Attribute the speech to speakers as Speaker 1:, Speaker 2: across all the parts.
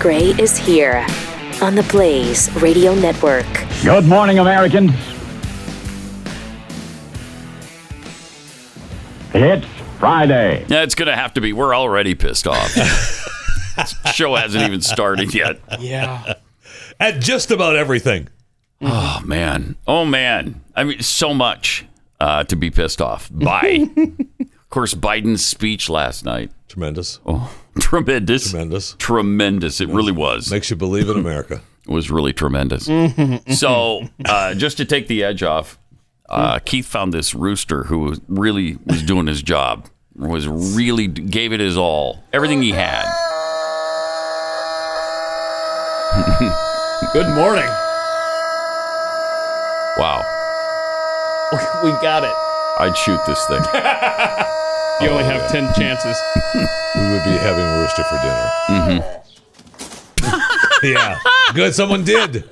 Speaker 1: Gray is here on the Blaze Radio Network.
Speaker 2: Good morning, Americans. It's Friday.
Speaker 3: Yeah, it's going to have to be. We're already pissed off. Show hasn't even started yet.
Speaker 4: Yeah.
Speaker 5: at just about everything.
Speaker 3: Oh man. Oh man. I mean, so much uh, to be pissed off by. of course, Biden's speech last night.
Speaker 5: Tremendous.
Speaker 3: Oh, tremendous.
Speaker 5: Tremendous.
Speaker 3: Tremendous. It really was.
Speaker 5: Makes you believe in America.
Speaker 3: It was really tremendous.
Speaker 4: Mm-hmm.
Speaker 3: so, uh, just to take the edge off, uh, Keith found this rooster who was really was doing his job. Was really gave it his all, everything he had.
Speaker 4: Good morning.
Speaker 3: Wow,
Speaker 4: We got it.
Speaker 3: I'd shoot this thing.
Speaker 4: You only have 10 chances.
Speaker 5: We would be having rooster for dinner. Mm-hmm. yeah. Good. Someone did.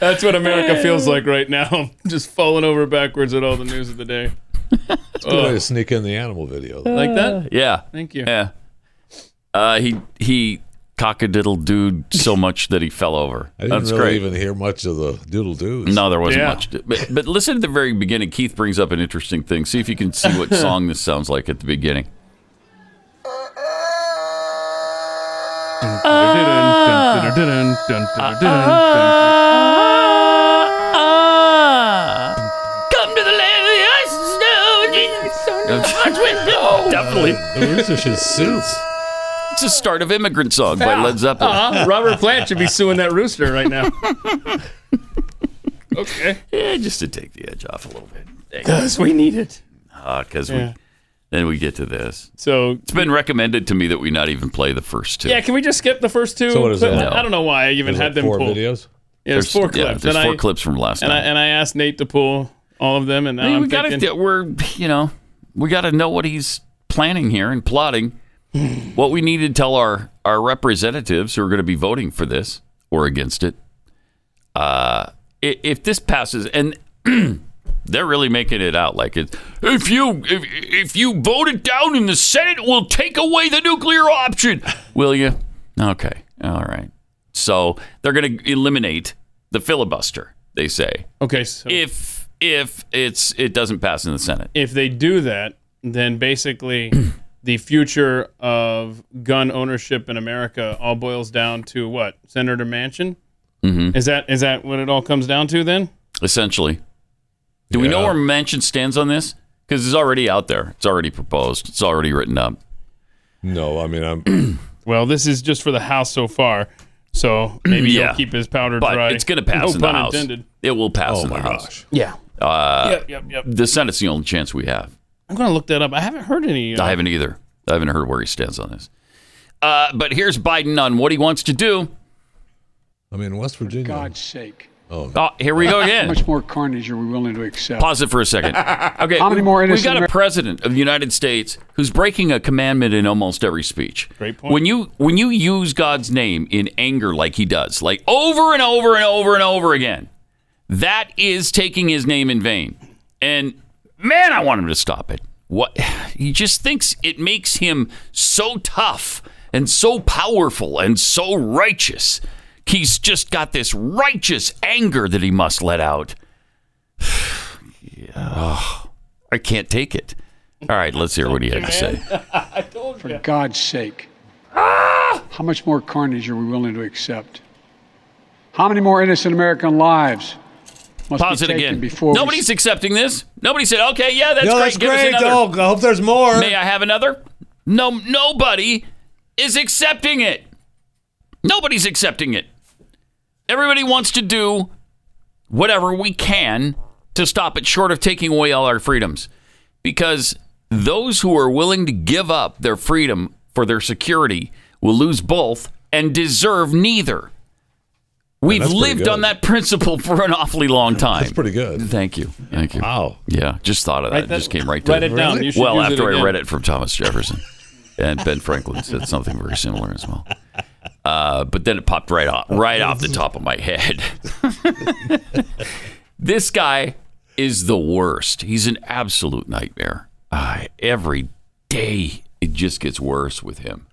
Speaker 4: That's what America feels like right now. Just falling over backwards at all the news of the day.
Speaker 5: Good way to sneak in the animal video.
Speaker 4: Like that?
Speaker 3: Yeah,
Speaker 4: Thank you.
Speaker 3: yeah. Uh, he he cockadiddle dude so much that he fell over.
Speaker 5: I didn't
Speaker 3: That's
Speaker 5: really
Speaker 3: great.
Speaker 5: even hear much of the doodle doos.
Speaker 3: No, there wasn't
Speaker 4: Yeah.
Speaker 3: much. But, but listen to the very beginning. Keith brings up an interesting thing. See if you can see what song this sounds like at the beginning.
Speaker 4: Ah.
Speaker 3: Come to the land of the ice and Definitely.
Speaker 5: The rooster should sue.
Speaker 3: It's the start of Immigrant Song by Led Zeppelin.
Speaker 4: Uh, Robert Plant should be suing that rooster right now. Okay.
Speaker 3: Yeah, just to take the edge off a little bit.
Speaker 4: Because we need it.
Speaker 3: Because
Speaker 4: Yeah.
Speaker 3: we, then we get to this.
Speaker 4: So,
Speaker 3: It's been recommended to me that we not even play the first two.
Speaker 4: yeah, can we just skip the first two?
Speaker 5: So what is
Speaker 4: But
Speaker 5: that?
Speaker 4: I don't know why I even had them
Speaker 5: four
Speaker 4: pull. Yeah,
Speaker 5: videos.
Speaker 4: there's four clips.
Speaker 3: Yeah, there's
Speaker 4: and
Speaker 3: four
Speaker 4: I,
Speaker 3: clips from last
Speaker 4: And I,
Speaker 3: night.
Speaker 4: and I asked Nate to pull all of them, and now
Speaker 3: I mean,
Speaker 4: I'm
Speaker 3: we gotta,
Speaker 4: thinking,
Speaker 3: do- we're, you know, we got to know what he's planning here and plotting. what we need to tell our our representatives who are going to be voting for this or against it. Uh, i- if this passes, and they're really making it out like it. If you if, if you vote it down in the Senate, we'll take away the nuclear option. Will you? Okay, all right. So they're going to eliminate the filibuster. They say
Speaker 4: okay, so
Speaker 3: if if it's it doesn't pass in the Senate.
Speaker 4: if they do that, then basically the future of gun ownership in America all boils down to what Senator Manchin. Mm-hmm. Is that is that what it all comes down to then?
Speaker 3: essentially. Do we know
Speaker 5: Yeah.
Speaker 3: where Manchin stands on this? Because it's already out there. It's already proposed. It's already written up.
Speaker 5: No, I mean, I'm.
Speaker 4: Well, this is just for the House so far, so maybe
Speaker 3: Yeah.
Speaker 4: he'll keep his powder
Speaker 3: But
Speaker 4: dry.
Speaker 3: it's going to pass
Speaker 4: no
Speaker 3: in the
Speaker 4: pun
Speaker 3: House.
Speaker 4: Intended.
Speaker 3: It will pass
Speaker 5: Oh
Speaker 3: in the
Speaker 5: my
Speaker 3: House.
Speaker 5: gosh.
Speaker 4: Yeah. Uh, yep, yep, yep.
Speaker 3: The Senate's the only chance we have.
Speaker 4: I'm going to look that up. I haven't heard any. Uh,
Speaker 3: I haven't either. I haven't heard where he stands on this. Uh, but here's Biden on what he wants to do.
Speaker 5: I mean, West Virginia.
Speaker 6: God's sake.
Speaker 3: Oh, here we go
Speaker 6: How
Speaker 3: again.
Speaker 6: much more carnage are we willing to accept?
Speaker 3: Pause it for a second. Okay.
Speaker 6: How many more
Speaker 3: We've
Speaker 6: innocent
Speaker 3: got a
Speaker 6: Ameri-
Speaker 3: president of the United States who's breaking a commandment in almost every speech.
Speaker 4: Great point.
Speaker 3: When you when you use God's name in anger like he does, like over and over and over and over again, that is taking his name in vain. And man, I want him to stop it. What he just thinks it makes him so tough and so powerful and so righteous. He's just got this righteous anger that he must let out. I can't take it. All right, let's hear what he had to say.
Speaker 6: For God's sake.
Speaker 3: Ah!
Speaker 6: How much more carnage are we willing to accept? How many more innocent American lives must
Speaker 3: Pause
Speaker 6: be
Speaker 3: it
Speaker 6: taken
Speaker 3: again.
Speaker 6: before we-
Speaker 3: Nobody's accepting this. Nobody said, "Okay, yeah, that's
Speaker 5: No,
Speaker 3: great.
Speaker 5: that's
Speaker 3: Give us
Speaker 5: great.
Speaker 3: another.
Speaker 5: Oh, I hope there's more.
Speaker 3: May I have another?" No, nobody is accepting it. Nobody's accepting it. Everybody wants to do whatever we can to stop it short of taking away all our freedoms. Because those who are willing to give up their freedom for their security will lose both and deserve neither. We've
Speaker 5: that's pretty
Speaker 3: lived on
Speaker 5: good.
Speaker 3: that principle for an awfully long time.
Speaker 5: That's pretty good.
Speaker 3: Thank you. Thank you.
Speaker 5: Wow.
Speaker 3: Yeah, just thought of that.
Speaker 4: Write that-
Speaker 3: just came right to
Speaker 4: write it down. You should
Speaker 3: well,
Speaker 4: use
Speaker 3: after
Speaker 4: it
Speaker 3: I
Speaker 4: again.
Speaker 3: read it from Thomas Jefferson, and Ben Franklin said something very similar as well. Uh, but then it popped right off, right off the top of my head. this guy is the worst. He's an absolute nightmare. Uh, every day it just gets worse with him.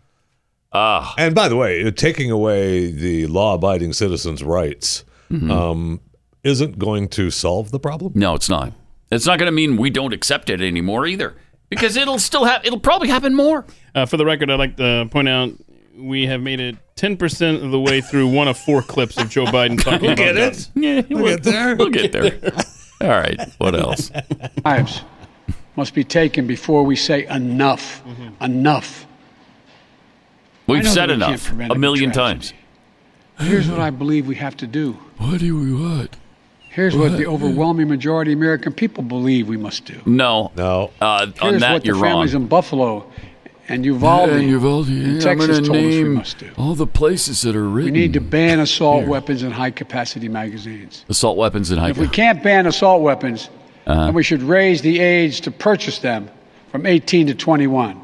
Speaker 3: Ah,
Speaker 5: And by the way, uh, taking away the law-abiding citizens' rights um, isn't going to solve the problem.
Speaker 3: no, it's not. It's not going to mean we don't accept it anymore either, because it'll still have. It'll probably happen more.
Speaker 4: Uh, for the record, I'd like to point out we have made it 10% of the way through one of four clips of Joe Biden talking about
Speaker 5: Get
Speaker 4: guns.
Speaker 5: it?
Speaker 3: Yeah, we'll,
Speaker 5: get there.
Speaker 3: We'll get there. All right. What else?
Speaker 6: lives must be taken before we say enough,
Speaker 3: Mm-hmm.
Speaker 6: enough. I
Speaker 3: We've
Speaker 6: know
Speaker 3: said
Speaker 6: that we can't
Speaker 3: enough
Speaker 6: prevent
Speaker 3: a million
Speaker 6: tragedy.
Speaker 3: times.
Speaker 6: Here's what I believe we have to do.
Speaker 3: What do we want?
Speaker 6: Here's what the overwhelming majority of American people believe we must do.
Speaker 3: No.
Speaker 5: No.
Speaker 3: Uh, on
Speaker 6: Here's
Speaker 3: that,
Speaker 6: what
Speaker 3: you're
Speaker 6: the families
Speaker 3: wrong.
Speaker 6: in Buffalo and Uvalde, and Texas told us we must do.
Speaker 3: all the places that are written.
Speaker 6: We need to ban assault weapons and high capacity magazines.
Speaker 3: assault weapons and
Speaker 6: If we
Speaker 3: hiking.
Speaker 6: can't ban assault weapons,
Speaker 4: Uh-huh.
Speaker 6: then we should raise the age to purchase them from 18 to 21.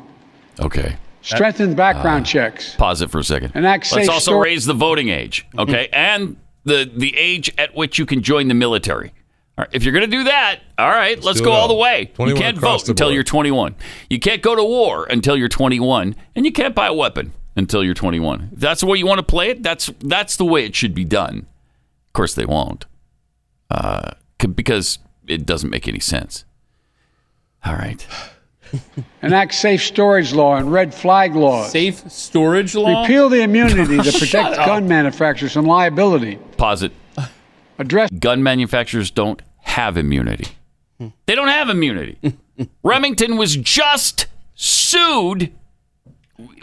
Speaker 3: Okay.
Speaker 6: Strengthen background
Speaker 4: uh,
Speaker 6: checks.
Speaker 3: Pause it for a second.
Speaker 6: Enact
Speaker 3: Let's
Speaker 6: safe
Speaker 3: also
Speaker 6: stor-
Speaker 3: raise the voting age,
Speaker 4: Mm-hmm.
Speaker 3: okay, and the the age at which you can join the military. All right, if you're going to do that, all right, let's,
Speaker 5: do
Speaker 3: go
Speaker 5: it
Speaker 3: all
Speaker 5: all.
Speaker 3: the way. You
Speaker 5: 21
Speaker 3: can't
Speaker 5: across
Speaker 3: vote
Speaker 5: the
Speaker 3: until
Speaker 5: board.
Speaker 3: you're 21. You can't go to war until you're 21, and you can't buy a weapon until you're 21. If that's the way you want to play it. That's that's the way it should be done. Of course, they won't, uh, c- because it doesn't make any sense. All right.
Speaker 6: Enact safe storage law and red flag laws.
Speaker 4: Safe storage law?
Speaker 6: Repeal the immunity that protects gun manufacturers from liability.
Speaker 3: Pause it.
Speaker 6: Address
Speaker 3: gun manufacturers don't have immunity. They don't have immunity. Remington was just sued.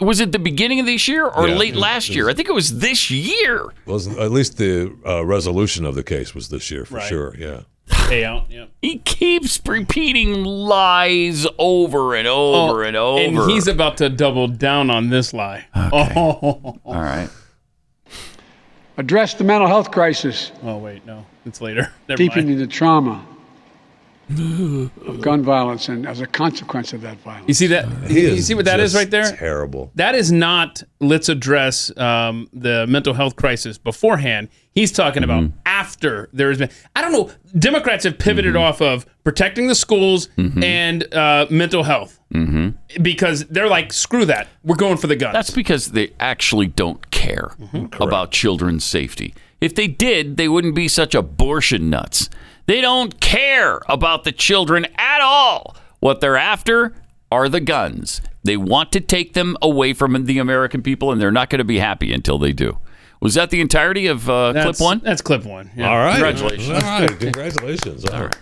Speaker 3: Was it the beginning of this year or
Speaker 5: Yeah.
Speaker 3: late last year? I think it was this year.
Speaker 5: Wasn't at least the uh, resolution of the case was this year for sure. Yeah.
Speaker 4: Payout, yeah.
Speaker 3: He keeps repeating lies over and over and over.
Speaker 4: Oh, And he's about to double down on this lie.
Speaker 5: Uh,
Speaker 4: Oh,
Speaker 3: All right.
Speaker 6: address the mental health crisis,
Speaker 4: oh, wait, no. It's later. Never mind.
Speaker 6: deepening the trauma of gun violence and as a consequence of that violence.
Speaker 4: You see that? You see what that is
Speaker 5: just
Speaker 4: right there?
Speaker 5: Terrible.
Speaker 4: That is not let's address um, the mental health crisis beforehand. He's talking about
Speaker 5: Mm-hmm.
Speaker 4: after there has been. I don't know. Democrats have pivoted
Speaker 5: Mm-hmm.
Speaker 4: off of protecting the schools and uh, mental health
Speaker 5: Mm-hmm.
Speaker 4: because they're like, screw that. We're going for the guns.
Speaker 3: That's because they actually don't care about children's safety. If they did, they wouldn't be such abortion nuts. They don't care about the children at all. What they're after are the guns. They want to take them away from the American people, and they're not going to be happy until they do. Was that the entirety of uh, clip
Speaker 4: That's-
Speaker 3: one?
Speaker 4: That's clip one. Yeah.
Speaker 5: All right.
Speaker 3: Congratulations.
Speaker 5: All right. Congratulations. All right.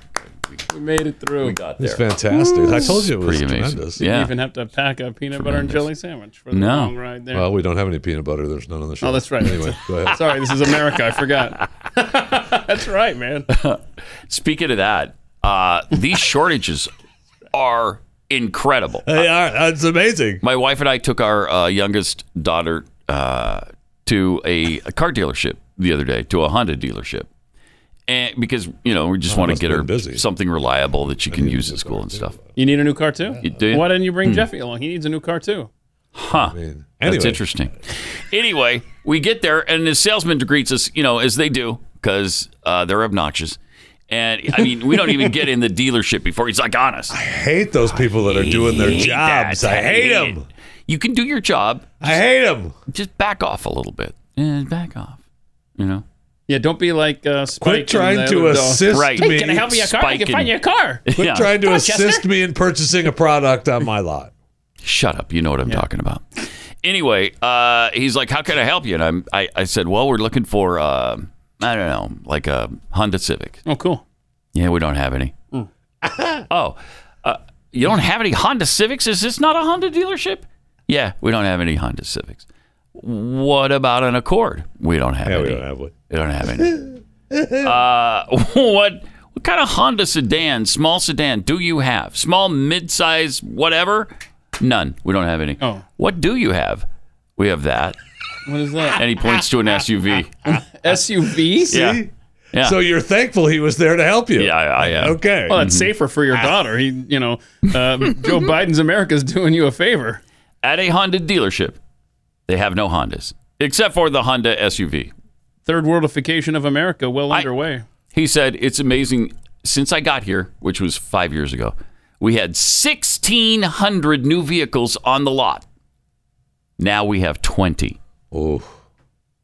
Speaker 4: We made it through. We got
Speaker 5: It's fantastic. I told you it was
Speaker 3: Pretty amazing.
Speaker 5: tremendous.
Speaker 3: Yeah.
Speaker 4: even have to pack a peanut butter and jelly sandwich for the
Speaker 3: No.
Speaker 4: long ride there.
Speaker 5: Well, we don't have any peanut butter. There's none on the show.
Speaker 4: Oh, that's right.
Speaker 5: Anyway, go ahead.
Speaker 4: Sorry, this is America. I forgot. that's right, man.
Speaker 3: Speaking of that, uh, these shortages are incredible.
Speaker 5: Hey, all right, that's amazing.
Speaker 3: my wife and I took our uh, youngest daughter uh, to a, a car dealership the other day, to a Honda dealership, and because you know we just want to
Speaker 5: must
Speaker 3: get
Speaker 5: have
Speaker 3: her
Speaker 5: been busy.
Speaker 3: something reliable that she can use at school and stuff.
Speaker 4: You need a new car too.
Speaker 3: You do? Hmm.
Speaker 4: Why didn't you bring Jeffy along? He needs a new car too.
Speaker 3: Huh?
Speaker 5: mean,
Speaker 3: That's
Speaker 5: anyway.
Speaker 3: interesting. anyway, we get there and the salesman greets us, you know, as they do, because uh, they're obnoxious. And I mean, we don't even get in the dealership before he's like on us.
Speaker 5: I hate those people that are doing their
Speaker 3: Hate that.
Speaker 5: jobs. I hate
Speaker 3: it.
Speaker 5: them.
Speaker 3: You can do your job,
Speaker 5: I hate them.
Speaker 3: just back off a little bit and back off. You know.
Speaker 4: Yeah, don't be like uh, Spike.
Speaker 5: Quit
Speaker 4: in
Speaker 5: trying
Speaker 4: the
Speaker 5: to
Speaker 4: other
Speaker 5: assist
Speaker 3: Right.
Speaker 5: me.
Speaker 4: dog. Hey, can I help you a car? I
Speaker 3: Spike
Speaker 4: can find
Speaker 3: and-
Speaker 4: you a car.
Speaker 5: Quit
Speaker 3: Yeah.
Speaker 5: trying to
Speaker 4: on,
Speaker 5: assist
Speaker 4: Chester.
Speaker 5: me in purchasing a product on my lot.
Speaker 3: shut up. You know what I'm talking about. Anyway, uh, he's like, how can I help you? And I'm, I, I said, well, we're looking for, uh, I don't know, like a Honda Civic.
Speaker 4: Oh, cool.
Speaker 3: Yeah, we don't have any.
Speaker 5: Mm.
Speaker 3: oh, uh, you don't have any Honda Civics? Is this not a Honda dealership? Yeah, we don't have any Honda Civics. What about an Accord? We don't have
Speaker 5: Yeah,
Speaker 3: any.
Speaker 5: we don't have one.
Speaker 3: They don't have any. uh, what what kind of Honda sedan, small sedan, do you have? Small, mid-size, whatever? None. We don't have any.
Speaker 4: Oh.
Speaker 3: What do you have? We have that.
Speaker 4: What is that?
Speaker 3: And he points to an SUV.
Speaker 4: SUV?
Speaker 3: Yeah. Yeah.
Speaker 5: So you're thankful he was there to help you.
Speaker 3: Yeah, I I am.
Speaker 5: Okay.
Speaker 4: Well, that's safer for
Speaker 3: Ah.
Speaker 4: your daughter. He, you know, uh, Joe Biden's America's doing you a favor.
Speaker 3: At a Honda dealership, they have no Hondas except for the Honda SUV.
Speaker 4: Third worldification of America well underway.
Speaker 3: He said, It's amazing. Since I got here, which was five years ago, we had 1,600 new vehicles on the lot. Now we have 20.
Speaker 5: Oh,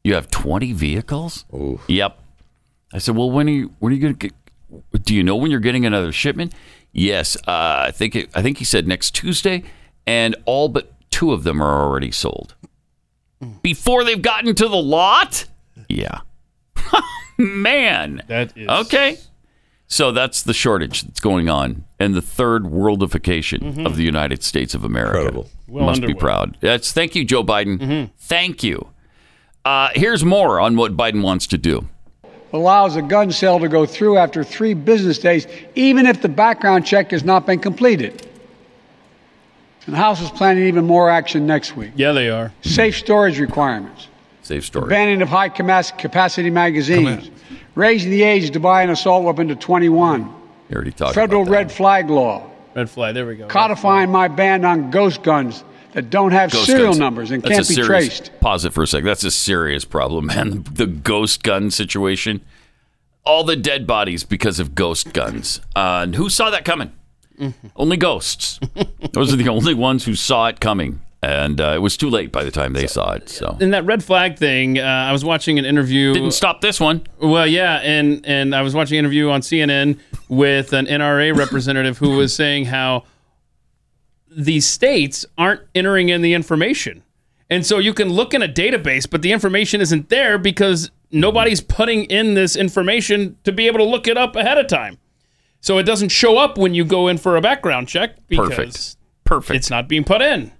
Speaker 3: You have 20 vehicles?
Speaker 5: Oof.
Speaker 3: Yep. I said, well, when are you, when are you going to get, do you know when you're getting another shipment? Yes. Uh, I think, it, I think he said next Tuesday and all but two of them are already sold before they've gotten to the lot. Yeah. Man.
Speaker 4: That is
Speaker 3: Okay. So that's the shortage that's going on and the third worldification of the United States of America.
Speaker 5: Incredible.
Speaker 4: Mm-hmm. Well
Speaker 3: Must be
Speaker 4: underway. Mm-hmm.
Speaker 3: proud. That's thank you, Joe Biden. Thank you. Uh, here's more on what Biden wants to do.
Speaker 6: allows a gun sale to go through after three business days, even if the background check has not been completed. And the House is planning even more action next week.
Speaker 4: Yeah, they are.
Speaker 6: Safe storage requirements,
Speaker 3: Save story.
Speaker 6: banning of high camas- capacity magazines, raising the age to buy an assault weapon to 21,
Speaker 3: You already talked
Speaker 6: federal
Speaker 3: about that.
Speaker 6: red flag law,
Speaker 4: Red flag. There we go.
Speaker 6: codifying my ban on ghost guns that don't have
Speaker 3: Ghost
Speaker 6: serial
Speaker 3: guns.
Speaker 6: numbers and
Speaker 3: That's
Speaker 6: can't
Speaker 3: a
Speaker 6: be
Speaker 3: serious-
Speaker 6: traced.
Speaker 3: Pause it for a second. That's a serious problem, man. The ghost gun situation. All the dead bodies because of ghost guns. Uh, and who saw that coming?
Speaker 4: Mm-hmm.
Speaker 3: Only ghosts. Those are the only ones who saw it coming. And uh, it was too late by the time they saw it. So
Speaker 4: In that red flag thing, uh, I was watching an interview.
Speaker 3: didn't stop this one.
Speaker 4: Well, yeah, and and I was watching an interview on CNN with an NRA representative who was saying how these states aren't entering in the information, and so you can look in a database, but the information isn't there because nobody's putting in this information to be able to look it up ahead of time. So it doesn't show up when you go in for a background check because
Speaker 3: Perfect. Perfect.
Speaker 4: it's not being put in.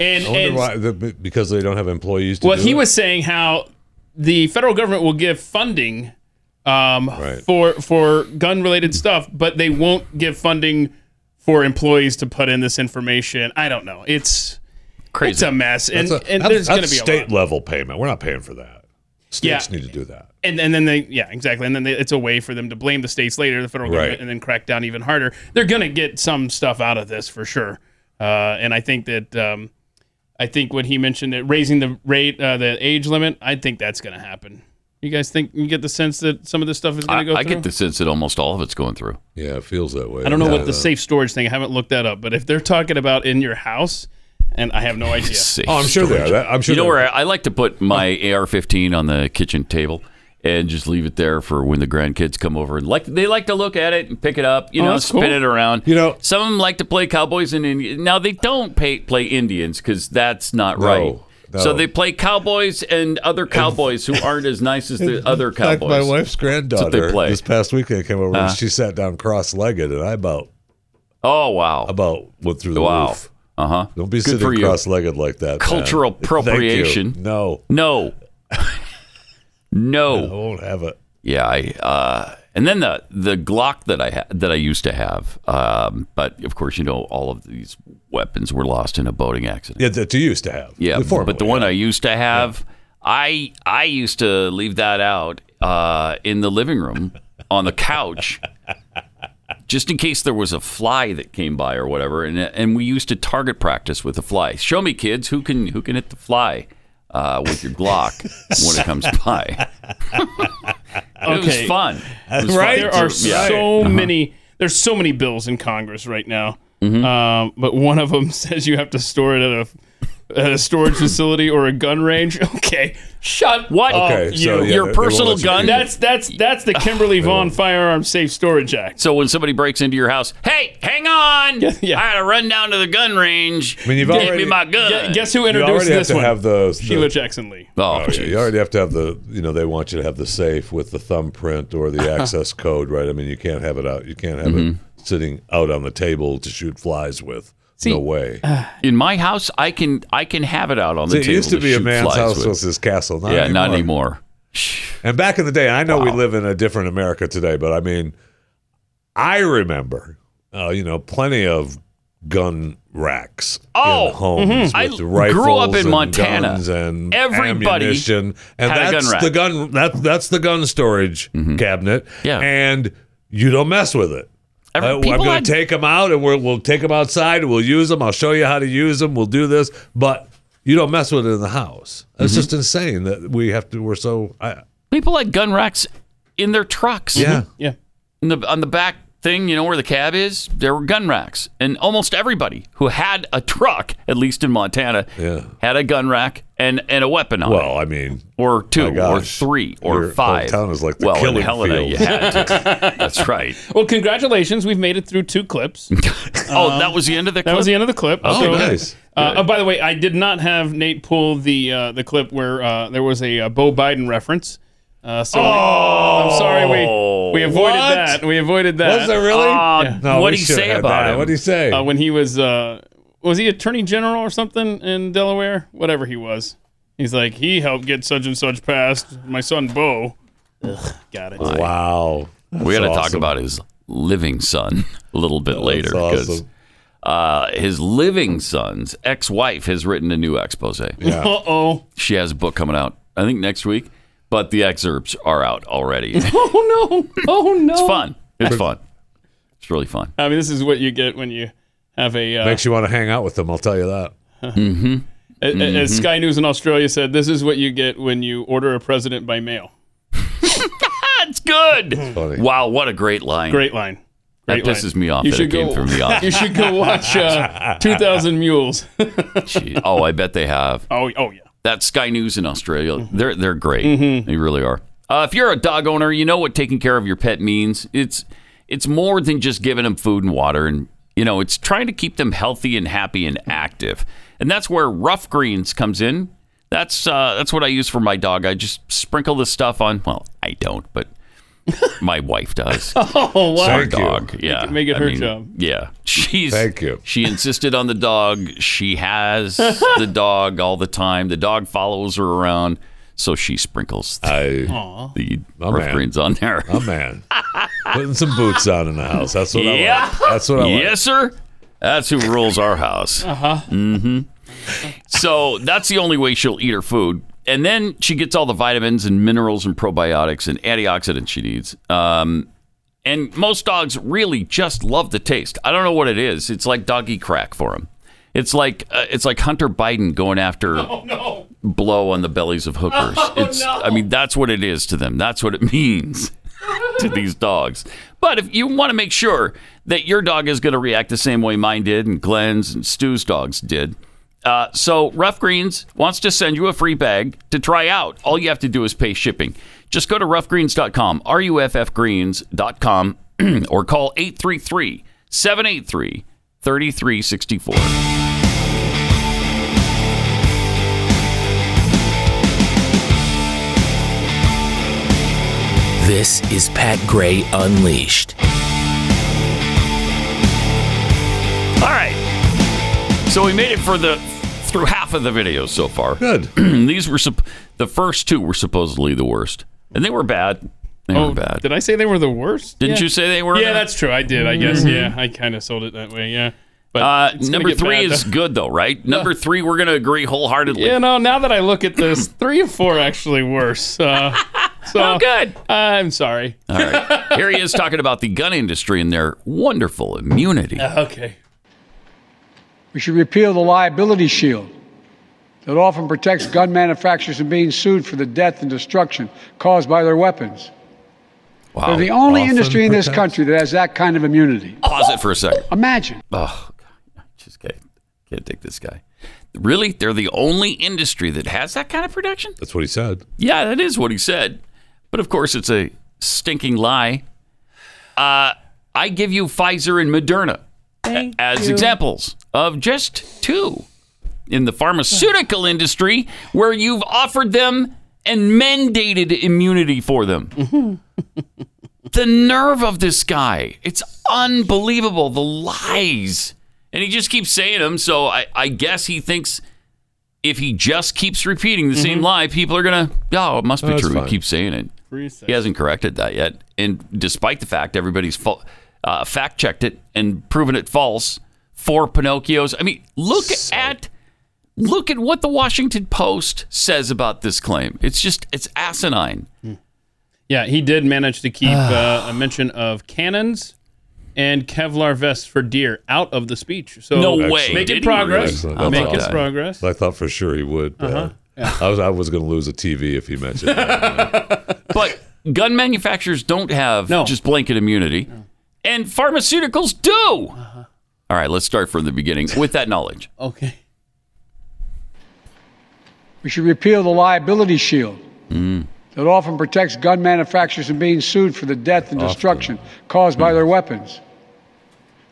Speaker 4: And,
Speaker 5: I wonder
Speaker 4: and
Speaker 5: why, the, because they don't have employees. To
Speaker 4: well,
Speaker 5: do
Speaker 4: he
Speaker 5: it?
Speaker 4: was saying how the federal government will give funding um,
Speaker 5: Right.
Speaker 4: for for gun related stuff, but they won't give funding for employees to put in this information. I don't know. It's
Speaker 3: crazy.
Speaker 4: it's a mess, and,
Speaker 5: That's a-
Speaker 4: and
Speaker 5: that's-
Speaker 4: there's going to
Speaker 5: that's
Speaker 4: be a
Speaker 5: state
Speaker 4: lot.
Speaker 5: level payment. We're not paying for that. States
Speaker 4: Yeah.
Speaker 5: need to do that.
Speaker 4: and and then they yeah exactly, and then they, it's a way for them to blame the states later, the federal
Speaker 5: Right.
Speaker 4: government, and then crack down even harder. They're going to get some stuff out of this for sure, uh, and I think that. Um, I think what he mentioned that raising the rate, uh, the age limit, I think that's going to happen. You guys think you get the sense that some of this stuff is
Speaker 3: I,
Speaker 4: going to go
Speaker 3: I
Speaker 4: through?
Speaker 3: get the sense that almost all of it's going through.
Speaker 5: Yeah, it feels that way. Uh,
Speaker 4: I don't know what the
Speaker 5: state.
Speaker 4: safe storage thing. I haven't looked that up, but if they're talking about in your house, and I have no idea.
Speaker 3: Safe
Speaker 5: Oh, I'm sure they are.
Speaker 3: storage.
Speaker 5: That- I'm sure.
Speaker 3: You know
Speaker 5: they are.
Speaker 3: where I, I like to put my AR-15 on the kitchen table and just leave it there for when the grandkids come over and like they like to look at it and pick it up, you
Speaker 4: Oh,
Speaker 3: know,
Speaker 4: that's
Speaker 3: spin
Speaker 4: cool.
Speaker 3: it around.
Speaker 5: You know-
Speaker 3: some of them like to play cowboys and Indians. Now they don't pay, play Indians because that's not
Speaker 5: No,
Speaker 3: right. So
Speaker 5: no.
Speaker 3: they play cowboys and other cowboys who aren't as nice as the other
Speaker 5: In fact,
Speaker 3: cowboys.
Speaker 5: my wife's granddaughter
Speaker 3: play. Uh-huh.
Speaker 5: this past weekend came over and she sat down cross-legged, and I about
Speaker 3: oh wow,
Speaker 5: about went through the
Speaker 3: wow,
Speaker 5: roof.
Speaker 3: uh huh.
Speaker 5: Don't be
Speaker 3: Good for
Speaker 5: sitting
Speaker 3: you.
Speaker 5: cross-legged like that. man.
Speaker 3: Cultural
Speaker 5: Thank you.
Speaker 3: appropriation.
Speaker 5: No,
Speaker 3: No, no.
Speaker 5: I won't have it.
Speaker 3: Yeah, I, uh, and then the the Glock that I ha- that I used to have, um, but of course you know all of these weapons were lost in a boating accident.
Speaker 5: Yeah, that you used to have.
Speaker 3: Yeah,
Speaker 5: Before,
Speaker 3: but the one I used to have, I I used to leave that out uh, in the living room on the couch, just in case there was a fly that came by or whatever. And and we used to target practice with the fly. Show me, kids, who can who can hit the fly uh, with your Glock when it comes by. It was
Speaker 4: Okay.
Speaker 3: fun. It was
Speaker 5: Right?
Speaker 3: fun.
Speaker 4: There are
Speaker 5: Yeah. Uh-huh.
Speaker 4: so many. There's so many bills in Congress right now,
Speaker 5: Mm-hmm.
Speaker 4: um, but one of them says you have to store it at a, at a storage facility or a gun range. Okay, shut
Speaker 3: What?
Speaker 4: up,
Speaker 5: Okay,
Speaker 4: you.
Speaker 5: so, yeah,
Speaker 3: your
Speaker 5: they- they
Speaker 3: personal
Speaker 5: won't let you
Speaker 3: gun?
Speaker 5: do that.
Speaker 4: That's that's that's the Kimberly Vaughn Firearm Safe Storage Act.
Speaker 3: So when somebody breaks into your house, hey, hang on,
Speaker 4: Yeah, yeah.
Speaker 3: I gotta run down to the gun range.
Speaker 5: mean, you've
Speaker 3: Give
Speaker 5: already-
Speaker 3: me my gun.
Speaker 4: Gu- Guess who
Speaker 5: uh, You
Speaker 4: introduced
Speaker 5: already have
Speaker 4: this
Speaker 5: to
Speaker 4: one?
Speaker 5: have the, the-
Speaker 4: Sheila Jackson Lee.
Speaker 3: Oh,
Speaker 5: Oh, yeah,
Speaker 3: geez.
Speaker 5: you already have to have the, you know, they want you to have the safe with the thumbprint or the access code, right? I mean, you can't have it out. You can't have
Speaker 3: Mm-hmm.
Speaker 5: it sitting out on the table to shoot flies with. no way.
Speaker 3: In my house, I can I can have it out on uh, the
Speaker 5: it
Speaker 3: table.
Speaker 5: used to be a
Speaker 3: shoot
Speaker 5: man's
Speaker 3: flies
Speaker 5: house
Speaker 3: with.
Speaker 5: was his castle. Not
Speaker 3: yeah,
Speaker 5: anymore.
Speaker 3: not anymore.
Speaker 5: And back in the day, I know we live in a different America today, but I mean, I remember, uh, you know, plenty of gun racks
Speaker 3: Oh,
Speaker 5: in homes
Speaker 3: mhm.
Speaker 5: with
Speaker 3: I
Speaker 5: rifles
Speaker 3: grew up in
Speaker 5: and
Speaker 3: Montana.
Speaker 5: guns and
Speaker 3: Everybody
Speaker 5: ammunition. and
Speaker 3: had
Speaker 5: that's
Speaker 3: a gun rack. Mm-hmm.
Speaker 5: the gun that that's the gun storage cabinet.
Speaker 3: Yeah.
Speaker 5: and you don't mess with it.
Speaker 3: Every-
Speaker 5: Uh, I'm
Speaker 3: people
Speaker 5: going
Speaker 3: had-
Speaker 5: to take them out, and we're, we'll take them outside. and We'll use them. I'll show you how to use them. We'll do this, but you don't mess with it in the house. It's
Speaker 3: Mm-hmm.
Speaker 5: just insane that we have to. We're so I,
Speaker 3: People had gun racks in their trucks.
Speaker 5: yeah.
Speaker 4: Yeah.
Speaker 3: In the, on the back thing, you know, where the cab is, there were gun racks. And almost everybody who had a truck, at least in Montana,
Speaker 5: Yeah.
Speaker 3: had a gun rack and, and a weapon on it.
Speaker 5: Well, I mean,
Speaker 3: Or
Speaker 5: my
Speaker 3: two, or
Speaker 5: gosh,
Speaker 3: three, or
Speaker 5: your
Speaker 3: five.
Speaker 5: hometown is like the
Speaker 3: well, in
Speaker 5: killing
Speaker 3: Helena,
Speaker 5: field.
Speaker 3: you had to. That's right.
Speaker 4: Well, congratulations. We've made it through two clips.
Speaker 3: Oh, that was the end of the
Speaker 4: Um, That
Speaker 3: clip?
Speaker 4: was the end of the clip.
Speaker 5: Okay,
Speaker 4: So,
Speaker 5: nice.
Speaker 4: Uh, oh, by the way, I did not have Nate pull the uh, the clip where uh, there was a uh, Bo Biden reference. Uh, so I'm sorry we we avoided
Speaker 5: Oh, What?
Speaker 4: that. We avoided that.
Speaker 5: was there really?
Speaker 3: Uh,
Speaker 5: we
Speaker 3: What'd he
Speaker 5: should
Speaker 3: say
Speaker 5: have had
Speaker 3: about
Speaker 5: that.
Speaker 3: him?
Speaker 5: What'd he say?
Speaker 4: uh, when he was uh, was he attorney general or something in Delaware? Whatever he was, he's like he helped get such and such passed. My son Bo. Ugh, got it.
Speaker 5: wow.
Speaker 3: we got to talk
Speaker 5: awesome.
Speaker 3: about his living son a little bit later
Speaker 5: That's
Speaker 3: because
Speaker 5: awesome.
Speaker 3: uh, his living son's ex-wife has written a new expose.
Speaker 5: Yeah.
Speaker 4: Uh oh.
Speaker 3: She has a book coming out, I think next week, but the excerpts are out already. It's
Speaker 4: Oh no. Oh no.
Speaker 3: fun. It's fun. It's really fun.
Speaker 4: I mean, this is what you get when you have a uh,
Speaker 5: Makes you want to hang out with them, I'll tell you that.
Speaker 4: A-
Speaker 5: Mm-hmm.
Speaker 4: a- As Sky News in Australia said, this is what you get when you order a president by mail.
Speaker 3: That's good.
Speaker 5: Funny.
Speaker 3: Wow, what a great line.
Speaker 4: Great line.
Speaker 3: that
Speaker 4: Great line.
Speaker 3: pisses me off that it
Speaker 4: should
Speaker 3: came
Speaker 4: go-
Speaker 3: from the
Speaker 4: You
Speaker 3: office.
Speaker 4: should go watch uh, 2,000 Mules.
Speaker 3: Jeez. oh, I bet they have.
Speaker 4: Oh, Mm-hmm. oh yeah.
Speaker 3: That's Sky News in Australia. They're they're great.
Speaker 4: Mm-hmm.
Speaker 3: They really are. Uh, if you're a dog owner, you know what taking care of your pet means. It's it's more than just giving them food and water, and you know it's trying to keep them healthy and happy and active. And that's where Rough Greens comes in. That's uh, that's what I use for my dog. I just sprinkle this stuff on. Well, I don't, but my wife does.
Speaker 4: Oh, wow.
Speaker 5: Thank you.
Speaker 3: dog. Yeah,
Speaker 4: it- make it her job.
Speaker 3: Yeah, she's.
Speaker 5: Thank you.
Speaker 3: She insisted on the dog. She has the dog all the time. The dog follows her around, so she sprinkles the,
Speaker 5: I,
Speaker 3: the
Speaker 5: Oh,
Speaker 3: rough
Speaker 5: man.
Speaker 3: greens on there.
Speaker 5: a man. Putting some boots on in the house. That's what I
Speaker 3: Yeah.
Speaker 5: like. That's what I like. Uh-huh.
Speaker 3: Yes, sir. That's who rules our house. Uh huh. hmm So that's the only way she'll eat her food. And then she gets all the vitamins and minerals and probiotics and antioxidants she needs. Um, and most dogs really just love the taste. I don't know what it is. It's like doggy crack for them. It's like uh, it's like Hunter Biden going after
Speaker 5: Oh,
Speaker 3: blow on the bellies of hookers. it's I mean that's what it is to them. That's what it means to these dogs. But if you want to make sure that your dog is going to react the same way mine did, and Glenn's and Stu's dogs did, uh, so Rough Greens wants to send you a free bag to try out. All you have to do is pay shipping. Just go to roughgreens.com, R U F F greens.com, or call 833 783 3364.
Speaker 7: This is Pat Gray Unleashed.
Speaker 3: All right. So we made it for the through half of the video so far.
Speaker 5: Good.
Speaker 3: These were sup- the first two were supposedly the worst, and they were bad. They
Speaker 4: Oh,
Speaker 3: were bad.
Speaker 4: did I say they were the worst?
Speaker 3: Didn't
Speaker 4: Yeah.
Speaker 3: you say they were?
Speaker 4: Yeah, that's true. I did, I guess. Yeah, I kind of sold it that way. Yeah. But
Speaker 3: Uh,
Speaker 4: it's gonna
Speaker 3: number
Speaker 4: get
Speaker 3: three
Speaker 4: bad,
Speaker 3: is
Speaker 4: though.
Speaker 3: good though, right? Number three, we're gonna agree wholeheartedly.
Speaker 4: You know, now that I look at this, three and four are actually worse. Uh, so
Speaker 3: Oh, good. Uh.
Speaker 4: I'm sorry.
Speaker 3: All right. Here he is talking about the gun industry and their wonderful immunity.
Speaker 4: Uh, Okay.
Speaker 6: We should repeal the liability shield that often protects gun manufacturers from being sued for the death and destruction caused by their weapons.
Speaker 3: Wow.
Speaker 6: They're the only
Speaker 5: often
Speaker 6: industry in this
Speaker 5: protects-
Speaker 6: country that has that kind of immunity.
Speaker 3: Pause it for a second.
Speaker 6: Imagine.
Speaker 3: Oh, God. I just can't, can't take this guy. Really? They're the only industry that has that kind of protection?
Speaker 5: That's what he said.
Speaker 3: Yeah, that is what he said. But of course, it's a stinking lie. Uh, I give you Pfizer and Moderna a- as examples of just two in the pharmaceutical industry where you've offered them and mandated immunity for them. the nerve of this guy. It's unbelievable. The lies. And he just keeps saying them. So I, I guess he thinks if he just keeps repeating the same lie, people are going to, oh, it must be
Speaker 5: Mm-hmm. That's
Speaker 3: true.
Speaker 5: fine.
Speaker 3: He keeps saying it. He hasn't corrected that yet. And despite the fact everybody's fa- uh, fact checked it and proven it false for Pinocchio's. I mean, look at look at what the Washington Post says about this claim. It's just it's asinine.
Speaker 4: Yeah, he did manage to keep uh, a mention of cannons and Kevlar vests for deer out of the speech. So
Speaker 3: No
Speaker 5: Oh, Excellent.
Speaker 3: way.
Speaker 5: Making
Speaker 3: Did he
Speaker 4: progress.
Speaker 5: Excellent.
Speaker 3: How
Speaker 5: That's
Speaker 3: about
Speaker 4: making
Speaker 3: that?
Speaker 4: progress.
Speaker 5: I thought for sure he would. but
Speaker 3: Uh-huh.
Speaker 5: I was I was going to lose a TV if he mentioned that.
Speaker 3: But gun manufacturers don't have
Speaker 4: No.
Speaker 3: just blanket immunity. and pharmaceuticals do. All right, let's start from the beginning with that knowledge.
Speaker 4: Okay.
Speaker 6: We should repeal the liability shield that often protects gun manufacturers from being sued for the death and destruction caused by their weapons.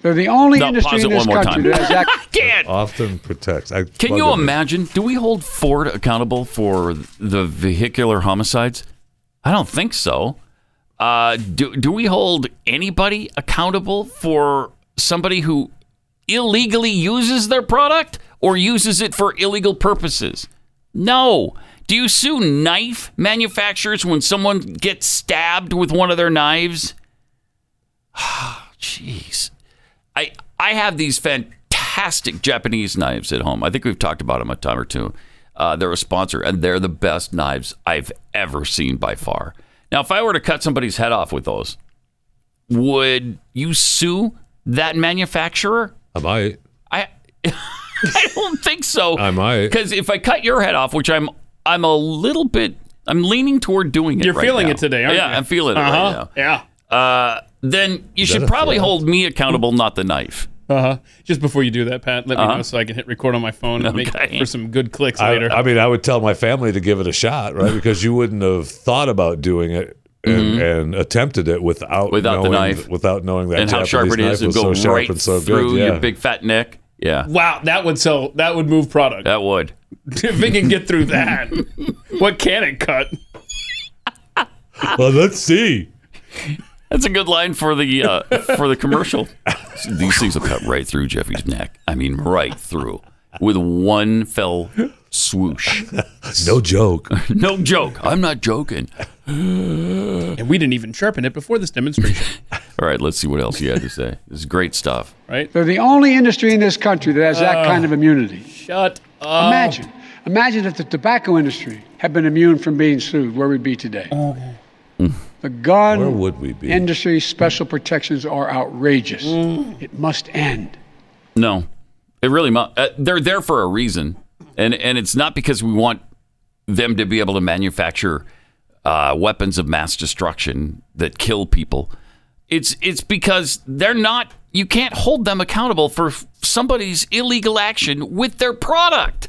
Speaker 6: They're the only
Speaker 3: No,
Speaker 6: industry
Speaker 3: Hmm.
Speaker 6: in
Speaker 3: pause it
Speaker 6: this
Speaker 3: one more
Speaker 6: country
Speaker 3: time.
Speaker 6: that has that.
Speaker 3: Can't.
Speaker 5: Often protects. I
Speaker 3: Can
Speaker 5: plug
Speaker 3: you
Speaker 5: it in.
Speaker 3: imagine? Do we hold Ford accountable for the vehicular homicides? I don't think so. Uh, do do we hold anybody accountable for somebody who illegally uses their product or uses it for illegal purposes? No. Do you sue knife manufacturers when someone gets stabbed with one of their knives? Jeez. I I have these fantastic Japanese knives at home. I think we've talked about them a time or two. Uh, they're a sponsor, and they're the best knives I've ever seen by far. Now, if I were to cut somebody's head off with those, would you sue that manufacturer?
Speaker 5: I might.
Speaker 3: I I don't think so.
Speaker 5: I might.
Speaker 3: because if I cut your head off, which I'm I'm a little bit I'm leaning toward doing it.
Speaker 4: You're
Speaker 3: right
Speaker 4: feeling
Speaker 3: now.
Speaker 4: it today, aren't
Speaker 3: yeah,
Speaker 4: you?
Speaker 3: I'm feeling it right
Speaker 4: Uh-huh.
Speaker 3: now. Uh,
Speaker 4: Yeah.
Speaker 3: Then you
Speaker 5: that
Speaker 3: should
Speaker 5: a
Speaker 3: probably
Speaker 5: threat?
Speaker 3: hold me accountable, not the knife.
Speaker 4: Uh-huh. Just before you do that, Pat, let me know so I can hit record on my phone and
Speaker 3: Uh-huh. Okay.
Speaker 4: make for some good clicks
Speaker 5: I,
Speaker 3: Uh,
Speaker 4: later.
Speaker 5: I mean, I would tell my family to give it a shot, right? Because you wouldn't have thought about doing it and, and attempted it without
Speaker 3: Mm-hmm. Without the
Speaker 5: knowing,
Speaker 3: knife.
Speaker 5: without knowing that
Speaker 3: and how
Speaker 5: Japanese
Speaker 3: sharp it
Speaker 5: knife
Speaker 3: is, and
Speaker 5: was
Speaker 3: go
Speaker 5: so sharp
Speaker 3: right
Speaker 5: and so
Speaker 3: through
Speaker 5: good. Yeah.
Speaker 3: your big fat neck. Yeah,
Speaker 4: wow, that would sell. That would move product.
Speaker 3: that would.
Speaker 4: if it can get through that, what can it cut?
Speaker 5: well, let's see.
Speaker 3: That's a good line for the uh, for the commercial. These things will cut right through Jeffy's neck. I mean, right through with one fell swoosh.
Speaker 5: No joke.
Speaker 3: No joke. I'm not joking.
Speaker 4: And we didn't even sharpen it before this demonstration,
Speaker 3: All right, let's see what else you had to say. This is great stuff.
Speaker 4: right?
Speaker 6: They're the only industry in this country that has
Speaker 3: Uh.
Speaker 6: that kind of immunity.
Speaker 4: Shut up.
Speaker 6: Imagine. Imagine if the tobacco industry had been immune from being sued, where we'd be today. The gun
Speaker 5: Where would we be?
Speaker 6: industry special protections are outrageous.
Speaker 5: Mm.
Speaker 6: It must end.
Speaker 3: No, it really. mu- Uh, they're there for a reason, and and it's not because we want them to be able to manufacture uh, weapons of mass destruction that kill people. It's it's because they're not. You can't hold them accountable for f- somebody's illegal action with their product.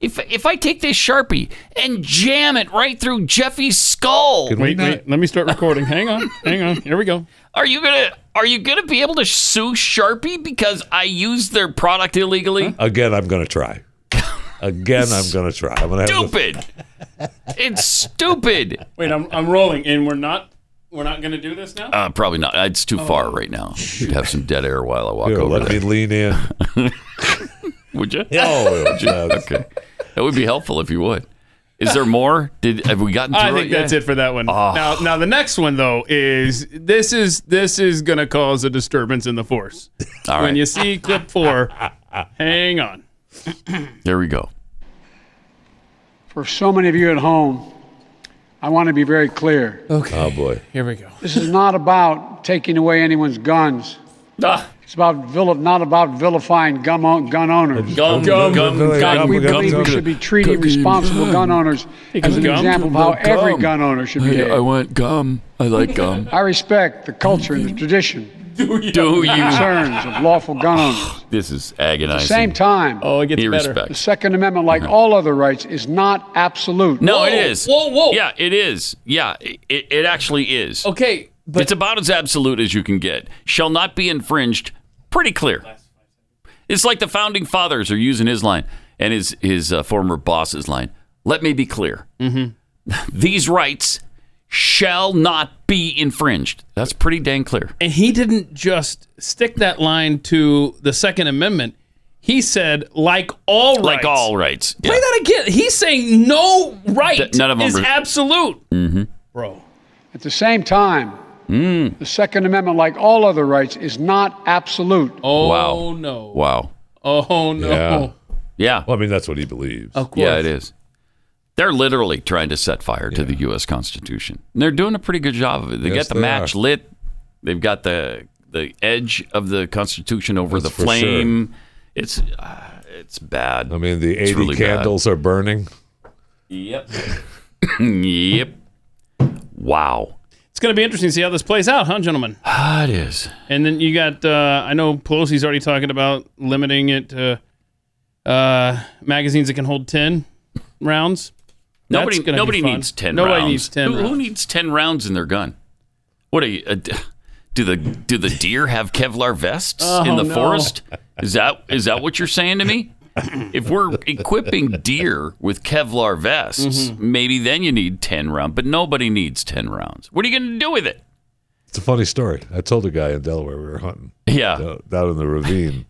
Speaker 3: If if I take this sharpie and jam it right through Jeffy's skull,
Speaker 5: Can we
Speaker 4: Wait,
Speaker 5: not-
Speaker 4: wait. Let me start recording. Hang on. Hang on. Here we go.
Speaker 3: are you gonna are you gonna be able to sue Sharpie because I used their product illegally?
Speaker 5: Again, I'm going to try. Again, I'm going to try. I'm going to have the-
Speaker 3: stupid. it's stupid.
Speaker 4: Wait, I'm, I'm rolling, and we're not we're not gonna do this now.
Speaker 3: Uh, probably not. It's too far right now. You'd have some dead air while I walk
Speaker 5: Here,
Speaker 3: over
Speaker 5: let me
Speaker 3: there.
Speaker 5: lean in.
Speaker 3: Would you?
Speaker 5: Oh, yes.
Speaker 3: Okay. That would be helpful if you would. Is there more? Did have we gotten through
Speaker 4: I think
Speaker 3: yet?
Speaker 4: that's it for that one.
Speaker 3: Ah.
Speaker 4: Now, now the next one though is this is this is gonna cause a disturbance in the force.
Speaker 3: All
Speaker 4: When
Speaker 3: right.
Speaker 4: you see clip four, hang on.
Speaker 3: There we go.
Speaker 6: For so many of you at home, I want to be very clear.
Speaker 5: Oh, boy.
Speaker 4: Here we go.
Speaker 6: This is not about taking away anyone's guns.
Speaker 5: Ah.
Speaker 6: It's about vil- not about vilifying gum o- gun owners.
Speaker 3: Gum,
Speaker 5: Gum, gum,
Speaker 3: gum, gum,
Speaker 6: we
Speaker 5: gum,
Speaker 6: believe
Speaker 5: gum.
Speaker 6: we should be treating responsible gun owners as an
Speaker 4: gum.
Speaker 6: example of how every
Speaker 3: Gum.
Speaker 6: gun owner should behave.
Speaker 3: I want gum. I like gum.
Speaker 6: I respect the culture and the tradition,
Speaker 3: Do you?
Speaker 6: concerns of lawful gun owners.
Speaker 3: This is
Speaker 6: At the
Speaker 3: agonizing.
Speaker 6: same time,
Speaker 4: Oh, Uh-huh. it gets
Speaker 3: he
Speaker 4: better.
Speaker 6: the
Speaker 3: respects.
Speaker 6: Second Amendment, like all other rights, is not absolute.
Speaker 3: No, it is.
Speaker 4: Whoa, whoa.
Speaker 3: Yeah, it is. Yeah, it, it actually is.
Speaker 4: Okay, but
Speaker 3: it's about as absolute as you can get. Shall not be infringed. Pretty clear. It's like the founding fathers are using his line and his his uh, former boss's line. Let me be clear. These rights shall not be infringed. That's pretty dang clear.
Speaker 4: and he didn't just stick that line to the Second Amendment. He said, like all rights.
Speaker 3: Like all rights. Yeah.
Speaker 4: Play that again. He's saying no right
Speaker 3: Th- none of 'em
Speaker 4: is
Speaker 3: are-
Speaker 4: absolute. Bro.
Speaker 6: At the same time,
Speaker 4: Mm.
Speaker 6: the Second Amendment, like all other rights, is not absolute.
Speaker 4: Oh
Speaker 3: Wow.
Speaker 4: no.
Speaker 3: Wow.
Speaker 4: Oh no.
Speaker 5: Yeah.
Speaker 3: Yeah.
Speaker 5: Well, I mean, that's what he believes.
Speaker 4: Of course.
Speaker 3: Yeah, it is. They're literally trying to set fire to the U.S. Constitution. And they're doing a pretty good job of it. They
Speaker 5: Yes,
Speaker 3: got the
Speaker 5: they
Speaker 3: match
Speaker 5: are.
Speaker 3: lit. They've got the the edge of the Constitution over
Speaker 5: That's
Speaker 3: the
Speaker 5: for sure.
Speaker 3: flame. It's uh, it's bad.
Speaker 5: I mean, the 80
Speaker 3: really bad.
Speaker 5: candles are burning.
Speaker 3: yep. yep. Wow.
Speaker 4: It's going to be interesting to see how this plays out, huh, gentlemen?
Speaker 3: Ah, it is.
Speaker 4: And then you got, uh, I know Pelosi's already talking about limiting it to uh, magazines that can hold 10 rounds. That's
Speaker 3: Nobody,
Speaker 4: gonna be
Speaker 3: nobody
Speaker 4: fun.
Speaker 3: needs ten.
Speaker 4: Nobody
Speaker 3: rounds.
Speaker 4: needs 10
Speaker 3: Who,
Speaker 4: rounds.
Speaker 3: who needs ten rounds in their gun? What are you? Uh, d- do the do the deer have Kevlar vests in the
Speaker 4: Oh, no.
Speaker 3: forest? Is that is that what you're saying to me? If we're equipping deer with Kevlar vests,
Speaker 4: Mm-hmm.
Speaker 3: maybe then you need ten rounds. But nobody needs ten rounds. What are you going to do with it?
Speaker 5: It's a funny story. I told a guy in Delaware we were hunting
Speaker 3: Yeah,
Speaker 5: uh, down in the ravine.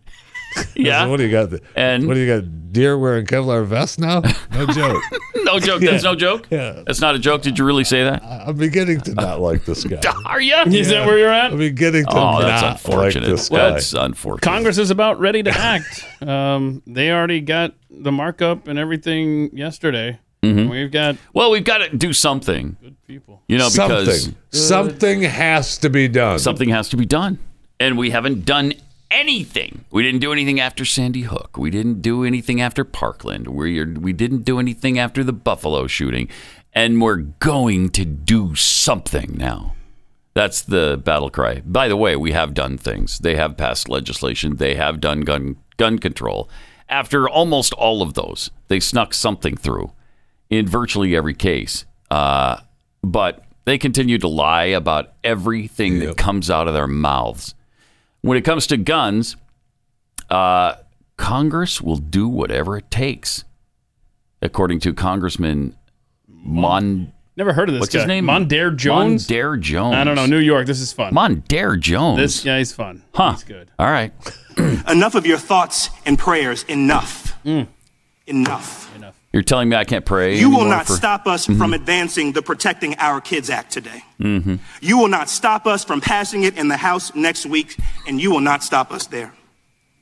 Speaker 5: I said,
Speaker 3: yeah.
Speaker 5: what do you got? th-
Speaker 3: And-
Speaker 5: what do you got? Deer wearing Kevlar vests now? No joke.
Speaker 3: No joke. That's no joke.
Speaker 5: Yeah.
Speaker 3: That's not a joke. Did you really say that?
Speaker 4: Uh,
Speaker 5: I- I'm beginning to not like this guy.
Speaker 3: Are you?
Speaker 4: Is that where you're at?
Speaker 5: I'm beginning to
Speaker 3: Oh, that's
Speaker 5: not
Speaker 3: unfortunate.
Speaker 5: like this guy.
Speaker 3: that's unfortunate.
Speaker 4: Congress is about ready to act. um, they already got the markup and everything yesterday.
Speaker 3: Mm-hmm.
Speaker 4: We've got
Speaker 3: well, we've got to do something.
Speaker 4: people.
Speaker 3: You know, because
Speaker 5: something, something has to be done.
Speaker 3: something has to be done. And we haven't done anything. We didn't do anything after Sandy Hook. We didn't do anything after Parkland. We we didn't do anything after the Buffalo shooting. And we're going to do something now. That's the battle cry. By the way, we have done things. They have passed legislation. They have done gun gun control. After almost all of those, they snuck something through in virtually every case. Uh, but they continue to lie about everything that comes out of their mouths. When it comes to guns, uh, Congress will do whatever it takes, according to Congressman Mon.
Speaker 4: Never heard of this
Speaker 3: What's
Speaker 4: guy.
Speaker 3: his name?
Speaker 4: Mondaire Jones.
Speaker 3: Mondaire Jones.
Speaker 4: I don't know. New York. This is fun.
Speaker 3: Mondaire Jones.
Speaker 4: this guy's fun.
Speaker 3: huh.
Speaker 4: He's good.
Speaker 3: All right.
Speaker 8: Enough of your thoughts and prayers. Enough. Enough.
Speaker 3: You're telling me Mm. I can't pray.
Speaker 8: You will
Speaker 3: anymore
Speaker 8: not
Speaker 3: for- Mm-hmm.
Speaker 8: stop us from advancing the Protecting Our Kids Act today. You will not stop us from passing it in the House next week, and you will not stop us there.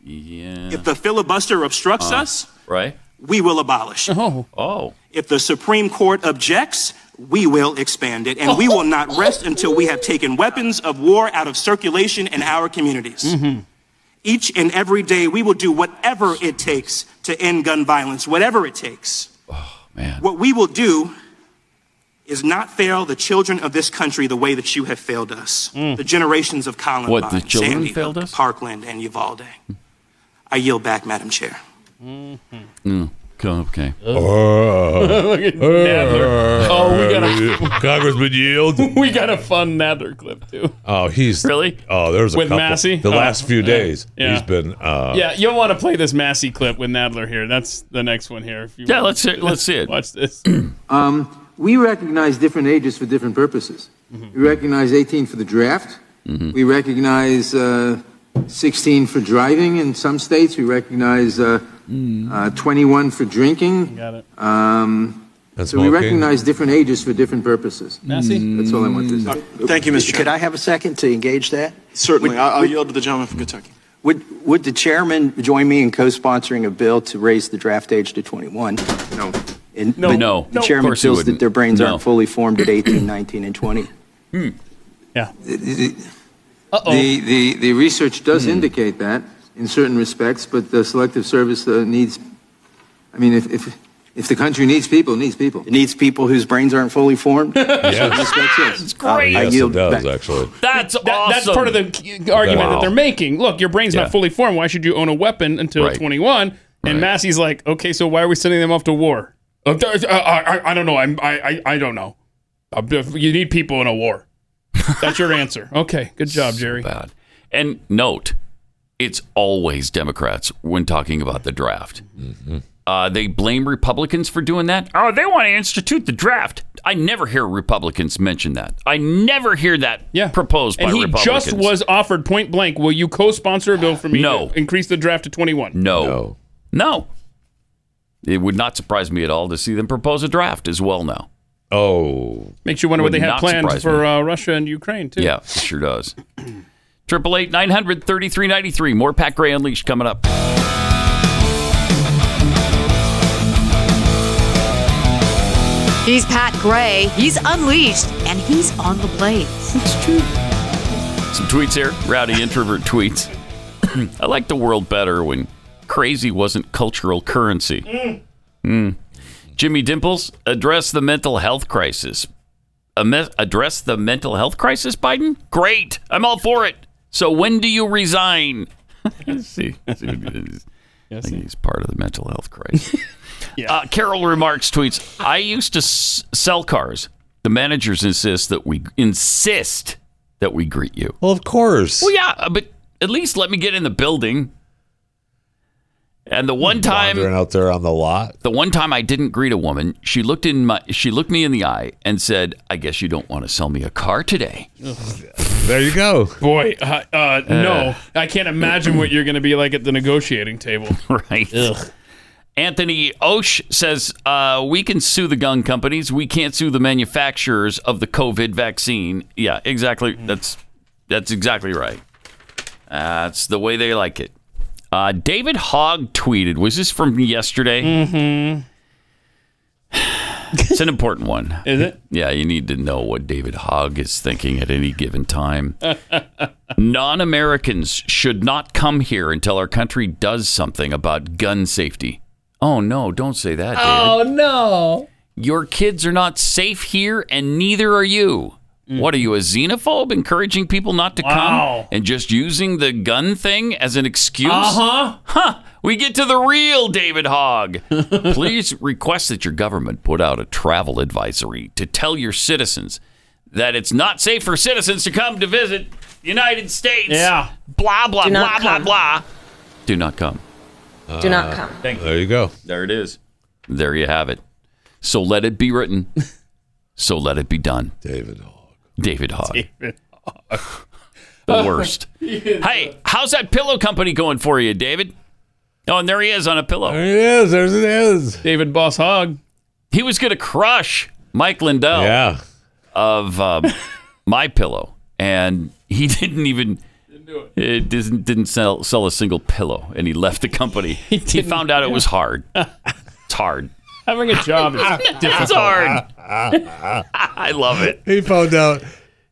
Speaker 3: Yeah. Uh.
Speaker 8: If the filibuster obstructs us,
Speaker 3: Right.
Speaker 8: we will abolish. it.
Speaker 3: Oh.
Speaker 8: If the Supreme Court objects, we will expand it, and we will not rest until we have taken weapons of war out of circulation in our communities.
Speaker 3: Mm-hmm.
Speaker 8: Each and every day, we will do whatever it takes to end gun violence, whatever it takes.
Speaker 3: Oh, man.
Speaker 8: What we will do is not fail the children of this country the way that you have failed us, the generations of Columbine,
Speaker 3: Mm. What, the children
Speaker 8: Sandy
Speaker 3: failed
Speaker 8: Hook,
Speaker 3: us? Hmm.
Speaker 8: Parkland, and Uvalde. I yield back, Madam Chair.
Speaker 3: Okay.
Speaker 4: Oh, we got a
Speaker 5: Oh. Congressman Yield.
Speaker 4: we got a fun Nadler clip too.
Speaker 5: Oh, he's
Speaker 3: Really?
Speaker 5: Oh, there's a
Speaker 4: With
Speaker 5: couple.
Speaker 4: Massey?
Speaker 5: The
Speaker 4: Oh,
Speaker 5: last few days,
Speaker 4: yeah.
Speaker 5: he's been. Uh,
Speaker 4: yeah, you'll want to play this Massey clip with Nadler here. That's the next one here. If you
Speaker 3: Yeah,
Speaker 4: want.
Speaker 3: let's hear- let's see it.
Speaker 4: Watch this.
Speaker 9: We recognize different ages for different purposes. We recognize 18 for the draft. We recognize uh, 16 for driving in some states. We recognize uh, uh, 21 for drinking.
Speaker 4: got it.
Speaker 9: Um,
Speaker 5: and
Speaker 9: so we
Speaker 5: smoking.
Speaker 9: recognize different ages for different purposes.
Speaker 4: Massey.
Speaker 3: Mm.
Speaker 9: That's all I want to say.
Speaker 8: Uh, Thank you, Mr.
Speaker 10: Could I have a second to engage that?
Speaker 8: Certainly.
Speaker 10: Would-
Speaker 8: I'll
Speaker 10: would-
Speaker 8: yield to the gentleman from Kentucky.
Speaker 10: Would, would the chairman join me in co-sponsoring a bill to raise the draft age to 21?
Speaker 9: No.
Speaker 10: And
Speaker 4: No.
Speaker 10: the-
Speaker 3: No.
Speaker 10: The
Speaker 3: Of
Speaker 10: chairman
Speaker 3: course he
Speaker 10: feels that
Speaker 3: wouldn't.
Speaker 10: their brains
Speaker 3: No.
Speaker 10: aren't fully formed at 18, 19, and 20.
Speaker 4: Yeah.
Speaker 9: The, the, the research does indicate that in certain respects, but the selective service uh, needs, I mean, if, if, if the country needs people, it needs people.
Speaker 10: It needs people whose brains aren't fully formed.
Speaker 5: Yes,
Speaker 10: That's
Speaker 3: great.
Speaker 10: I
Speaker 5: yes it
Speaker 10: yield
Speaker 5: does,
Speaker 10: back.
Speaker 5: actually.
Speaker 3: That's
Speaker 4: That,
Speaker 3: awesome.
Speaker 4: That's part of the k- argument
Speaker 5: Wow.
Speaker 4: that they're making. Look, your brain's
Speaker 3: Yeah.
Speaker 4: not fully formed. Why should you own a weapon until
Speaker 3: Right.
Speaker 4: 21? And
Speaker 3: Right.
Speaker 4: Massey's like, okay, so why are we sending them off to war? Uh, th- uh, I, I, I don't know. I'm, I, I, I don't know. Uh, You need people in a war. That's your answer. Okay, good job, Jerry.
Speaker 3: bad. And note, it's always Democrats when talking about the draft.
Speaker 4: Mm-hmm.
Speaker 3: Uh, they blame Republicans for doing that. Oh, they want to institute the draft. I never hear Republicans mention that. I never hear that
Speaker 4: Yeah,
Speaker 3: proposed by
Speaker 4: And he
Speaker 3: Republicans.
Speaker 4: just was offered point blank. Will you co-sponsor a bill for me?
Speaker 3: No.
Speaker 4: to increase the draft to 21.
Speaker 3: no. no,
Speaker 5: No.
Speaker 3: It would not surprise me at all to see them propose a draft as well. Now,
Speaker 5: Oh,
Speaker 4: Makes you wonder what
Speaker 3: Would
Speaker 4: they
Speaker 3: not
Speaker 4: have planned
Speaker 3: surprise
Speaker 4: for uh, Russia and Ukraine too.
Speaker 3: yeah, it sure does. Triple eight nine hundred thirty three ninety three. More Pat Gray unleashed coming up.
Speaker 11: He's Pat Gray. He's unleashed, and he's on the blaze.
Speaker 3: Some tweets here. Rowdy introvert tweets. I like the world better when crazy wasn't cultural currency. Hmm. Mm. Jimmy Dimples address the mental health crisis ame- address the mental health crisis, Biden? Great. I'm all for it. So when do you resign? see, see what it is. I think he's part of the mental health crisis. uh, Carol remarks tweets. I used to s- sell cars. The managers insist that we insist that we greet you.
Speaker 5: Well, of course.
Speaker 3: Well, yeah, uh, but at least let me get in the building. And the one time
Speaker 5: Wandering out there on the lot.
Speaker 3: The one time I didn't greet a woman, she looked in my she looked me in the eye and said, "I guess you don't want to sell me a car today."
Speaker 5: There you go.
Speaker 4: Boy, uh, uh, no, I can't imagine what you're going to be like at the negotiating table.
Speaker 3: right. Anthony Osh says, uh, "We can sue the gun companies. We can't sue the manufacturers of the COVID vaccine." Yeah, exactly. That's that's exactly right. That's the way they like it. Uh, David Hogg tweeted, "Was this from yesterday?"
Speaker 4: Mm-hmm.
Speaker 3: It's an important one.
Speaker 4: Is it?
Speaker 3: Yeah, you need to know what David Hogg is thinking at any given time. non Americans should not come here until our country does something about gun safety. Oh, no, don't say that, David.
Speaker 4: Oh,
Speaker 12: no.
Speaker 3: Your kids are not safe here, and neither are you. What are you, a xenophobe, encouraging people not to
Speaker 12: Wow.
Speaker 3: come and just using the gun thing as an excuse?
Speaker 12: Uh-huh.
Speaker 3: Huh. We get to the real David Hogg. Please request that your government put out a travel advisory to tell your citizens that it's not safe for citizens to come to visit the United States.
Speaker 12: Yeah.
Speaker 3: Blah, blah,
Speaker 12: Do
Speaker 3: blah,
Speaker 12: not
Speaker 3: blah,
Speaker 12: come.
Speaker 3: blah. Do not come.
Speaker 12: Do not come.
Speaker 3: Thank
Speaker 5: There you go.
Speaker 3: There it is. There you have it. So let it be written. so let it be done.
Speaker 5: David Hogg.
Speaker 3: David Hogg. The worst. hey, how's that pillow company going for you, David? Oh, and there he is on a pillow. There
Speaker 5: he is. There it is.
Speaker 4: David Boss Hogg.
Speaker 3: He was going to crush Mike Lindell.
Speaker 5: Yeah.
Speaker 3: Of um, my pillow, and he didn't even. It didn't, didn't sell, sell a single pillow, and he left the company. he, found out it was hard. it's hard.
Speaker 4: Having a job is difficult.
Speaker 3: It's hard. I love it.
Speaker 5: He found out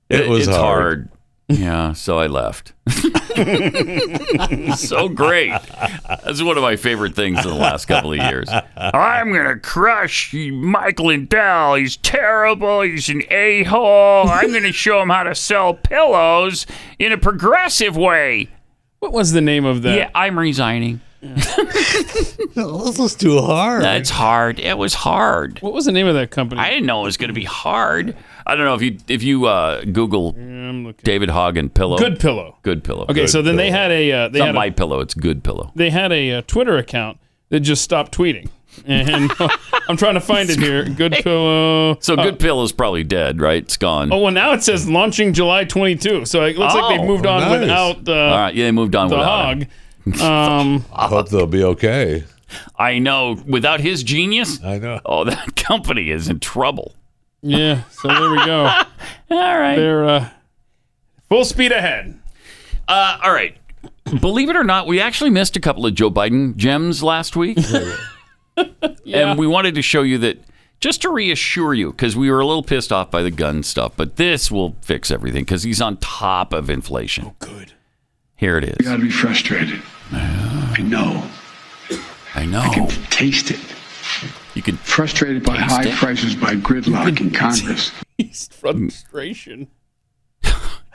Speaker 5: it,
Speaker 3: It-
Speaker 5: was
Speaker 3: it's
Speaker 5: hard.
Speaker 3: hard. Yeah, so I left. so great. That's one of my favorite things in the last couple of years. I'm gonna crush Mike Lindell. He's terrible. He's an a-hole. I'm gonna show him how to sell pillows in a progressive way.
Speaker 4: What was the name of that?
Speaker 3: Yeah, I'm resigning.
Speaker 5: this was too hard.
Speaker 3: That's hard. It was hard.
Speaker 4: What was the name of that company?
Speaker 3: I didn't know it was gonna be hard. I don't know if you if you uh, Google David Hagen pillow.
Speaker 4: Good Pillow.
Speaker 3: Good pillow.
Speaker 4: Okay, so then they had a uh, they
Speaker 3: it's not
Speaker 4: had a-
Speaker 3: my pillow. It's good pillow.
Speaker 4: they had a uh, Twitter account that just stopped tweeting. And uh, I'm trying to find it here. Good pillow.
Speaker 3: So good pillow's probably dead, right? It's gone.
Speaker 4: Oh well, now it says launching July 22. So it looks like
Speaker 3: Oh,
Speaker 4: they've moved on
Speaker 3: nice.
Speaker 4: without uh,
Speaker 3: All right, yeah, they moved on
Speaker 4: the
Speaker 3: without
Speaker 4: hog.
Speaker 3: him.
Speaker 4: Um,
Speaker 5: I hope they'll be okay.
Speaker 3: I know. Without his genius,
Speaker 5: I know.
Speaker 3: Oh, that company is in trouble.
Speaker 4: yeah. So there we go.
Speaker 3: All right.
Speaker 4: They're uh, full speed ahead.
Speaker 3: Uh, all right. Believe it or not, we actually missed a couple of Joe Biden gems last week, and we wanted to show you that just to reassure you because we were a little pissed off by the gun stuff, but this will fix everything because he's on top of inflation. Oh, good. Here it
Speaker 13: You
Speaker 3: is.
Speaker 13: gotta be frustrated. I know.
Speaker 3: I know. I can
Speaker 13: taste it.
Speaker 3: You can
Speaker 13: frustrated by
Speaker 4: Oh. taste
Speaker 13: high
Speaker 4: it.
Speaker 13: prices by gridlock in Congress.
Speaker 4: He's frustration.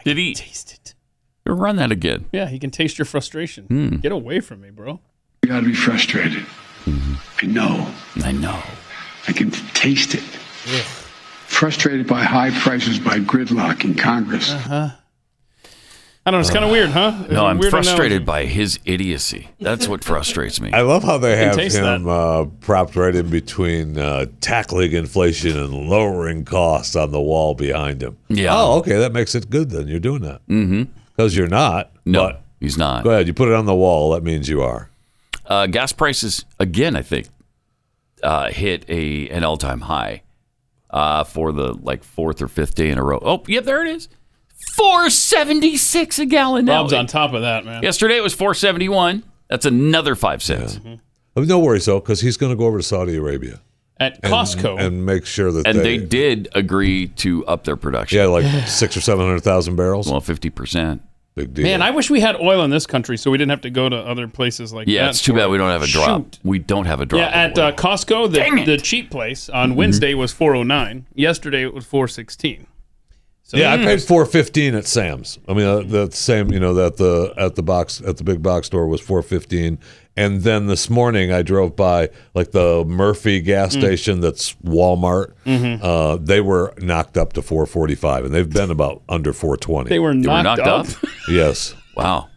Speaker 3: Did he
Speaker 4: taste it?
Speaker 3: Run that again.
Speaker 4: Yeah, he can taste your frustration.
Speaker 3: Hmm.
Speaker 4: Get away from me, bro.
Speaker 13: You gotta be frustrated.
Speaker 4: Mm-hmm.
Speaker 13: I know.
Speaker 3: I know.
Speaker 13: I can taste it. Frustrated by high prices by gridlock in Congress.
Speaker 4: Uh-huh. I don't know. It's kind of weird, huh? It's
Speaker 3: No,
Speaker 4: a
Speaker 3: I'm
Speaker 4: weird
Speaker 3: frustrated by his idiocy. That's what frustrates me.
Speaker 5: I love how they
Speaker 3: can
Speaker 5: have
Speaker 3: taste
Speaker 5: him uh, propped right in between uh, tackling inflation and lowering costs on the wall behind him.
Speaker 3: Yeah.
Speaker 5: Oh, okay. That makes it good then. You're doing that. Mm-hmm. Because you're not.
Speaker 3: No, he's not.
Speaker 5: Go ahead. You put it on the wall. That means you are.
Speaker 3: Uh, gas prices again, I think, uh, hit a an all time high uh, for the like fourth or fifth day in a row. Oh, yep, there it is. Four seventy six a gallon. now.
Speaker 4: Rob's on top of that, man.
Speaker 3: Yesterday it was four seventy one. That's another five cents.
Speaker 5: I mean, no worries, though, because he's going to go over to Saudi Arabia.
Speaker 4: At
Speaker 5: and-
Speaker 4: Costco.
Speaker 5: And, make sure that
Speaker 3: And
Speaker 5: they,
Speaker 3: they did agree to up their production.
Speaker 5: Yeah, like six or 700,000 barrels.
Speaker 3: Well, fifty percent.
Speaker 5: Big deal.
Speaker 4: Man, I wish we had oil in this country so we didn't have to go to other places like that.
Speaker 3: yeah, it's too
Speaker 4: for
Speaker 3: bad
Speaker 4: it.
Speaker 3: we don't have a drop.
Speaker 4: Shoot.
Speaker 3: We don't have a drop.
Speaker 4: Yeah, at uh, Costco,
Speaker 3: Dang
Speaker 4: the,
Speaker 3: it.
Speaker 4: the cheap place on
Speaker 3: Mhm.
Speaker 4: Wednesday was 409. Yesterday it was 416.
Speaker 5: yeah, I
Speaker 4: Mm.
Speaker 5: paid four fifteen at Sam's. I mean, uh, the same, you know, that the at the box at the big box store was four fifteen, and then this morning I drove by like the Murphy gas
Speaker 14: Mm.
Speaker 5: station that's Walmart.
Speaker 14: Mhm.
Speaker 4: Mm-hmm.
Speaker 5: Uh, they were knocked up to four forty five, and they've been about under four twenty.
Speaker 4: They were They were knocked knocked up?
Speaker 5: yes.
Speaker 3: Wow.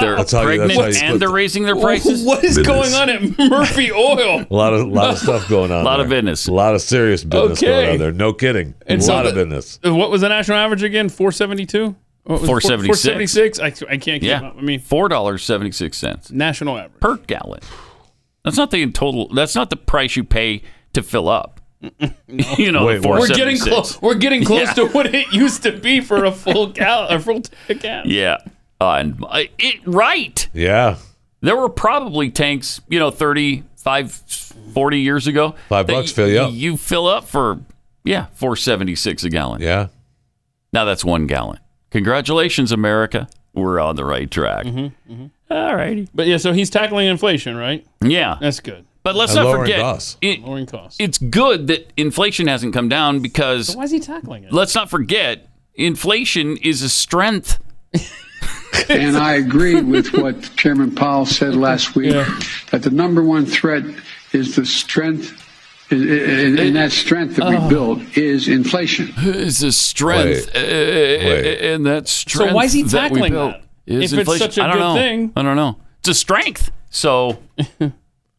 Speaker 4: They're
Speaker 3: pregnant and they're raising their prices?
Speaker 4: What is
Speaker 5: Business.
Speaker 4: going on at Murphy Oil?
Speaker 5: A lot of lot of stuff going on.
Speaker 3: A lot of
Speaker 5: business. A lot of serious business
Speaker 4: Okay.
Speaker 5: going on there. No kidding.
Speaker 4: And
Speaker 5: a
Speaker 4: so
Speaker 5: lot of
Speaker 4: the-
Speaker 5: business.
Speaker 4: Uh, What was the national average again? 472? What was it? 476?
Speaker 3: 476.
Speaker 4: I, I can't keep
Speaker 3: Yeah,
Speaker 4: up. I mean,
Speaker 3: four dollars seventy six cents
Speaker 4: national average
Speaker 3: per gallon. That's not the total. That's not the price you pay to fill up. you know,
Speaker 4: Wait,
Speaker 3: four
Speaker 4: we're getting
Speaker 3: $4.76.
Speaker 4: close. We're getting close
Speaker 3: Yeah.
Speaker 4: to what it used to be for a full gal, a full tank gal.
Speaker 3: Yeah, Uh, and uh, it right.
Speaker 5: Yeah,
Speaker 3: there were probably tanks. You know, 35, 40 years ago.
Speaker 5: Five
Speaker 3: that
Speaker 5: bucks
Speaker 3: y-
Speaker 5: fill you up.
Speaker 3: You fill up for yeah four seventy six a gallon.
Speaker 5: Yeah.
Speaker 3: Now that's one gallon. Congratulations, America. We're on the right track. All righty.
Speaker 4: But yeah, so he's tackling inflation, right?
Speaker 3: Yeah,
Speaker 4: that's good.
Speaker 3: But let's not forget it-
Speaker 4: lowering costs.
Speaker 3: It's good that inflation hasn't come down because
Speaker 4: So why is he tackling it?
Speaker 3: let's not forget inflation is a strength.
Speaker 13: and I agree with what Chairman Powell said last week that the number one threat is the strength, and- and and that strength that
Speaker 3: Oh.
Speaker 13: we build is inflation.
Speaker 3: Is a strength,
Speaker 13: Wait.
Speaker 3: uh,
Speaker 13: Wait.
Speaker 3: and that strength.
Speaker 13: why is he
Speaker 3: that? we
Speaker 13: tackling
Speaker 3: built
Speaker 13: that?
Speaker 3: is
Speaker 13: If it's
Speaker 3: inflation.
Speaker 13: such a
Speaker 3: I don't
Speaker 13: good
Speaker 3: know.
Speaker 13: thing.
Speaker 3: I don't know. It's a strength. So uh,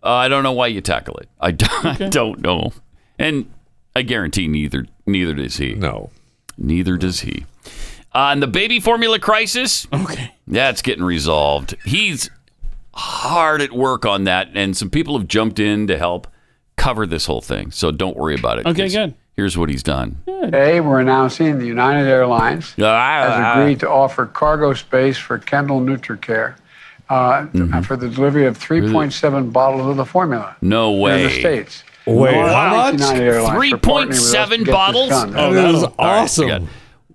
Speaker 3: I don't know why you tackle it. I, d- I don't know, and I guarantee neither neither does he.
Speaker 5: No,
Speaker 3: neither does he. On the baby formula crisis, okay, that's getting resolved. He's hard at work on that, and some people have jumped in to help cover this whole thing. So don't worry about it.
Speaker 6: Okay,
Speaker 3: Here's-
Speaker 6: good.
Speaker 3: Here's what he's done.
Speaker 6: Today, we're announcing the United Airlines has agreed to offer cargo space for Kendall NutriCare uh, for the delivery of 3.7 bottles of the formula.
Speaker 3: Mm-hmm. No
Speaker 6: They're
Speaker 3: way.
Speaker 6: In the States.
Speaker 3: Wait,
Speaker 6: Well,
Speaker 3: how
Speaker 6: thank
Speaker 3: much?
Speaker 6: United Airlines for partnering with us to
Speaker 3: 3.7
Speaker 6: get this
Speaker 3: bottles?
Speaker 6: done.
Speaker 3: Oh, That is that'll- all right, awesome. you got-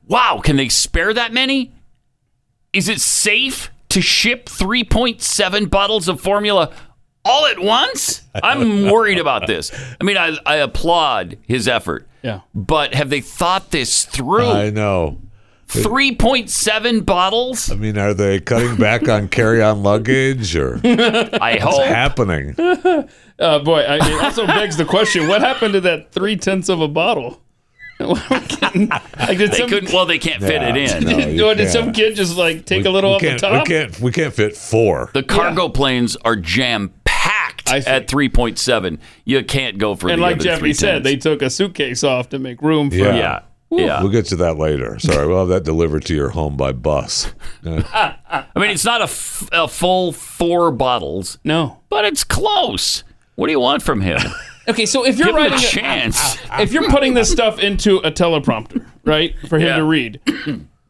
Speaker 3: Wow, can they spare that many? Is it safe to ship 3.7 bottles of formula all at once? I'm worried about this. I mean, I, I applaud his effort.
Speaker 4: Yeah.
Speaker 3: But have they thought this through?
Speaker 5: I know.
Speaker 3: 3.7 bottles?
Speaker 5: I mean, are they cutting back on carry-on luggage or
Speaker 3: I
Speaker 5: what's
Speaker 3: hope.
Speaker 5: happening?
Speaker 4: Uh, boy, I, it also begs the question: What happened to that three tenths of a bottle? like, did
Speaker 3: They
Speaker 4: some-
Speaker 3: couldn't, well, they can't fit
Speaker 5: Yeah,
Speaker 3: it in.
Speaker 5: no, you
Speaker 4: Or did
Speaker 5: can't.
Speaker 4: some kid just like take a little
Speaker 5: we
Speaker 4: off the
Speaker 5: can't,
Speaker 4: top?
Speaker 5: We can't. We can't fit four.
Speaker 3: The cargo planes are jam packed at 3.7. You can't go for
Speaker 4: and
Speaker 3: the
Speaker 4: like
Speaker 3: other
Speaker 4: Jeffrey said,
Speaker 3: 3.10s.
Speaker 4: they took a suitcase off to make room for
Speaker 5: Yeah.
Speaker 4: Woo.
Speaker 5: We'll get to that later. Sorry, we'll have that delivered to your home by bus. Uh,
Speaker 3: I mean, it's not a, f- a full four bottles.
Speaker 4: No,
Speaker 3: but it's close. What do you want from him?
Speaker 4: Okay, so if you're
Speaker 3: Give him a
Speaker 4: writing
Speaker 3: chance.
Speaker 4: if you're putting this stuff into a teleprompter, right, for him to read,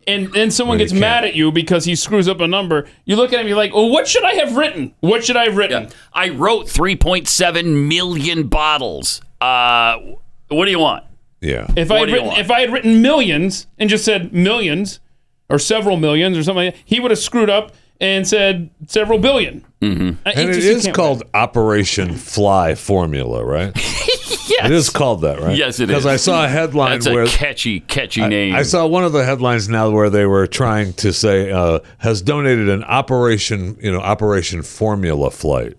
Speaker 4: and then someone gets mad at you because he screws up a number, you look at him, you're like, "Well, what should I have written? What should I have written?"
Speaker 3: I wrote 3.7 million bottles. Uh, what do you want?
Speaker 5: Yeah.
Speaker 4: If I
Speaker 3: What
Speaker 4: had
Speaker 3: do you
Speaker 4: written,
Speaker 3: want?
Speaker 4: if I had written millions and just said millions or several millions or something, like that, he would have screwed up and said several billion.
Speaker 5: and
Speaker 4: I- it
Speaker 5: it
Speaker 4: just- you
Speaker 5: is
Speaker 4: can't
Speaker 5: called Operation Fly Formula, right? yes. It is called that, right?
Speaker 3: Yes, it is.
Speaker 5: Because I saw a headline
Speaker 3: That's
Speaker 5: where
Speaker 3: a catchy, catchy name.
Speaker 5: I saw one of the headlines now where they were trying to say uh, has donated an operation, you know, Operation Formula flight.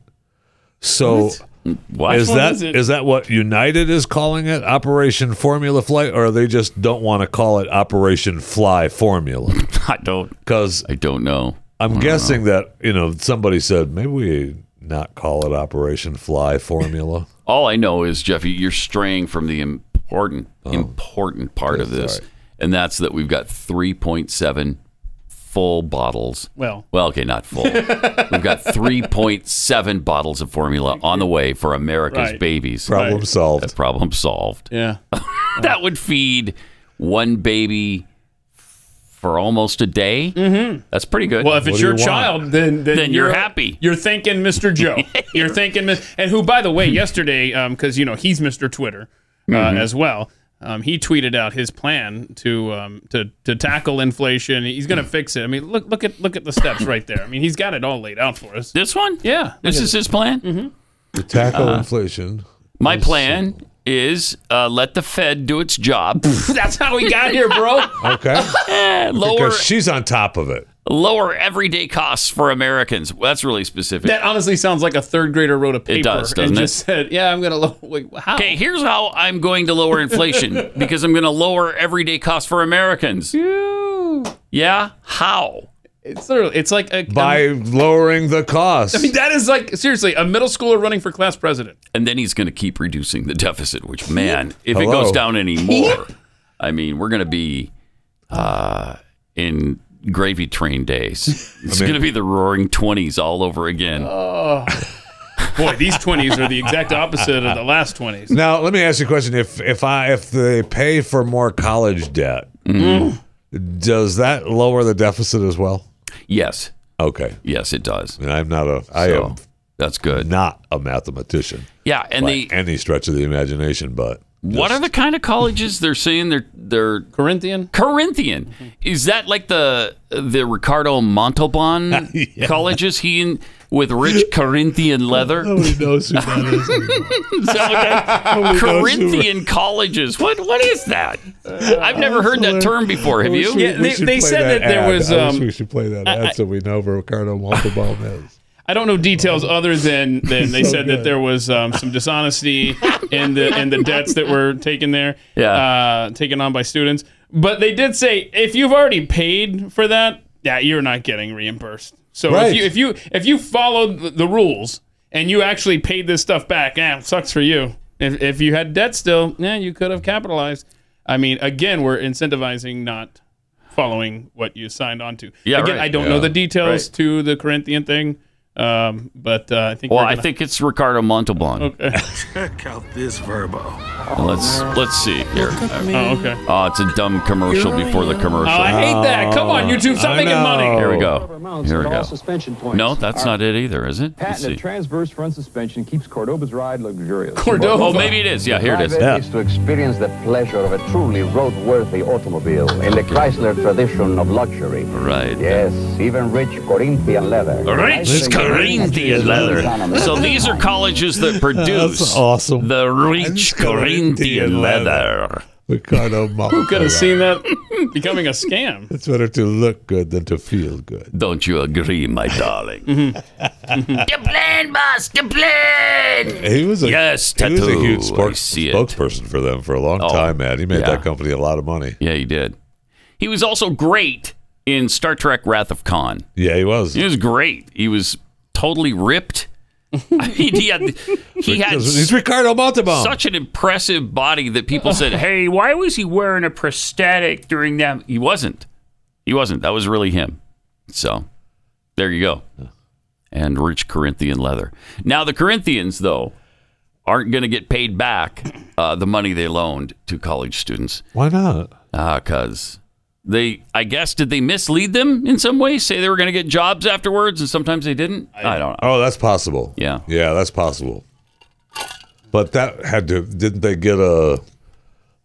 Speaker 5: So
Speaker 3: What?
Speaker 5: is
Speaker 3: Which one
Speaker 5: that
Speaker 3: is
Speaker 5: is,
Speaker 3: it?
Speaker 5: that what United is calling it, Operation Formula flight, or they just don't want to call it Operation Fly Formula?
Speaker 3: I don't
Speaker 5: because
Speaker 3: I don't know.
Speaker 5: I'm
Speaker 3: don't
Speaker 5: guessing that you know somebody said maybe we not call it Operation Fly Formula.
Speaker 3: All I know is, Jeffy, you're straying from the important,
Speaker 5: Oh.
Speaker 3: important part of this, and that's that we've got 3.7 full bottles.
Speaker 4: Well.
Speaker 3: well, okay, not full. we've got 3.7 bottles of formula on the way for America's
Speaker 4: Right.
Speaker 3: babies.
Speaker 5: Problem solved.
Speaker 3: That problem solved.
Speaker 4: Yeah.
Speaker 3: that would feed one baby for almost a day. Mm-hmm. That's pretty good.
Speaker 4: Well, if it's your child, then then,
Speaker 3: Then you're happy.
Speaker 4: You're thinking Mr. Joe.
Speaker 3: Hmm.
Speaker 4: um, you're thinking Miss. And who, by the way, yesterday, because you know he's Mr. Twitter uh,
Speaker 3: Mhm.
Speaker 4: as well. Um, he tweeted out his plan to um, to to tackle inflation. He's going to fix it. I mean, look look at look at the steps right there. I mean, he's got it all laid out for us.
Speaker 3: This one?
Speaker 4: Yeah.
Speaker 3: This
Speaker 4: Look
Speaker 3: is
Speaker 4: at Mm-hmm.
Speaker 3: his plan?
Speaker 5: To tackle
Speaker 3: Uh,
Speaker 5: inflation.
Speaker 3: My plan is uh, let the Fed do its job. That's how we got here, bro.
Speaker 5: Okay.
Speaker 3: lower
Speaker 5: Because she's on top of it.
Speaker 3: lower everyday costs for Americans. Well, that's really specific.
Speaker 4: That honestly sounds like a third grader wrote a paper
Speaker 3: does, doesn't
Speaker 4: and
Speaker 3: it?
Speaker 4: just said, "Yeah, I'm going to lower." Wait, how?
Speaker 3: Okay, here's how I'm going to lower inflation because I'm going to lower everyday costs for Americans. Yeah, how?
Speaker 4: It's literally, it's like a,
Speaker 5: By lowering the cost.
Speaker 4: I mean, that is like seriously a middle schooler running for class president.
Speaker 3: And then he's going to keep reducing the deficit, which, man, if it
Speaker 5: Hello.
Speaker 3: goes down anymore, I mean, we're going to be uh, in gravy train days. It's
Speaker 4: mean-
Speaker 3: going to be the roaring 20s all over again.
Speaker 5: Uh.
Speaker 4: Oh, boy, these twenties are the exact opposite of the last twenties.
Speaker 5: Now, let me ask you a question. If if I if they pay for more college debt,
Speaker 4: Mhm.
Speaker 5: does that lower the deficit as well?
Speaker 3: Yes.
Speaker 5: Okay.
Speaker 3: Yes, it does.
Speaker 5: And I'm not a I
Speaker 3: So,
Speaker 5: am
Speaker 3: that's good.
Speaker 5: Not a mathematician.
Speaker 3: Yeah, and
Speaker 5: by
Speaker 3: the-
Speaker 5: any stretch of the imagination, but
Speaker 3: What are the kind of colleges they're saying they're they're
Speaker 4: Corinthian?
Speaker 3: Corinthian. Is that like the the Ricardo Montalban colleges he in with rich Corinthian leather?
Speaker 5: Nobody knows who that is.
Speaker 3: Is that
Speaker 4: Oh
Speaker 3: what that- Corinthian colleges. What what is that? I've never heard that term before. Have you?
Speaker 4: Yeah, they, they said that, there was.
Speaker 5: I wish
Speaker 4: Um,
Speaker 5: we should play that ad so we know where Ricardo Montalban is.
Speaker 4: I don't know details other than, than they said that there was um, some dishonesty in the in the debts that were taken there,
Speaker 3: Yeah.
Speaker 4: uh, taken on by students. But they did say if you've already paid for that, yeah, you're not getting reimbursed. So
Speaker 5: Right.
Speaker 4: if you if you if you followed the- the rules and you actually paid this stuff back, eh, sucks for you. If if you had debt still, yeah, you could have capitalized. I mean, again, we're incentivizing not following what you signed on to.
Speaker 3: Yeah,
Speaker 4: again,
Speaker 3: right.
Speaker 4: I don't know
Speaker 3: Yeah.
Speaker 4: the details
Speaker 3: Right.
Speaker 4: to the Corinthian thing, um, but uh, I think.
Speaker 3: Well,
Speaker 4: we're
Speaker 3: I
Speaker 4: gonna-
Speaker 3: think it's Ricardo Montalban.
Speaker 14: Check out this verbo.
Speaker 3: Let's let's see here.
Speaker 14: me.
Speaker 4: Oh, okay.
Speaker 3: Oh, it's a dumb commercial before the commercial.
Speaker 4: Oh, I hate that. Come on, YouTube, stop I making money. know.
Speaker 3: Here we go. Oh, Here we
Speaker 15: All
Speaker 3: go.
Speaker 15: suspension points.
Speaker 3: No, that's not it either, is it? Let's
Speaker 15: Patented
Speaker 3: see.
Speaker 15: transverse front suspension keeps Cordoba's ride luxurious.
Speaker 3: Cordova. Oh, maybe it is. Yeah, here it is.
Speaker 15: Drive
Speaker 3: Yeah.
Speaker 15: is to experience the pleasure of a truly roadworthy automobile in the Chrysler tradition of luxury.
Speaker 3: Right.
Speaker 15: Yes, even rich Corinthian leather.
Speaker 3: Rich Corinthian leather. So these are colleges that produce
Speaker 5: That's awesome.
Speaker 3: the rich Corinthian leather.
Speaker 5: Ricardo Montalban.
Speaker 4: Who could have seen that becoming a scam?
Speaker 5: It's better to look good than to feel good.
Speaker 3: Don't you agree, my darling?
Speaker 5: Mm-hmm.
Speaker 3: Complain, boss. Complain.
Speaker 5: He was a,
Speaker 3: yes,
Speaker 5: he
Speaker 3: tattoo.
Speaker 5: was a huge sports-
Speaker 3: I see it.
Speaker 5: spokesperson for them for a long
Speaker 3: Oh,
Speaker 5: time, man. He made
Speaker 3: yeah.
Speaker 5: that company a lot of money.
Speaker 3: Yeah, he did. He was also great in Star Trek: Wrath of Khan.
Speaker 5: Yeah, he was.
Speaker 3: He was great. He was totally ripped. I mean, he had he had
Speaker 5: He's Ricardo Montalban.
Speaker 3: such an impressive body that people said, "Hey, why was he wearing a prosthetic during that?" He wasn't. He wasn't. That was really him. So, there you go. And rich Corinthian leather. Now the Corinthians, though, aren't going to get paid back uh, the money they loaned to college students.
Speaker 5: Why not?
Speaker 3: Ah, cause they, I guess, did they mislead them in some way? Say they were going to get jobs afterwards, and sometimes they didn't. I, don't know.
Speaker 5: Oh, that's possible.
Speaker 3: Yeah.
Speaker 5: Yeah, that's possible. But that had to didn't they get a,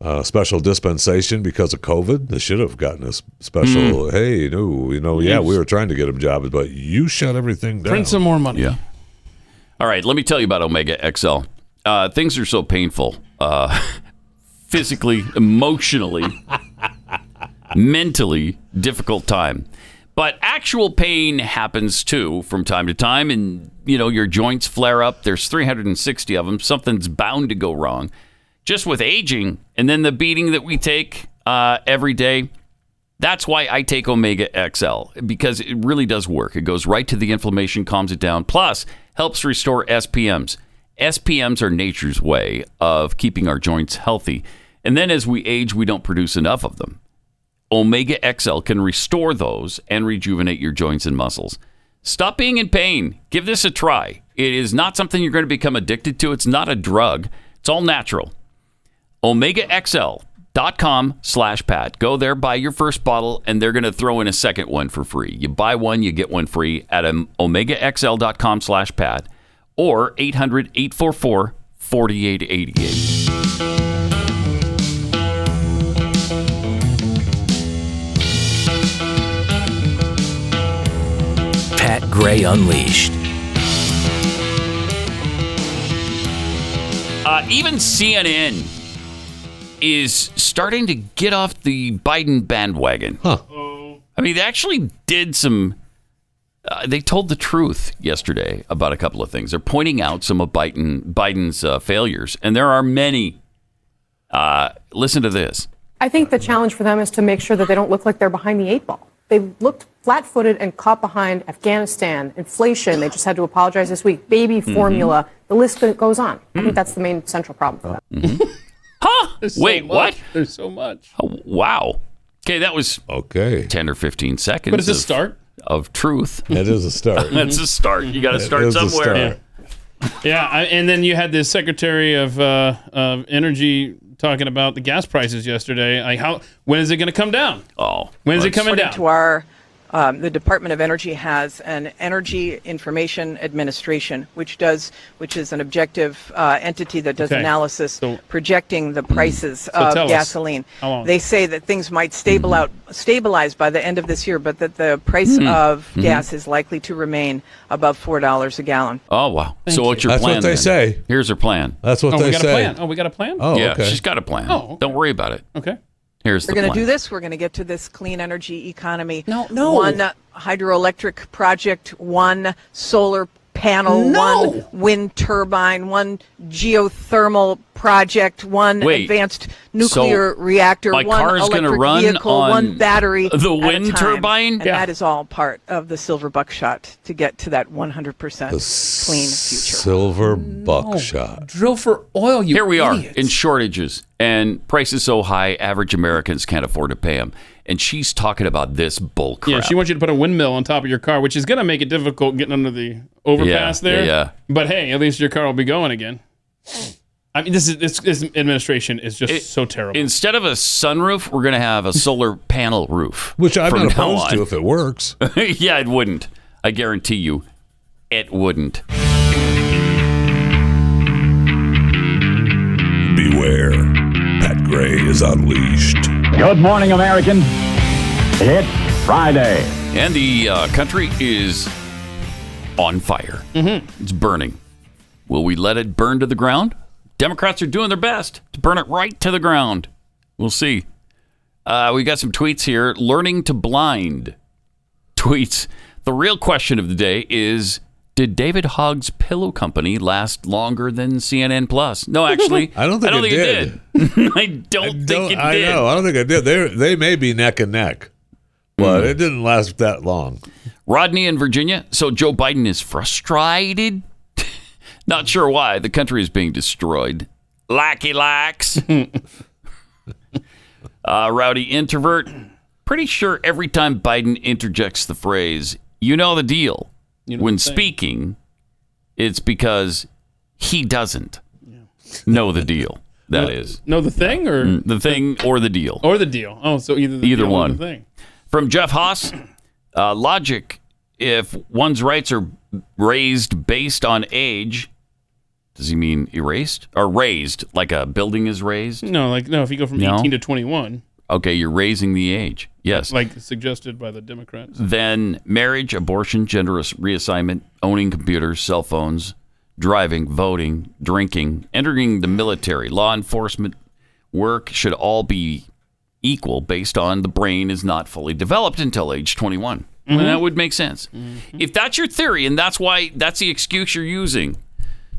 Speaker 5: a special dispensation because of COVID? They should have gotten a s- special.
Speaker 3: Hmm.
Speaker 5: Hey, no, you know, yeah, we were trying to get them jobs, but you shut everything down.
Speaker 4: Print some more money.
Speaker 3: Yeah. All right, let me tell you about Omega XL. Uh, things are so painful, uh, physically, emotionally, mentally, difficult time. But actual pain happens too from time to time, and you know your joints flare up. There's 360 of them. Something's bound to go wrong, just with aging, and then the beating that we take uh, every day. That's why I take Omega XL because it really does work. It goes right to the inflammation, calms it down, plus helps restore SPMs. SPMs are nature's way of keeping our joints healthy. And then as we age, we don't produce enough of them. Omega XL can restore those and rejuvenate your joints and muscles. Stop being in pain. Give this a try. It is not something you're going to become addicted to. It's not a drug. It's all natural omegaxl.com slash pat go there buy your first bottle and they're going to throw in a second one for free you buy one you get one free at um, omegaxl.com slash pat or 800-844-4888
Speaker 7: Pat Gray Unleashed.
Speaker 3: Uh, even CNN is starting to get off the Biden bandwagon. Huh. I mean, they actually did some. Uh, they told the truth yesterday about a couple of things. They're pointing out some of Biden Biden's uh, failures, and there are many. Uh, listen to this.
Speaker 16: I think the challenge for them is to make sure that they don't look like they're behind the eight ball. They looked flat footed and caught behind Afghanistan, inflation. They just had to apologize this week, baby
Speaker 5: Mm-hmm.
Speaker 3: Mhm.
Speaker 16: formula. The list go- goes on. I think that's the main central problem for them.
Speaker 4: There's
Speaker 3: Wait,
Speaker 4: so
Speaker 3: what?
Speaker 4: much. There's so much.
Speaker 3: Oh, wow. Okay, that was okay. Ten or fifteen seconds.
Speaker 4: But it's a
Speaker 3: of-
Speaker 4: start.
Speaker 3: of truth.
Speaker 5: That is a start.
Speaker 3: That's a start. You got to
Speaker 5: That
Speaker 3: start
Speaker 5: is a
Speaker 3: somewhere.
Speaker 5: start.
Speaker 4: Yeah, I, and then you had the Secretary of, uh, of Energy talking about the gas prices yesterday. I, how when is it going to come down?
Speaker 3: Oh,
Speaker 4: when is it coming
Speaker 17: According
Speaker 4: down?
Speaker 17: To our, um, the Department of Energy has an Energy Information Administration, which does, which is an objective uh, entity that does
Speaker 18: Okay.
Speaker 17: analysis projecting the prices
Speaker 18: So
Speaker 17: of
Speaker 18: tell us,
Speaker 17: gasoline.
Speaker 18: how long?
Speaker 17: They say that things might stable out, stabilize by the end of this year, but that the price
Speaker 3: Hmm.
Speaker 17: of
Speaker 3: Mhm.
Speaker 17: gas is likely to remain above four dollars a gallon.
Speaker 3: Oh wow. so what's your
Speaker 5: That's what
Speaker 3: plan?
Speaker 5: they
Speaker 3: then?
Speaker 5: say.
Speaker 3: Here's her plan.
Speaker 5: That's what
Speaker 17: Oh, we
Speaker 5: they
Speaker 17: got a
Speaker 5: say.
Speaker 17: plan.
Speaker 4: Oh, we got a plan.
Speaker 5: Oh,
Speaker 3: yeah,
Speaker 5: okay.
Speaker 3: she's got a plan.
Speaker 17: Oh, okay.
Speaker 3: Don't worry about it.
Speaker 4: Okay.
Speaker 3: Here's
Speaker 17: We're
Speaker 3: the
Speaker 17: going to
Speaker 3: plan.
Speaker 17: do this. We're going to get to this clean energy economy. No,
Speaker 18: no.
Speaker 17: One hydroelectric project, one solar panel, one wind turbine, one geothermal project, one
Speaker 3: Wait.
Speaker 17: advanced
Speaker 3: So
Speaker 17: nuclear reactor,
Speaker 3: my
Speaker 17: one
Speaker 3: car is gonna
Speaker 17: electric
Speaker 3: run
Speaker 17: vehicle,
Speaker 3: on
Speaker 17: one battery,
Speaker 3: the
Speaker 17: at a
Speaker 3: wind
Speaker 17: time.
Speaker 3: turbine?
Speaker 17: and
Speaker 3: Yeah.
Speaker 17: that is all part of the silver buckshot to get to that 100% clean future.
Speaker 5: Silver
Speaker 3: Oh.
Speaker 5: buckshot.
Speaker 4: Drill for oil, you
Speaker 3: Here we
Speaker 17: idiot.
Speaker 3: are in shortages and prices so high, average Americans can't afford to pay them. And she's talking about this bull crap.
Speaker 4: Yeah, she wants you to put a windmill on top of your car, which is going to make it difficult getting under the overpass
Speaker 3: Yeah,
Speaker 4: there.
Speaker 3: yeah, yeah.
Speaker 4: But hey, at least your car will be going again. I mean, this is this, this administration is just so terrible.
Speaker 3: Instead of a sunroof, we're going to have a solar panel roof.
Speaker 5: Which I'm
Speaker 3: from
Speaker 5: not
Speaker 3: now
Speaker 5: opposed
Speaker 3: on.
Speaker 5: to if it works.
Speaker 3: yeah, it wouldn't. I guarantee you, it wouldn't.
Speaker 5: Beware. Pat Gray is unleashed.
Speaker 2: Good morning, American. It's Friday.
Speaker 3: And the uh, country is on fire.
Speaker 5: Mm-hmm.
Speaker 3: It's burning. Will we let it burn to the ground? Democrats are doing their best to burn it right to the ground. We'll see. Uh, we got some tweets here. Learning to blind tweets. The real question of the day is Did David Hogg's pillow company last longer than CNN Plus? No, actually,
Speaker 5: I don't think it
Speaker 3: did. I don't think it
Speaker 5: I
Speaker 3: did.
Speaker 5: know. I don't think I did. They they may be neck and neck, but it didn't last that long.
Speaker 3: Rodney in Virginia. So Joe Biden is frustrated. Not sure why. The country is being destroyed. Lackey lacks. uh, rowdy introvert. Pretty sure every time Biden interjects the phrase, you know the deal, when speaking, it's because he doesn't know the deal. That is
Speaker 4: no, the thing or
Speaker 3: Mm, the thing or the deal.
Speaker 4: or the deal. Oh, so either the
Speaker 3: Either
Speaker 4: deal or
Speaker 3: one.
Speaker 4: the thing.
Speaker 3: From Jeff Haas, uh, logic, if one's rights are raised based on age, does he mean erased? Or raised, like a building is raised?
Speaker 4: No, like no, if you go from
Speaker 3: No.
Speaker 4: eighteen to twenty-one,
Speaker 3: Okay, you're raising the age. Yes.
Speaker 4: like suggested by the Democrats.
Speaker 3: then marriage, abortion, gender as- reassignment, owning computers, cell phones, driving, voting, drinking, entering the military, law enforcement, work should all be equal based on the brain is not fully developed until age 21. And
Speaker 4: Mhm.
Speaker 3: that would make sense. If that's your theory and that's why that's the excuse you're using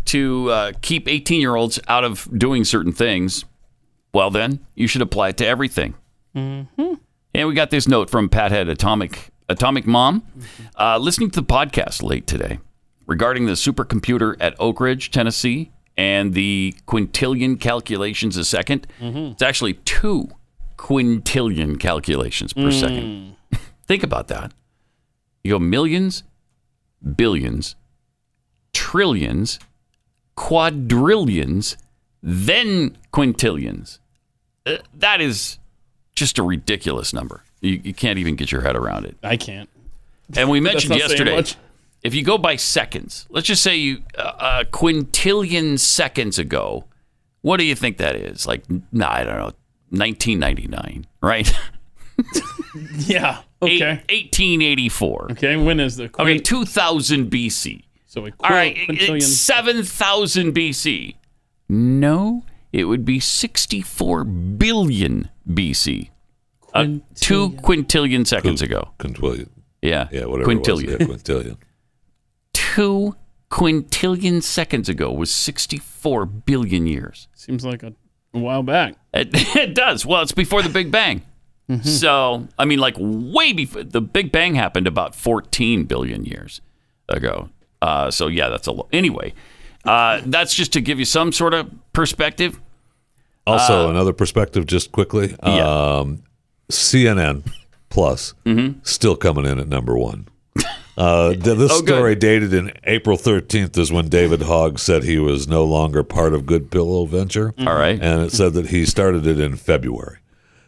Speaker 3: to uh, keep 18 year olds out of doing certain things, well, then you should apply it to everything. And we got this note from Pathead Atomic Atomic Mom, uh, listening to the podcast late today regarding the supercomputer at Oak Ridge, Tennessee, and the quintillion calculations a 2nd
Speaker 4: Mhm.
Speaker 3: It's actually two quintillion calculations per second. Think about that. You go millions, billions, trillions, quadrillions, then quintillions. Uh, that is just a ridiculous number. You, you can't even get your head around it.
Speaker 4: I can't.
Speaker 3: And we
Speaker 4: That's
Speaker 3: mentioned
Speaker 4: not saying
Speaker 3: yesterday,
Speaker 4: much.
Speaker 3: if you go by seconds, let's just say you uh, a quintillion seconds ago, what do you think that is? Like, no, I don't know, 1999, right?
Speaker 4: Yeah. Okay.
Speaker 3: 1884.
Speaker 4: Okay. When is the
Speaker 3: okay 2000 BC?
Speaker 4: So a
Speaker 3: All right,
Speaker 4: quin-
Speaker 3: it's
Speaker 4: quintillion-
Speaker 3: 7000 BC. No, it would be 64 billion BC. Uh, two quintillion seconds ago.
Speaker 5: Quintillion.
Speaker 3: Yeah.
Speaker 5: Yeah, whatever. it was.
Speaker 3: Quintillion.
Speaker 5: Yeah, quintillion.
Speaker 3: Two quintillion seconds ago was 64 billion years.
Speaker 4: Seems like a, a while back.
Speaker 3: It, it does. Well, it's before the Big Bang. So, I mean, like way before the Big Bang happened about 14 billion years ago. Uh, so, yeah, that's a lot. Anyway, uh, that's just to give you some sort of perspective.
Speaker 5: Also, another perspective, just quickly. Um, CNN Plus
Speaker 3: Mm-hmm.
Speaker 5: still coming in at number one. Uh, th- this
Speaker 3: Oh, good.
Speaker 5: story dated in April 13th is when David Hogg said he was no longer part of Good Pillow Venture.
Speaker 3: Mm-hmm. All right.
Speaker 5: And it said that he started it in February.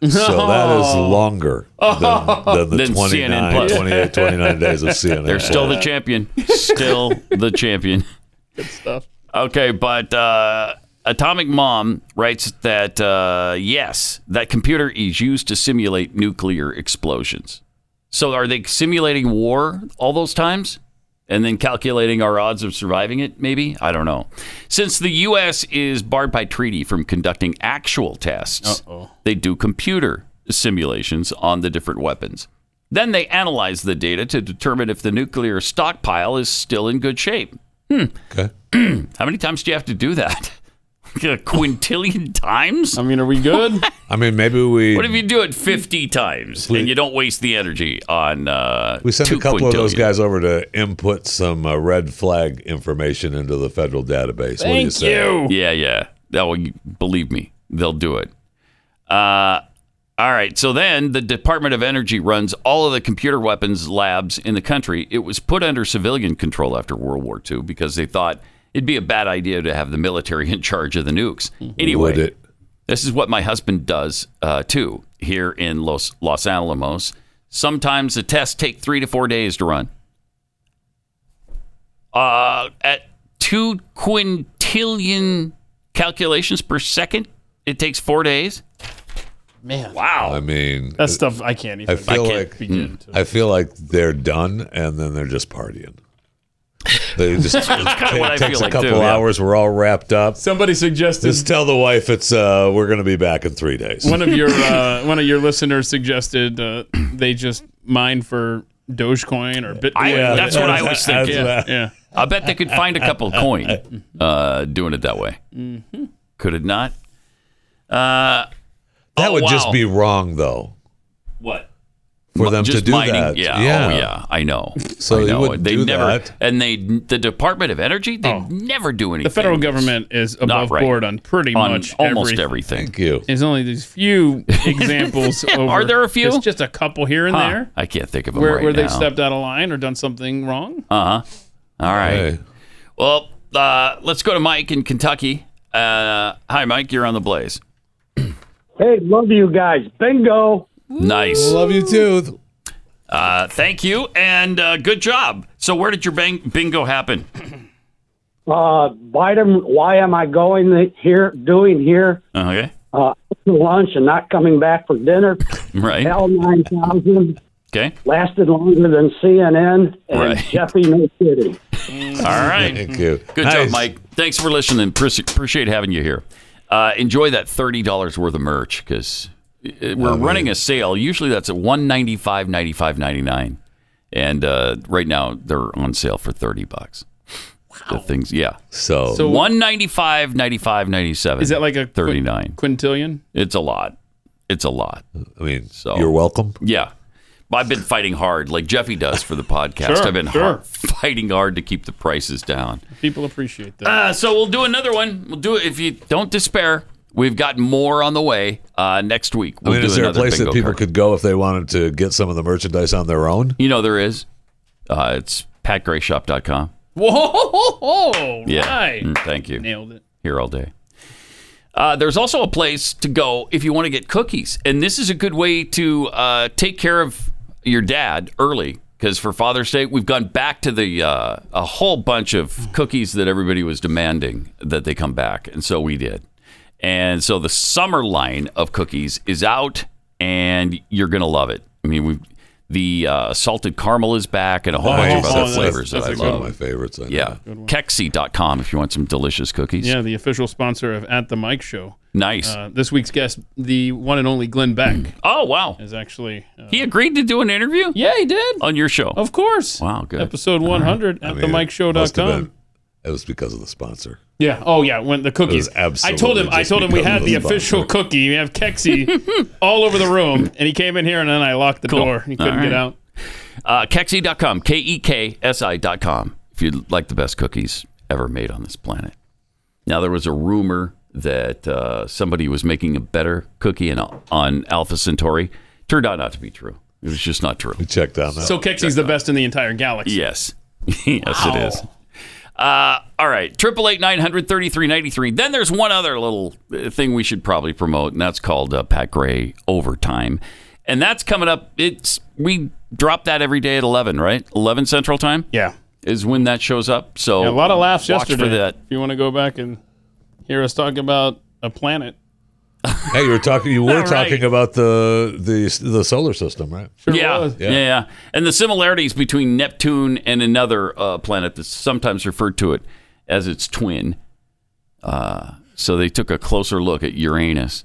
Speaker 5: So that is
Speaker 3: Oh.
Speaker 5: longer than, than the
Speaker 3: Then
Speaker 5: 29,
Speaker 3: CNN Plus.
Speaker 5: 28, 29 days of CNN.
Speaker 3: They're still the
Speaker 5: Plus.
Speaker 3: champion. Still the champion.
Speaker 4: Good stuff.
Speaker 3: Okay, but uh, Atomic Mom writes that uh, yes, that computer is used to simulate nuclear explosions. So are they simulating war all those times? And then calculating our odds of surviving it, maybe? I don't know. Since the U.S. is barred by treaty from conducting actual tests,
Speaker 4: Uh-oh.
Speaker 3: they do computer simulations on the different weapons. Then they analyze the data to determine if the nuclear stockpile is still in good shape. Hmm. How many times do you have to do that? Like a quintillion times?
Speaker 4: I mean, are we good?
Speaker 5: I mean, maybe we.
Speaker 3: What if you do it 50 times and you don't waste the energy on uh,
Speaker 5: We sent
Speaker 3: two
Speaker 5: a couple of those
Speaker 3: quintillion?
Speaker 5: guys over to input some uh, red flag information into the federal database. what do you say?
Speaker 3: Yeah, yeah. That will believe me. They'll do it. Uh, all right. So then, the Department of Energy runs all of the computer weapons labs in the country. It was put under civilian control after World War II because they thought it'd be a bad idea to have the military in charge of the nukes. Anyway,
Speaker 5: Would it?
Speaker 3: this is what my husband does uh, too here in Los Los Alamos. Sometimes the tests take three to four days to run uh, at two quintillion calculations per second, it takes four days.
Speaker 4: Man,
Speaker 3: wow.
Speaker 5: I mean,
Speaker 4: That stuff I can't even.
Speaker 5: I feel
Speaker 4: can't
Speaker 5: like hmm.
Speaker 4: begin
Speaker 5: I feel like they're done, and then they're just partying. They just
Speaker 4: That's kinda
Speaker 5: it
Speaker 4: what I
Speaker 5: takes
Speaker 4: feel
Speaker 5: a
Speaker 4: like,
Speaker 5: couple
Speaker 4: too, yeah.
Speaker 5: hours. We're all wrapped up.
Speaker 4: Somebody suggested
Speaker 5: just tell the wife it's uh, we're going to be back in three days.
Speaker 4: One of your uh, one of your listeners suggested uh, they just mine for Dogecoin or Bitcoin.
Speaker 3: I, that's what I was thinking.
Speaker 4: Yeah, yeah.
Speaker 3: I bet they could find a couple coin uh, doing it that way.
Speaker 4: Mhm.
Speaker 3: Could it not? Uh,
Speaker 5: that
Speaker 3: oh,
Speaker 5: would just
Speaker 3: wow.
Speaker 5: be wrong, though.
Speaker 3: What?
Speaker 5: For
Speaker 3: But
Speaker 5: them
Speaker 3: just
Speaker 5: to do
Speaker 3: mining,
Speaker 5: that,
Speaker 3: Yeah,
Speaker 5: yeah,
Speaker 3: Oh, yeah. I know.
Speaker 5: So
Speaker 3: I
Speaker 5: they
Speaker 3: know.
Speaker 5: wouldn't do
Speaker 3: never
Speaker 5: that.
Speaker 3: and they the Department of Energy they never do anything.
Speaker 4: Oh. The federal government is
Speaker 3: Not
Speaker 4: above
Speaker 3: right.
Speaker 4: board on pretty
Speaker 3: On
Speaker 4: much
Speaker 3: almost
Speaker 4: everything.
Speaker 3: everything.
Speaker 5: Thank you.
Speaker 4: There's only these few examples.
Speaker 3: Are
Speaker 4: over-
Speaker 3: there a few?
Speaker 4: It's just a couple here and
Speaker 3: Huh.
Speaker 4: there
Speaker 3: I can't think of them
Speaker 4: where,
Speaker 3: right
Speaker 4: where
Speaker 3: now.
Speaker 4: they've stepped out of line or done something wrong.
Speaker 3: Uh huh. All right. Well, uh, let's go to Mike in Kentucky. Uh, hi, Mike. You're on the blaze.
Speaker 18: Hey, love you guys. Bingo.
Speaker 3: Nice.
Speaker 5: Love you too.
Speaker 3: Uh, thank you, and uh, good job. So, where did your bang- bingo happen?
Speaker 18: Uh, Biden, why am I going here, doing here?
Speaker 3: Okay.
Speaker 18: Uh, to lunch and not coming back for dinner.
Speaker 3: Right.
Speaker 18: L nine thousand
Speaker 3: Okay.
Speaker 18: lasted longer than CNN and
Speaker 3: Right.
Speaker 18: Jeffy No Kidding.
Speaker 3: All right.
Speaker 5: Thank you.
Speaker 3: Mm-hmm. Good job,
Speaker 5: Nice.
Speaker 3: Mike. Thanks for listening. Pre- appreciate having you here. Uh, enjoy that thirty dollars worth of merch because we're running a sale. Usually that's at one ninety five, ninety five, ninety nine, and uh, right now they're on sale for thirty bucks. The things, yeah.
Speaker 5: So,
Speaker 4: So-
Speaker 3: one ninety five, ninety five, ninety seven.
Speaker 4: Is that like a quin-
Speaker 3: thirty nine?
Speaker 4: Quintillion.
Speaker 3: It's a lot. It's a lot.
Speaker 5: I mean,
Speaker 3: so
Speaker 5: You're welcome.
Speaker 3: Yeah, I've been fighting hard, like Jeffy does for the podcast.
Speaker 4: Sure,
Speaker 3: I've been
Speaker 4: sure.
Speaker 3: hard, fighting hard to keep the prices down.
Speaker 4: People appreciate that.
Speaker 3: Uh, so we'll do another one. We'll do it if you don't despair. We've got more on the way uh, next week.
Speaker 5: I
Speaker 3: We'll
Speaker 5: mean,
Speaker 3: do
Speaker 5: is there a
Speaker 3: another
Speaker 5: place that
Speaker 3: bingo
Speaker 5: people
Speaker 3: card.
Speaker 5: could go if they wanted to get some of the merchandise on their own?
Speaker 3: You know there is. Uh, it's patgrayshop.com.
Speaker 4: Whoa!
Speaker 3: Yeah.
Speaker 4: Right.
Speaker 3: Mm, thank you.
Speaker 4: Nailed it.
Speaker 3: Here all day. Uh, there's also a place to go if you want to get cookies, and this is a good way to uh, take care of your dad early. Because for Father's Day, we've gone back to the uh, a whole bunch of cookies that everybody was demanding that they come back, and so we did. And so the summer line of cookies is out, and you're gonna love it. I mean, we the uh, salted caramel is back and a whole
Speaker 5: Oh,
Speaker 3: bunch of
Speaker 5: yes,
Speaker 3: other
Speaker 5: that's-
Speaker 3: flavors
Speaker 5: that's
Speaker 3: that I
Speaker 5: a good
Speaker 3: love.
Speaker 5: one. That's one of my favorites, I know.
Speaker 3: yeah, Kexi.com if you want some delicious cookies.
Speaker 4: Yeah, the official sponsor of At the Mike Show.
Speaker 3: Nice.
Speaker 4: Uh, this week's guest, the one and only Glenn Beck.
Speaker 3: Oh wow,
Speaker 4: is actually uh,
Speaker 3: he agreed to do an interview.
Speaker 4: Yeah, he did
Speaker 3: on your show.
Speaker 4: Of course.
Speaker 3: Wow, good.
Speaker 4: episode
Speaker 3: All right.
Speaker 4: one hundred at the Mike Show dot com.
Speaker 5: It was because of the sponsor.
Speaker 4: Yeah. Oh yeah. When the cookies.
Speaker 5: It was
Speaker 4: I told him.
Speaker 5: absolutely
Speaker 4: I
Speaker 5: just
Speaker 4: told him we
Speaker 5: because
Speaker 4: had
Speaker 5: of
Speaker 4: the
Speaker 5: the sponsor.
Speaker 4: official cookie. We have Kexi all over the room, and he came in here, and then I locked the door. He couldn't
Speaker 3: All
Speaker 4: get
Speaker 3: right.
Speaker 4: out.
Speaker 3: Uh, Kexi.com, K E K S I.com, if you like the best cookies ever made on this planet. Now, there was a rumor that uh, somebody was making a better cookie in, on Alpha Centauri. Turned out not to be true. It was just not true. We
Speaker 5: checked on
Speaker 4: So Kexi's the best in the entire galaxy.
Speaker 3: Yes. yes,
Speaker 4: Wow.
Speaker 3: it is. Uh, all right, triple eight nine hundred thirty three ninety three. Then there's one other little uh, thing we should probably promote, and that's called uh, Pat Gray Overtime, and that's coming up. It's we drop that every day at eleven, right? Eleven Central Time.
Speaker 4: Yeah,
Speaker 3: is when that shows up. So
Speaker 4: Yeah, a lot of laughs
Speaker 3: watch
Speaker 4: yesterday.
Speaker 3: for that.
Speaker 4: If you want to go back and hear us talk about a planet.
Speaker 5: Hey, you were talking. You were
Speaker 4: All right.
Speaker 5: talking about the the the solar system, right?
Speaker 3: yeah, yeah,
Speaker 5: Yeah.
Speaker 3: yeah. And the similarities between Neptune and another uh, planet that's sometimes referred to it as its twin. Uh, so they took a closer look at Uranus,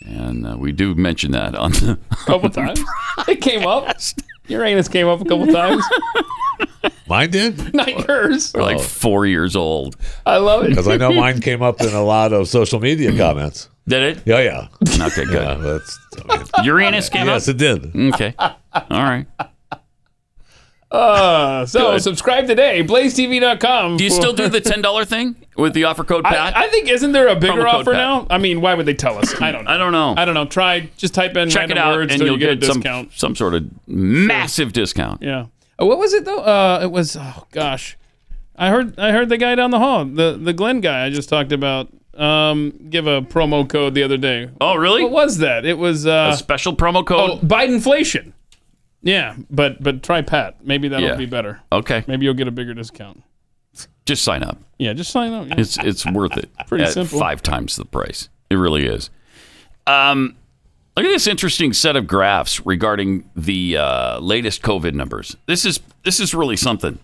Speaker 3: and uh, we do mention that on the.
Speaker 5: Oh.
Speaker 4: couple times. It came up. Uranus came up a couple times.
Speaker 5: Mine did.
Speaker 4: Not yours.
Speaker 3: We're like four years old.
Speaker 4: I love it.
Speaker 5: Because I know mine came up in a lot of social media comments.
Speaker 3: Did it?
Speaker 5: Yeah, yeah.
Speaker 3: Okay, good.
Speaker 5: Yeah, that's,
Speaker 3: Uranus came
Speaker 5: yes,
Speaker 3: up.
Speaker 5: it did.
Speaker 3: Okay. All right.
Speaker 4: Uh, so
Speaker 3: Good.
Speaker 4: subscribe today, blazetv.com.
Speaker 3: Do you
Speaker 4: for-
Speaker 3: still do the ten dollar thing with the offer code Pat?
Speaker 4: I, I think isn't there a bigger
Speaker 3: Promo code
Speaker 4: offer
Speaker 3: Pat.
Speaker 4: now? I mean, why would they tell us? I don't. know.
Speaker 3: I don't know.
Speaker 4: I don't know. Try just type in
Speaker 3: Check
Speaker 4: random
Speaker 3: it out,
Speaker 4: words
Speaker 3: and
Speaker 4: till
Speaker 3: you'll
Speaker 4: you get, a
Speaker 3: some
Speaker 4: discount.
Speaker 3: some sort of massive discount.
Speaker 4: Yeah. Uh, What was it though? Uh, it was oh gosh, I heard I heard the guy down the hall, the the Glenn guy I just talked about, um, give a promo code the other day.
Speaker 3: Oh really?
Speaker 4: What was that? It was uh,
Speaker 3: a special promo code.
Speaker 4: Oh, Bidenflation. Yeah, but but try Pat. Maybe that'll
Speaker 3: Yeah. Oh.
Speaker 4: be better.
Speaker 3: Okay,
Speaker 4: Oh. Maybe you'll get a bigger discount.
Speaker 3: just sign up.
Speaker 4: Yeah, just sign up. yeah.
Speaker 3: It's it's worth it.
Speaker 4: Pretty
Speaker 3: at
Speaker 4: simple.
Speaker 3: Five times the price. It really is. Um, look at this interesting set of graphs regarding the uh, latest COVID numbers. This is this is really something.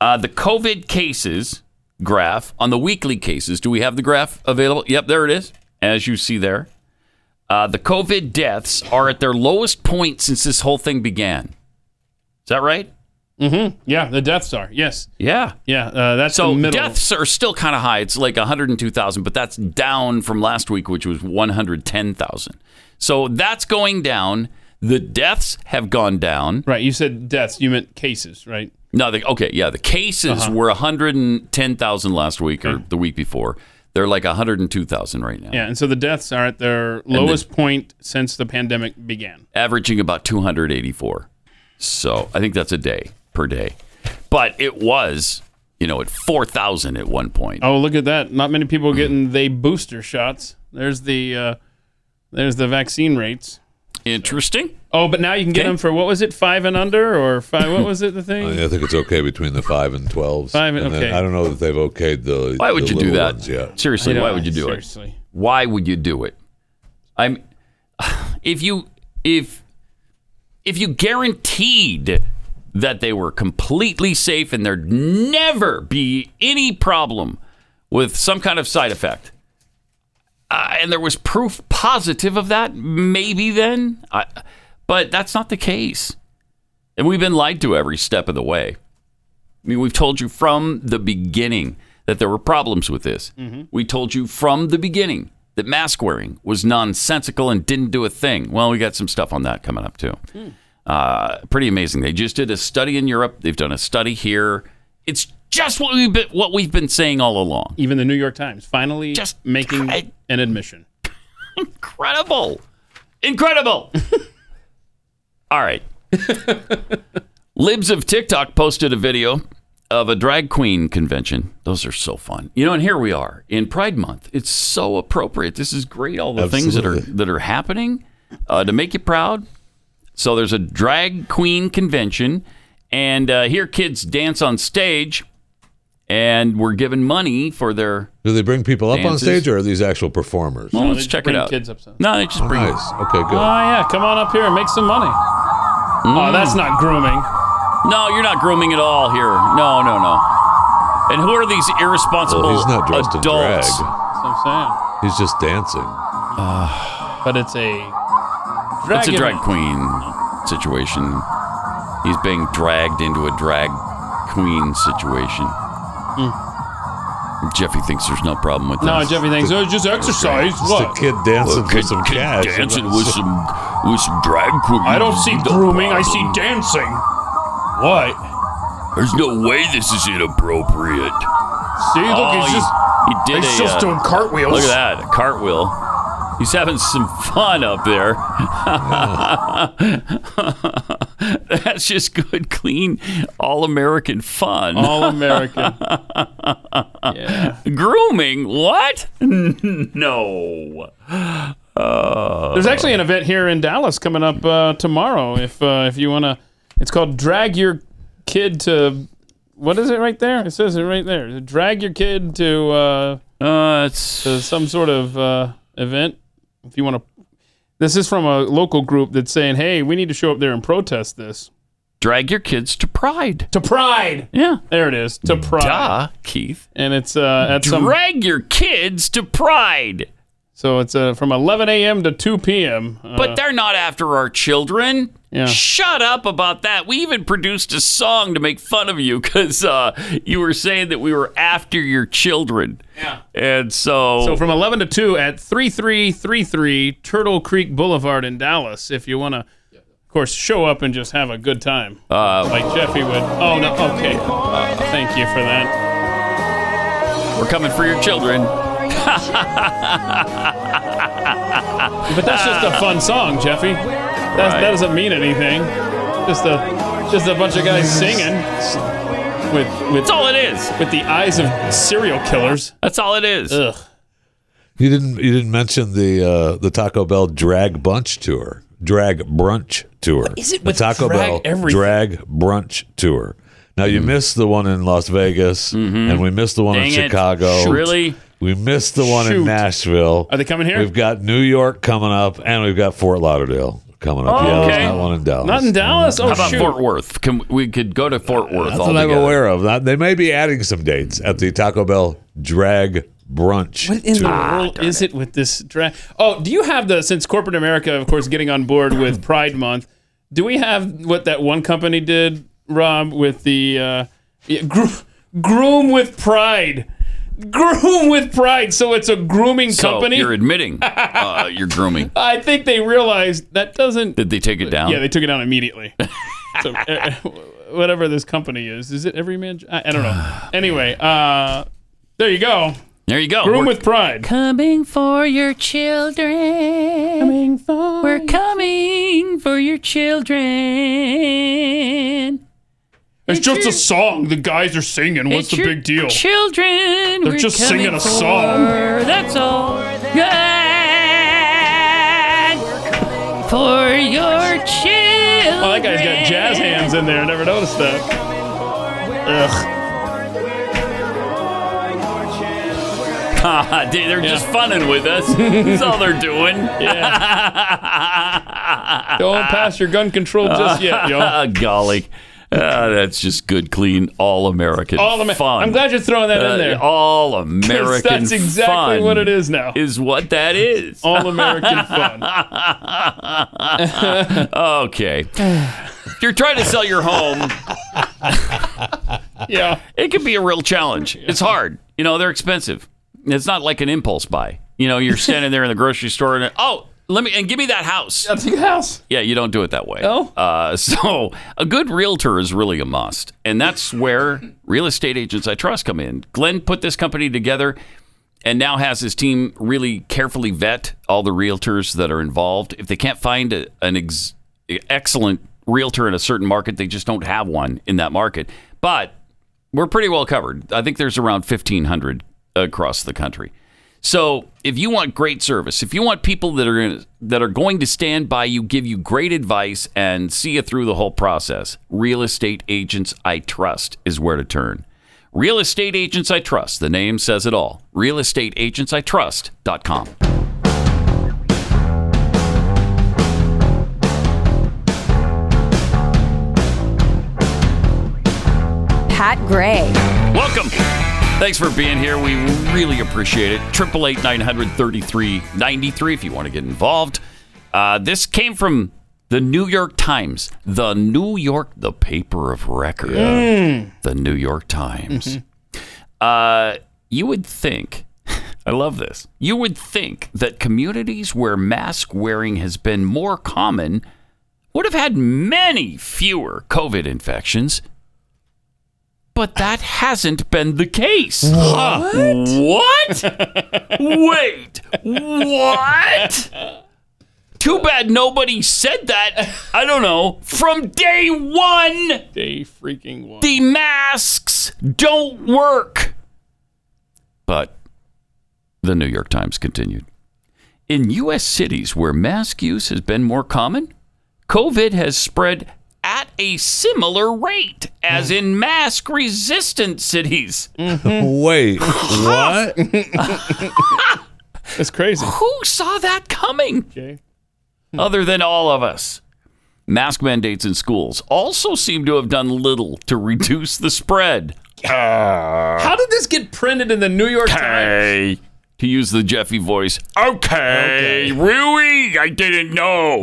Speaker 3: Uh, the COVID cases graph on the weekly cases. Do we have the graph available? Yep, there it is. As you see there, uh, the COVID deaths are at their lowest point since this whole thing began. Is that right?
Speaker 4: Mm-hmm. Yeah, the Death Star. Yes.
Speaker 3: Yeah.
Speaker 4: Yeah. Uh, that's
Speaker 3: so
Speaker 4: the middle.
Speaker 3: deaths are still kind of high. It's like 102,000, but that's down from last week, which was 110,000. So that's going down. The deaths have gone down.
Speaker 4: Right. You said deaths. You meant cases, right?
Speaker 3: No, the, okay, yeah. The cases
Speaker 4: Uh-huh.
Speaker 3: were 110,000 last week or the week before. They're like 102,000 right now,
Speaker 4: Yeah. And so the deaths are at their
Speaker 3: then-
Speaker 4: lowest point since the pandemic began.
Speaker 3: averaging about 284. So I think that's a day per day. But it was, you know, at 4,000 at one point.
Speaker 4: Oh, look at that! Not many people getting they booster shots. There's the uh, there's the vaccine rates.
Speaker 3: Interesting.
Speaker 4: Oh, but now you can get
Speaker 5: Okay.
Speaker 4: them for what was it, five and under, or five? What was it? The
Speaker 3: Oh,
Speaker 4: thing.
Speaker 5: I think it's okay between the five and twelves.
Speaker 4: Five and-
Speaker 5: then
Speaker 4: okay.
Speaker 5: I don't know that they've okayed the.
Speaker 3: Why would
Speaker 5: the
Speaker 3: you do
Speaker 5: little
Speaker 3: that?
Speaker 5: ones yet.
Speaker 3: Seriously,
Speaker 5: I
Speaker 3: why
Speaker 5: know.
Speaker 3: would you do
Speaker 4: seriously.
Speaker 3: it? Why would you do it? I'm if you if if you guaranteed that they were completely safe and there'd never be any problem with some kind of side effect. Uh, and there was proof positive of that maybe then I, but that's not the case and we've been lied to every step of the way I mean, we've told you from the beginning that there were problems with this.
Speaker 19: Mhm.
Speaker 3: We told you from the beginning that mask wearing was nonsensical and didn't do a thing. Well, we got some stuff on that coming up, too. Uh, pretty amazing. They just did a study in Europe, they've done a study here. It's just what we've been, what we've been saying all along.
Speaker 4: Even the New York Times finally just making an admission.
Speaker 3: Incredible. Incredible. All right. Libs of TikTok posted a video of a drag queen convention. Those are so fun. You know, and here we are in Pride Month. It's so appropriate. This is great. All the things that are that are happening uh, to make you proud. So there's a drag queen convention, and uh, here kids dance on stage, and we're given money for their.
Speaker 5: Do they bring people up
Speaker 3: Dances.
Speaker 5: on stage, or are these actual performers?
Speaker 3: Well, let's check it out. No, they just bring uh,
Speaker 5: Nice. Okay, good.
Speaker 4: Oh yeah, come on up here and make some money.
Speaker 3: Mm.
Speaker 4: Oh, that's not grooming.
Speaker 3: No, you're not grooming at all here. No, no, no. And who are these irresponsible
Speaker 5: Well, he's not dressed in
Speaker 4: That's
Speaker 5: drag.
Speaker 3: adults?
Speaker 4: what I'm
Speaker 5: He's just dancing.
Speaker 4: saying. But it's a drag
Speaker 3: It's a drag
Speaker 4: event.
Speaker 3: queen situation. He's being dragged into a drag queen situation. Jeffy thinks there's no problem with
Speaker 4: Hmm. No,
Speaker 3: that.
Speaker 4: Jeffy thinks, "Oh, it's just exercise. What?"
Speaker 3: Well, kid- kid Dancing with some with some drag queen.
Speaker 4: I don't see grooming. I see dancing. What?
Speaker 3: There's no way this is inappropriate.
Speaker 4: See, look,
Speaker 3: Oh,
Speaker 4: he's
Speaker 3: he-
Speaker 4: just
Speaker 3: he did
Speaker 4: he's
Speaker 3: a,
Speaker 4: just
Speaker 3: uh,
Speaker 4: doing cartwheels.
Speaker 3: Look at that, a cartwheel. He's having some fun up there. That's just good, clean, all American fun.
Speaker 4: All American.
Speaker 3: Grooming? What? no. Uh,
Speaker 4: There's actually an event here in Dallas coming up uh, tomorrow. If uh, if you wanna, it's called Drag Your Kid to. What is it right there? It says it right there. Drag your kid to. Uh,
Speaker 3: it's
Speaker 4: to some sort of uh, event. If you want to, this is from a local group that's saying, "Hey, we need to show up there and protest this."
Speaker 3: Drag your kids to Pride.
Speaker 4: To Pride.
Speaker 3: Yeah,
Speaker 4: there it is. To Pride.
Speaker 3: Duh, Keith.
Speaker 4: And it's uh, at some
Speaker 3: Drag your kids to Pride.
Speaker 4: So it's uh, from 11 a.m. to 2 p.m. Uh,
Speaker 3: But they're not after our children.
Speaker 4: Yeah.
Speaker 3: Shut up about that. We even produced a song to make fun of you because uh, you were saying that we were after your children. Yeah. And so.
Speaker 4: So from 11 to 2 at 3333 Turtle Creek Boulevard in Dallas. If you want to, of course, show up and just have a good time.
Speaker 3: Uh,
Speaker 4: like Jeffy would. Oh, no. Okay. Thank you for that.
Speaker 3: We're coming for your children.
Speaker 4: But that's just a fun song, Jeffy. That's,
Speaker 3: Right.
Speaker 4: That doesn't mean anything. Just a just a bunch of guys singing with with
Speaker 3: That's all it is.
Speaker 4: with the eyes of serial killers.
Speaker 3: That's all it is.
Speaker 4: Ugh.
Speaker 5: You didn't you didn't mention the uh, the Taco Bell drag bunch tour, drag brunch tour.
Speaker 3: is it
Speaker 5: the
Speaker 3: with
Speaker 5: Taco
Speaker 3: drag
Speaker 5: Bell
Speaker 3: everything?
Speaker 5: drag brunch tour? Now you
Speaker 4: Mm-hmm.
Speaker 5: missed the one in Las Vegas, and we missed the one in
Speaker 3: Dang it.
Speaker 5: Chicago.
Speaker 3: Shoot. Really?
Speaker 5: We missed the one
Speaker 3: Shoot.
Speaker 5: in Nashville.
Speaker 4: Are they coming here?
Speaker 5: We've got New York coming up, and we've got Fort Lauderdale coming up.
Speaker 4: Oh,
Speaker 5: yeah,
Speaker 4: okay.
Speaker 5: there's not one in Dallas.
Speaker 4: Not in Dallas? Oh,
Speaker 3: How about
Speaker 4: shoot.
Speaker 3: Fort Worth? Can, we could go to Fort Worth.
Speaker 5: That's what I'm
Speaker 3: altogether.
Speaker 5: aware of. That- They may be adding some dates at the Taco Bell drag brunch.
Speaker 4: What in the
Speaker 5: tour.
Speaker 3: Ah,
Speaker 4: world is it with this drag? Oh, do you have the since corporate America, of course, getting on board with Pride Month? Do we have what that one company did, Rob, with the uh, yeah, gro- groom with pride? Groom with pride. So it's a grooming
Speaker 3: So
Speaker 4: company.
Speaker 3: you're admitting uh, you're grooming.
Speaker 4: I think they realized that doesn't.
Speaker 3: Did they take it down?
Speaker 4: Yeah, they took it down immediately. so, uh, whatever this company is, is it Everyman? I, I don't know. Anyway, uh, there you go.
Speaker 3: There you go.
Speaker 4: Groom
Speaker 3: We're-
Speaker 4: with pride.
Speaker 3: Coming for your children.
Speaker 4: Coming for
Speaker 3: We're coming for your children.
Speaker 4: It's just a song. The guys are singing. What's
Speaker 3: It's
Speaker 4: the
Speaker 3: your
Speaker 4: big deal?
Speaker 3: Children.
Speaker 4: They're
Speaker 3: we're
Speaker 4: just
Speaker 3: coming
Speaker 4: singing a
Speaker 3: for.
Speaker 4: song.
Speaker 3: That's all. Good for your children.
Speaker 4: Oh, that guy's got jazz hands in there. I never noticed that. Ugh.
Speaker 3: God, they- Ah, they're just funning with us. That's all they're doing. Yeah.
Speaker 4: Don't pass your gun control just yet, yo.
Speaker 3: Golly. Ah, that's just good, clean, all American
Speaker 4: All Amer-
Speaker 3: fun.
Speaker 4: I'm glad you're throwing that in
Speaker 3: Uh,
Speaker 4: there.
Speaker 3: All
Speaker 4: 'Cause
Speaker 3: American
Speaker 4: That's exactly
Speaker 3: fun
Speaker 4: what it is now.
Speaker 3: Is what that is.
Speaker 4: All American fun.
Speaker 3: okay. If you're trying to sell your home,
Speaker 4: Yeah.
Speaker 3: it can be a real challenge. It's hard. You know, they're expensive. It's not like an impulse buy. You know, you're standing there in the grocery store and oh, let me and give me that house.
Speaker 4: That's your house.
Speaker 3: Yeah, you don't do it that way.
Speaker 4: No?
Speaker 3: Uh, so a good realtor is really a must, and that's where real estate agents I trust come in. Glenn put this company together, and now has his team really carefully vet all the realtors that are involved. If they can't find a, an ex, excellent realtor in a certain market, they just don't have one in that market. But we're pretty well covered. I think there's around 1,500 across the country. So if you want great service, if you want people that are gonna, that are going to stand by you, give you great advice, and see you through the whole process, real estate agents I trust is where to turn. Real estate agents I trust. The name says it all. Realestateagentsitrust.com.
Speaker 19: Pat Gray.
Speaker 3: Welcome. Thanks for being here. We really appreciate it. 888 933 93 if you want to get involved. Uh, this came from the New York Times. The New York, the paper of record.
Speaker 4: Mm.
Speaker 3: The New York Times. Uh, you would think, I love this, you would think that communities where mask wearing has been more common would have had many fewer COVID infections. But that hasn't been the case. Huh. What? Wait. What? Too bad nobody said that. I don't know. From day one,
Speaker 4: Day freaking one.
Speaker 3: the masks don't work. But the New York Times continued. In U.S. cities where mask use has been more common, COVID has spread at a similar rate as in mask resistant cities.
Speaker 5: Wait, what?
Speaker 4: That's crazy.
Speaker 3: Who saw that coming? Hmm.
Speaker 4: Okay.
Speaker 3: Other than all of us. Mask mandates in schools also seem to have done little to reduce the spread.
Speaker 4: How did this get printed in the New York Times?
Speaker 3: Okay. To use the Jeffy voice. Okay. Really? I didn't know.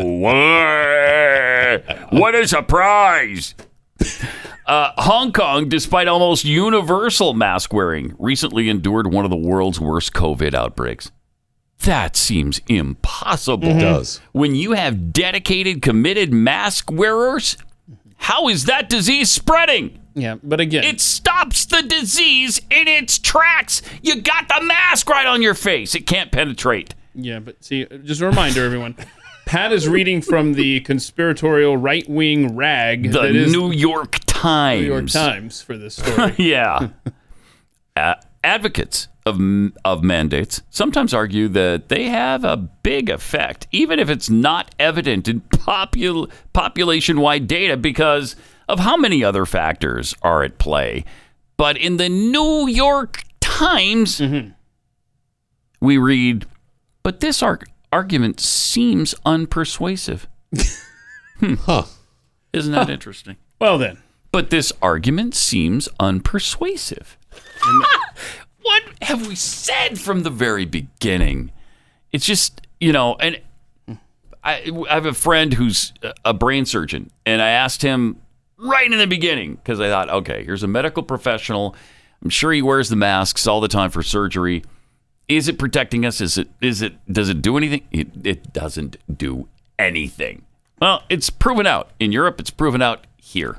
Speaker 3: what a surprise. Uh, Hong Kong, despite almost universal mask wearing, recently endured one of the world's worst COVID outbreaks. That seems impossible. Mm-hmm.
Speaker 5: It does.
Speaker 3: When you have dedicated, committed mask wearers, how is that disease spreading?
Speaker 4: Yeah, but again,
Speaker 3: It stops the disease in its tracks. You got the mask right on your face. It can't penetrate.
Speaker 4: Yeah, but see, just a reminder, everyone. Pat is reading from the conspiratorial right wing rag
Speaker 3: The
Speaker 4: that is
Speaker 3: New York Times.
Speaker 4: New York Times for this story.
Speaker 3: yeah. Uh, advocates of of mandates sometimes argue that they have a big effect, even if it's not evident in popul- population wide data because of how many other factors are at play. But in the New York Times, we read, but this arg- argument seems unpersuasive. Hmm. Isn't that interesting?
Speaker 4: Well, then.
Speaker 3: But this argument seems unpersuasive. what have we said from the very beginning? It's just, you know, and I, I have a friend who's a brain surgeon, and I asked him right in the beginning because I thought, okay, here's a medical professional. I'm sure he wears the masks all the time for surgery. Is it protecting us? Is it? Is it? Does it do anything? It, it doesn't do anything. Well, it's proven out in Europe. It's proven out here.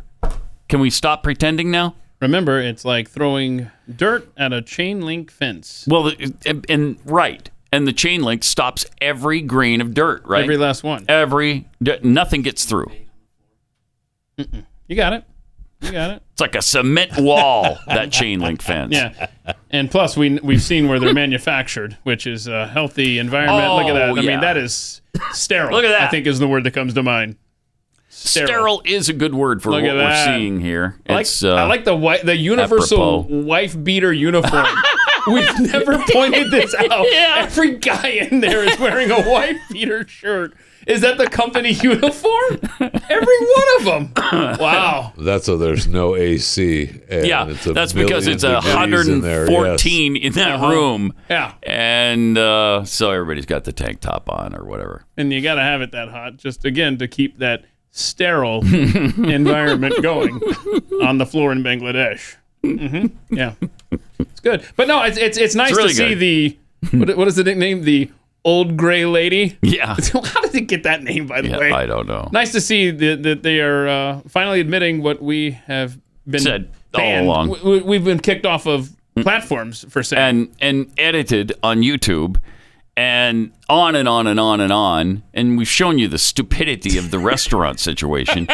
Speaker 3: Can we stop pretending now?
Speaker 4: Remember, it's like throwing dirt at a chain link fence.
Speaker 3: Well, the- and, and right, and the chain link stops every grain of dirt. Right,
Speaker 4: Every last one.
Speaker 3: Every d- nothing gets through.
Speaker 4: You got it. You got it.
Speaker 3: It's like a cement wall that chain link fence.
Speaker 4: Yeah. And plus, we we've seen where they're manufactured, which is a healthy environment. Look at that.
Speaker 3: Oh,
Speaker 4: I
Speaker 3: yeah.
Speaker 4: mean, that is sterile.
Speaker 3: Look at that.
Speaker 4: I think is the word that comes to mind.
Speaker 3: Sterile. is a good word for
Speaker 4: Look
Speaker 3: what
Speaker 4: at
Speaker 3: we're
Speaker 4: that.
Speaker 3: seeing here.
Speaker 4: I like,
Speaker 3: it's, uh,
Speaker 4: I like the wi- the universal
Speaker 3: apropos.
Speaker 4: wife beater uniform. We've never pointed this out.
Speaker 3: Yeah.
Speaker 4: Every guy in there is wearing a wife beater shirt. Is that the company uniform? Every one of them. Wow.
Speaker 5: That's so there's no AC. And
Speaker 3: yeah,
Speaker 5: it's a
Speaker 3: that's because
Speaker 5: million
Speaker 3: it's a
Speaker 5: degrees in there, yes.
Speaker 3: 114 in, that
Speaker 4: Uh-huh.
Speaker 3: room.
Speaker 4: Yeah.
Speaker 3: And uh, so everybody's got the tank top on or whatever.
Speaker 4: And you got to have it that hot, just again, to keep that sterile environment going on the floor in Bangladesh. hmm Yeah. It's good. But no, it's, it's, it's nice
Speaker 3: really
Speaker 4: to see the, what, what is the nickname? The old gray lady?
Speaker 3: Yeah.
Speaker 4: How did it get that name, by the
Speaker 3: Yeah,
Speaker 4: way?
Speaker 3: I don't know.
Speaker 4: Nice to see that, that they are uh, finally admitting what we have been
Speaker 3: Said all
Speaker 4: banned.
Speaker 3: along. Mm.
Speaker 4: We- We, we've been kicked off of platforms for saying.
Speaker 3: and and edited on YouTube and on and on and on and on and we've shown you the stupidity of the restaurant situation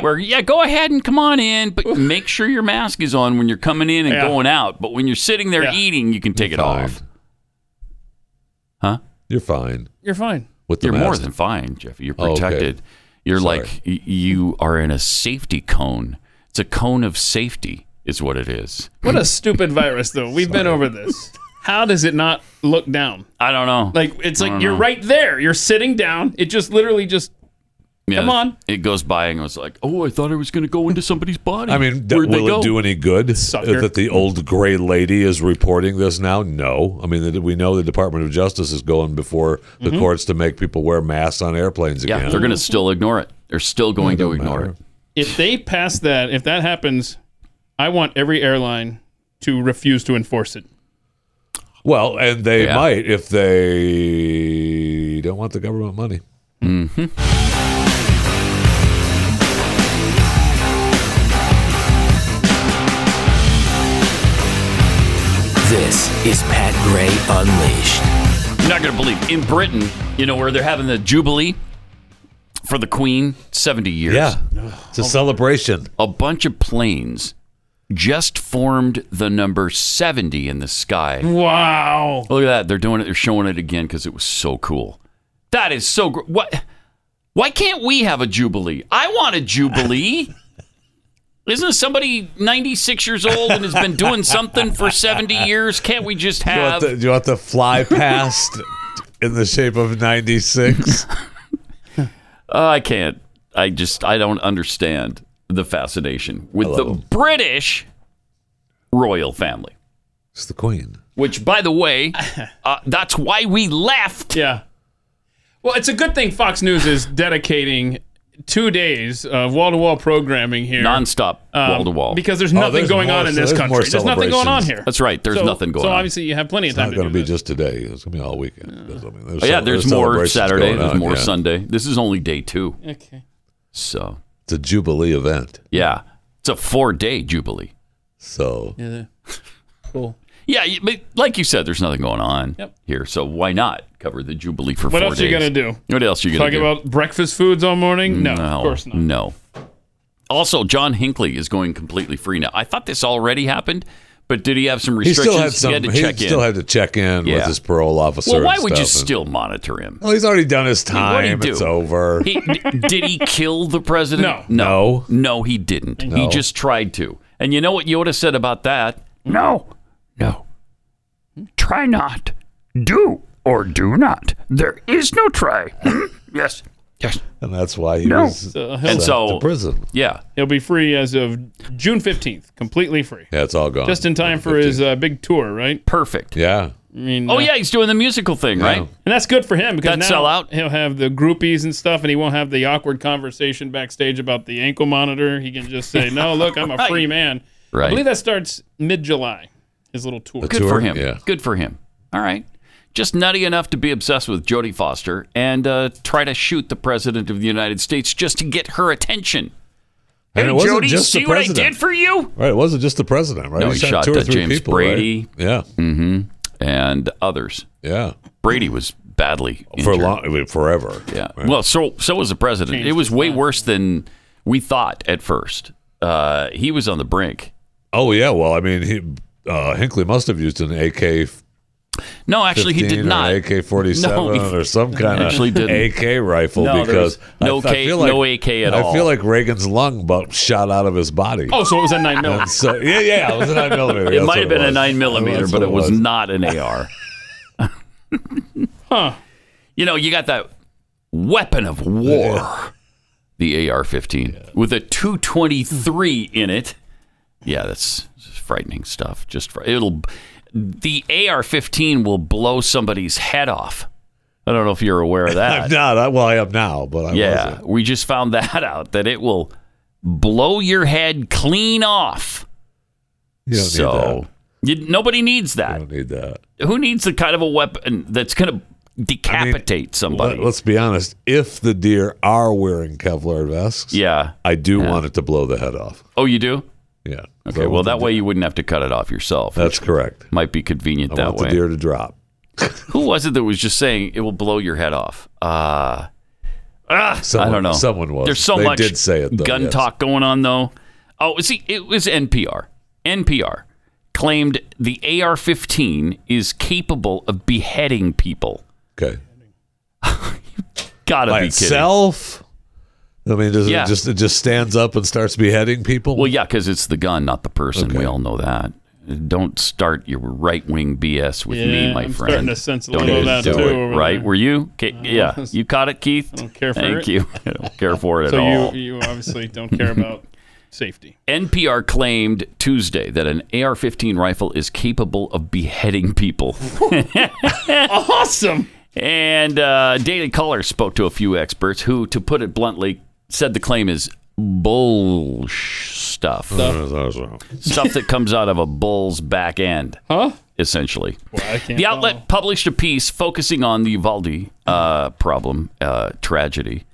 Speaker 3: where yeah go ahead and come on in but make sure your mask is on when you're coming in and
Speaker 4: Yeah.
Speaker 3: going out but when you're sitting there
Speaker 4: Yeah.
Speaker 3: eating you can take it off huh
Speaker 5: You're fine.
Speaker 4: You're fine.
Speaker 5: With the
Speaker 3: you're more
Speaker 5: mask.
Speaker 3: than fine Jeffy you're
Speaker 5: Oh, okay.
Speaker 3: protected you're
Speaker 5: Sorry.
Speaker 3: like y- you are in a safety cone it's a cone of safety is what it is
Speaker 4: What a stupid virus, though. We've been over this. How does it not look down?
Speaker 3: I don't know
Speaker 4: Like it's
Speaker 3: I
Speaker 4: like
Speaker 3: don't
Speaker 4: you're
Speaker 3: know.
Speaker 4: right there. You're sitting down. It just literally just
Speaker 3: Yeah,
Speaker 4: Come on.
Speaker 3: It goes by and I was like, oh, I thought I was going to go into somebody's body.
Speaker 5: I mean, d-
Speaker 3: Where'd they
Speaker 5: will
Speaker 3: go?
Speaker 5: it do any good
Speaker 3: Sucker.
Speaker 5: that the old gray lady is reporting this now? No. I mean, the- we know the Department of Justice is going before the
Speaker 3: Mhm.
Speaker 5: courts to make people wear masks on airplanes
Speaker 3: Yeah,
Speaker 5: again.
Speaker 3: they're going to still ignore it. They're still going to ignore it.
Speaker 4: If they pass that, if that happens, I want every airline to refuse to enforce it.
Speaker 5: Well, and they
Speaker 4: Yeah.
Speaker 5: might if they don't want the government money. Mm-hmm.
Speaker 7: This is Pat Gray Unleashed.
Speaker 3: You're not going to believe in Britain, you know, where they're having the jubilee for the Queen, 70 years.
Speaker 5: Yeah. It's a celebration.
Speaker 3: A bunch of planes just formed the number 70 in the sky.
Speaker 4: Wow.
Speaker 3: Look at that. They're doing it. They're showing it again because it was so cool. That is so gr- what why can't we have a jubilee? I want a jubilee. Isn't somebody 96 years old and has been doing something for 70 years? Can't we just
Speaker 5: Do you, want
Speaker 3: have
Speaker 5: the, do you want the fly past in the shape of 96?
Speaker 3: Uh, I can't. I just I don't understand the fascination with the British royal family.
Speaker 5: It's the Queen.
Speaker 3: Which, by the way, uh, that's why we left.
Speaker 4: Yeah. Well, it's a good thing Fox News is dedicating two days of wall to wall programming here,
Speaker 3: nonstop,
Speaker 4: Um,
Speaker 3: wall to wall,
Speaker 4: because
Speaker 5: Oh,
Speaker 4: there's nothing going on in this country. There's nothing going on here.
Speaker 3: That's right. There's
Speaker 4: So-
Speaker 3: nothing going
Speaker 4: So
Speaker 3: on.
Speaker 4: obviously, you have plenty of
Speaker 5: It's
Speaker 4: time
Speaker 5: not
Speaker 4: to do
Speaker 5: going to be just today. It's going to be all weekend. There's- I mean, there's
Speaker 3: Oh, yeah,
Speaker 5: cele-
Speaker 3: there's more
Speaker 5: celebrations
Speaker 3: Saturday.
Speaker 5: going
Speaker 3: There's
Speaker 5: on,
Speaker 3: more
Speaker 5: yeah.
Speaker 3: Sunday. This is only day two.
Speaker 4: Okay.
Speaker 3: So
Speaker 5: It's a Jubilee event.
Speaker 3: yeah, it's a four day jubilee.
Speaker 5: So
Speaker 4: Yeah. Cool.
Speaker 3: yeah, you- but like you said, there's nothing going on
Speaker 4: Yep.
Speaker 3: here. So why not cover the jubilee for
Speaker 4: What
Speaker 3: four
Speaker 4: else
Speaker 3: days?
Speaker 4: you gonna do?
Speaker 3: What else you gonna
Speaker 4: Talk
Speaker 3: do?
Speaker 4: about breakfast foods all morning? No, of course not.
Speaker 3: No. Also, John Hinckley is going completely free now. I thought this already happened, but did he have some
Speaker 5: He
Speaker 3: restrictions?
Speaker 5: still had some.
Speaker 3: he had to check
Speaker 5: still
Speaker 3: in.
Speaker 5: had to check in with
Speaker 3: Yeah.
Speaker 5: his parole officer.
Speaker 3: well, why
Speaker 5: and
Speaker 3: would you
Speaker 5: stuff, and-
Speaker 3: still monitor him?
Speaker 5: Well, he's already done his time.
Speaker 3: What'd he do?
Speaker 5: It's over.
Speaker 3: He, d- did he kill the president?
Speaker 5: No.
Speaker 3: No. No, he didn't. He
Speaker 5: No.
Speaker 3: just tried to. And you know what Yoda said about that? No. No. Try not. Do or do not. There is no try. Hmm? yes. Yes.
Speaker 5: And that's why he
Speaker 3: No.
Speaker 5: was
Speaker 4: So uh, he'll-
Speaker 5: sent
Speaker 4: And so-
Speaker 5: to prison.
Speaker 3: Yeah.
Speaker 4: He'll be free as of June 15th, completely free.
Speaker 5: Yeah, it's all
Speaker 3: Oh,
Speaker 5: gone.
Speaker 4: Just in time for his uh, big tour, right?
Speaker 3: Perfect.
Speaker 5: Yeah.
Speaker 4: I mean,
Speaker 3: Oh
Speaker 4: uh,
Speaker 3: yeah, he's doing the musical thing, right?
Speaker 4: And that's good for him because
Speaker 3: That
Speaker 4: now
Speaker 3: sell out?
Speaker 4: he'll have the groupies and stuff, and he won't have the awkward conversation backstage about the ankle monitor. He can just say, "No, look, I'm a free man."
Speaker 3: Right.
Speaker 4: I believe that starts mid-July. His little tour.
Speaker 3: Good for him. Good for him. All right. Just nutty enough to be obsessed with Jodie Foster and uh, try to shoot the president of the United States just to get her attention.
Speaker 5: And
Speaker 3: hey,
Speaker 5: it wasn't
Speaker 3: Jody,
Speaker 5: just the
Speaker 3: see what I
Speaker 5: president.
Speaker 3: did for you?
Speaker 5: Right. It wasn't just the president, right?
Speaker 3: No, he shot
Speaker 5: two or
Speaker 3: that
Speaker 5: three
Speaker 3: James
Speaker 5: people, right?
Speaker 3: Brady.
Speaker 5: Yeah.
Speaker 3: hmm And others.
Speaker 5: Yeah.
Speaker 3: Brady was badly
Speaker 5: For
Speaker 3: injured.
Speaker 5: long, I mean, forever.
Speaker 3: Yeah. Well, so so was the president.
Speaker 5: Changed
Speaker 3: it was way worse than we thought at first. Uh, he was on the brink.
Speaker 5: Oh yeah. Well, I mean, he, uh, Hinckley must have used an AK.
Speaker 3: No, actually, he did not.
Speaker 5: AK forty
Speaker 3: No,
Speaker 5: seven
Speaker 3: he-
Speaker 5: or some kind
Speaker 3: Actually
Speaker 5: of
Speaker 3: didn't.
Speaker 5: AK rifle
Speaker 3: No, there was
Speaker 5: because
Speaker 3: no
Speaker 5: I, I
Speaker 3: K-
Speaker 5: feel like,
Speaker 3: no AK at
Speaker 5: I
Speaker 3: all.
Speaker 5: feel like Reagan's lung bump shot out of his body.
Speaker 4: Oh, so it was a nine mil.
Speaker 5: And so yeah, yeah, it was a nine millimeter.
Speaker 3: It
Speaker 5: That's
Speaker 3: might
Speaker 5: what
Speaker 3: have been a
Speaker 5: was.
Speaker 3: nine millimeter,
Speaker 5: That's
Speaker 3: but
Speaker 5: what
Speaker 3: it was not an AR.
Speaker 4: huh?
Speaker 3: You know, you got that weapon of war, the AR-15, with a 223 in it. Yeah, that's frightening stuff. Just fr- it'll the AR-15 will blow somebody's head off. I don't know if you're aware of that.
Speaker 5: I'm not. I, well, I am now, but I
Speaker 3: yeah,
Speaker 5: wasn't.
Speaker 3: we just found that out that it will blow your head clean off.
Speaker 5: You don't need
Speaker 3: so You, nobody needs that.
Speaker 5: don't need that.
Speaker 3: Who needs the kind of a weapon that's going to decapitate somebody?
Speaker 5: Let, us be honest. If the deer are wearing Kevlar vests,
Speaker 3: yeah,
Speaker 5: I do
Speaker 3: Yeah.
Speaker 5: want it to blow the head off.
Speaker 3: Oh, you do?
Speaker 5: Yeah.
Speaker 3: Okay.
Speaker 5: I
Speaker 3: well,
Speaker 5: want
Speaker 3: that
Speaker 5: the-
Speaker 3: way you wouldn't have to cut it off yourself.
Speaker 5: That's correct.
Speaker 3: Might be convenient
Speaker 5: I
Speaker 3: that
Speaker 5: want
Speaker 3: way.
Speaker 5: the deer to drop.
Speaker 3: Who was it that was just saying it will blow your head off? Uh, ah, I don't
Speaker 5: Someone-
Speaker 3: know.
Speaker 5: someone was.
Speaker 3: There's so
Speaker 5: They
Speaker 3: much
Speaker 5: did say it, though,
Speaker 3: gun
Speaker 5: yes.
Speaker 3: talk going on though. Oh, see, it was NPR. NPR claimed the AR-15 is capable of beheading people.
Speaker 5: Okay.
Speaker 3: Gotta
Speaker 5: By
Speaker 3: be kidding.
Speaker 5: itself. I mean, does
Speaker 3: Yeah.
Speaker 5: it just it just stands up and starts beheading people?
Speaker 3: Well, yeah, because it's the gun, not the person. We all know that. Don't start your right wing BS with
Speaker 4: Yeah,
Speaker 3: me, my
Speaker 4: I'm
Speaker 3: friend.
Speaker 4: starting to sense a
Speaker 3: Don't
Speaker 4: little of
Speaker 3: even
Speaker 4: that
Speaker 3: do
Speaker 4: too
Speaker 3: it,
Speaker 4: over
Speaker 3: right?
Speaker 4: there. Uh,
Speaker 3: Were you? Ca yeah, you caught it, Keith. I
Speaker 4: don't care for
Speaker 3: Thank
Speaker 4: it.
Speaker 3: you. I don't care for it
Speaker 4: so
Speaker 3: at all.
Speaker 4: you you obviously don't care about safety.
Speaker 3: NPR claimed Tuesday that an AR 15 rifle is capable of beheading people.
Speaker 4: awesome.
Speaker 3: And uh, Daily Caller spoke to a few experts who, to put it bluntly, said the claim is bull stuff.
Speaker 5: Stuff.
Speaker 3: stuff that comes out of a bull's back end,
Speaker 4: huh?
Speaker 3: essentially.
Speaker 4: I can't
Speaker 3: The outlet published a piece focusing on the Uvalde uh, problem, uh, tragedy.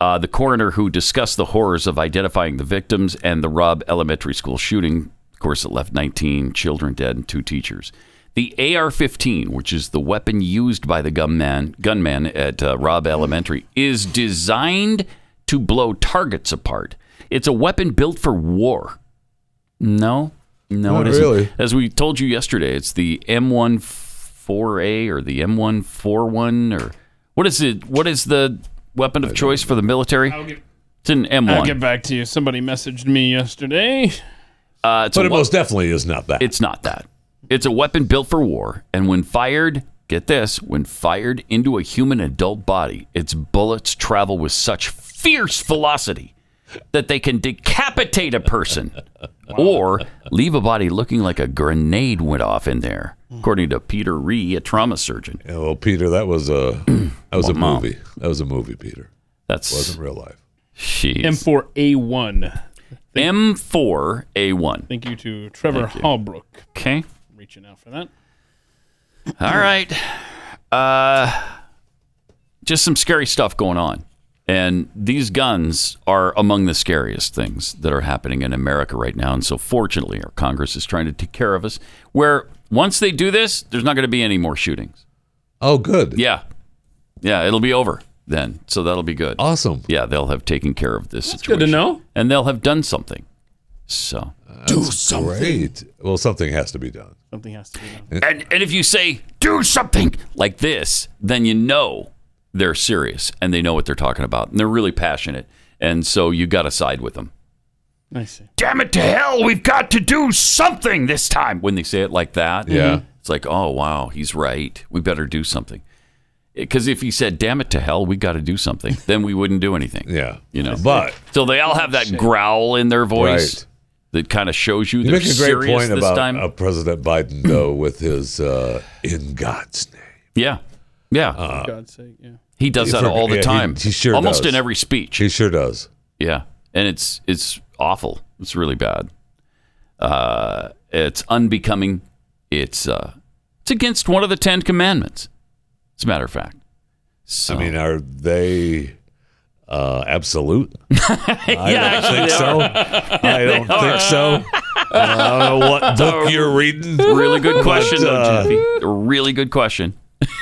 Speaker 3: Uh, the coroner who discussed the horrors of identifying the victims and the Robb Elementary School shooting. Of course, it left 19 children dead and two teachers. The AR 15, which is the weapon used by the gunman, gunman at uh, Robb Elementary, is designed to blow targets apart. It's a weapon built for war. No, no,
Speaker 5: Not
Speaker 3: it isn't.
Speaker 5: really.
Speaker 3: As we told you yesterday, it's the M14A or the M141 or what is it? What is the weapon of choice for the military? It's an
Speaker 4: I'll
Speaker 3: M1.
Speaker 4: get back to you. Somebody messaged me yesterday.
Speaker 3: Uh, it's
Speaker 4: But
Speaker 3: a
Speaker 4: it
Speaker 3: wep-
Speaker 4: most
Speaker 5: definitely is not that.
Speaker 3: It's not that. It's a weapon built for war, and when fired, get this: when fired into a human adult body, its bullets travel with such fierce velocity that they can decapitate a person or leave a body looking like a grenade went off in there, according to Peter Ree, a trauma surgeon.
Speaker 5: Yeah, well, Peter, that was a that was a
Speaker 3: Wow.
Speaker 5: movie. That was a movie, Peter.
Speaker 3: That's
Speaker 5: wasn't real life.
Speaker 3: Jeez.
Speaker 4: M4A1.
Speaker 3: M4A1.
Speaker 4: Thank you to Trevor
Speaker 3: Thank you.
Speaker 4: Hallbrook.
Speaker 3: Okay.
Speaker 4: Reaching out for that.
Speaker 3: All right. Uh, just some scary stuff going on. And these guns are among the scariest things that are happening in America right now. And so, fortunately, our Congress is trying to take care of us. Where once they do this, there's not going to be any more shootings.
Speaker 5: Oh, good.
Speaker 3: Yeah. Yeah. It'll be over then. So, that'll be good.
Speaker 5: Awesome.
Speaker 3: Yeah. They'll have taken care of this
Speaker 4: Oh. good
Speaker 3: situation.
Speaker 4: to know.
Speaker 3: And they'll have done something. So,
Speaker 5: do something. Great. Well, something has to be done.
Speaker 4: Something has to be done.
Speaker 3: And, and if you say, do something like this, then you know they're serious and they know what they're talking about and they're really passionate. And so you got to side with them.
Speaker 4: I see.
Speaker 3: Damn it to hell, we've got to do something this time. When they say it like that,
Speaker 5: Yeah.
Speaker 3: it's like, oh, wow, he's right. We better do something. Because if he said, damn it to hell, we got to do something, then we wouldn't do anything.
Speaker 5: Yeah.
Speaker 3: You know,
Speaker 5: But-
Speaker 3: so they all have that growl in their voice
Speaker 5: Right.
Speaker 3: that kind of shows you,
Speaker 5: You
Speaker 3: they're
Speaker 5: make a great
Speaker 3: serious
Speaker 5: point
Speaker 3: this
Speaker 5: about
Speaker 3: time.
Speaker 5: uh, President Biden, though, with his uh, "in God's name."
Speaker 3: yeah. Yeah.
Speaker 5: Uh,
Speaker 4: God's sake, yeah.
Speaker 3: He does that
Speaker 5: For-
Speaker 3: all the
Speaker 5: yeah, he-
Speaker 3: time.
Speaker 5: he sure
Speaker 3: almost
Speaker 5: does.
Speaker 3: in every speech.
Speaker 5: He sure does.
Speaker 3: Yeah, and it's it's awful. It's really bad. Uh, it's unbecoming. It's uh, it's against one of the Ten Commandments. As a matter of fact,
Speaker 5: I mean, are they uh, absolute? I
Speaker 3: Yeah,
Speaker 5: don't think
Speaker 3: they
Speaker 5: so. I don't think so. I don't know what book you're reading.
Speaker 3: really good question,
Speaker 5: But,
Speaker 3: though,
Speaker 5: uh,
Speaker 3: Jeffy. A really good question.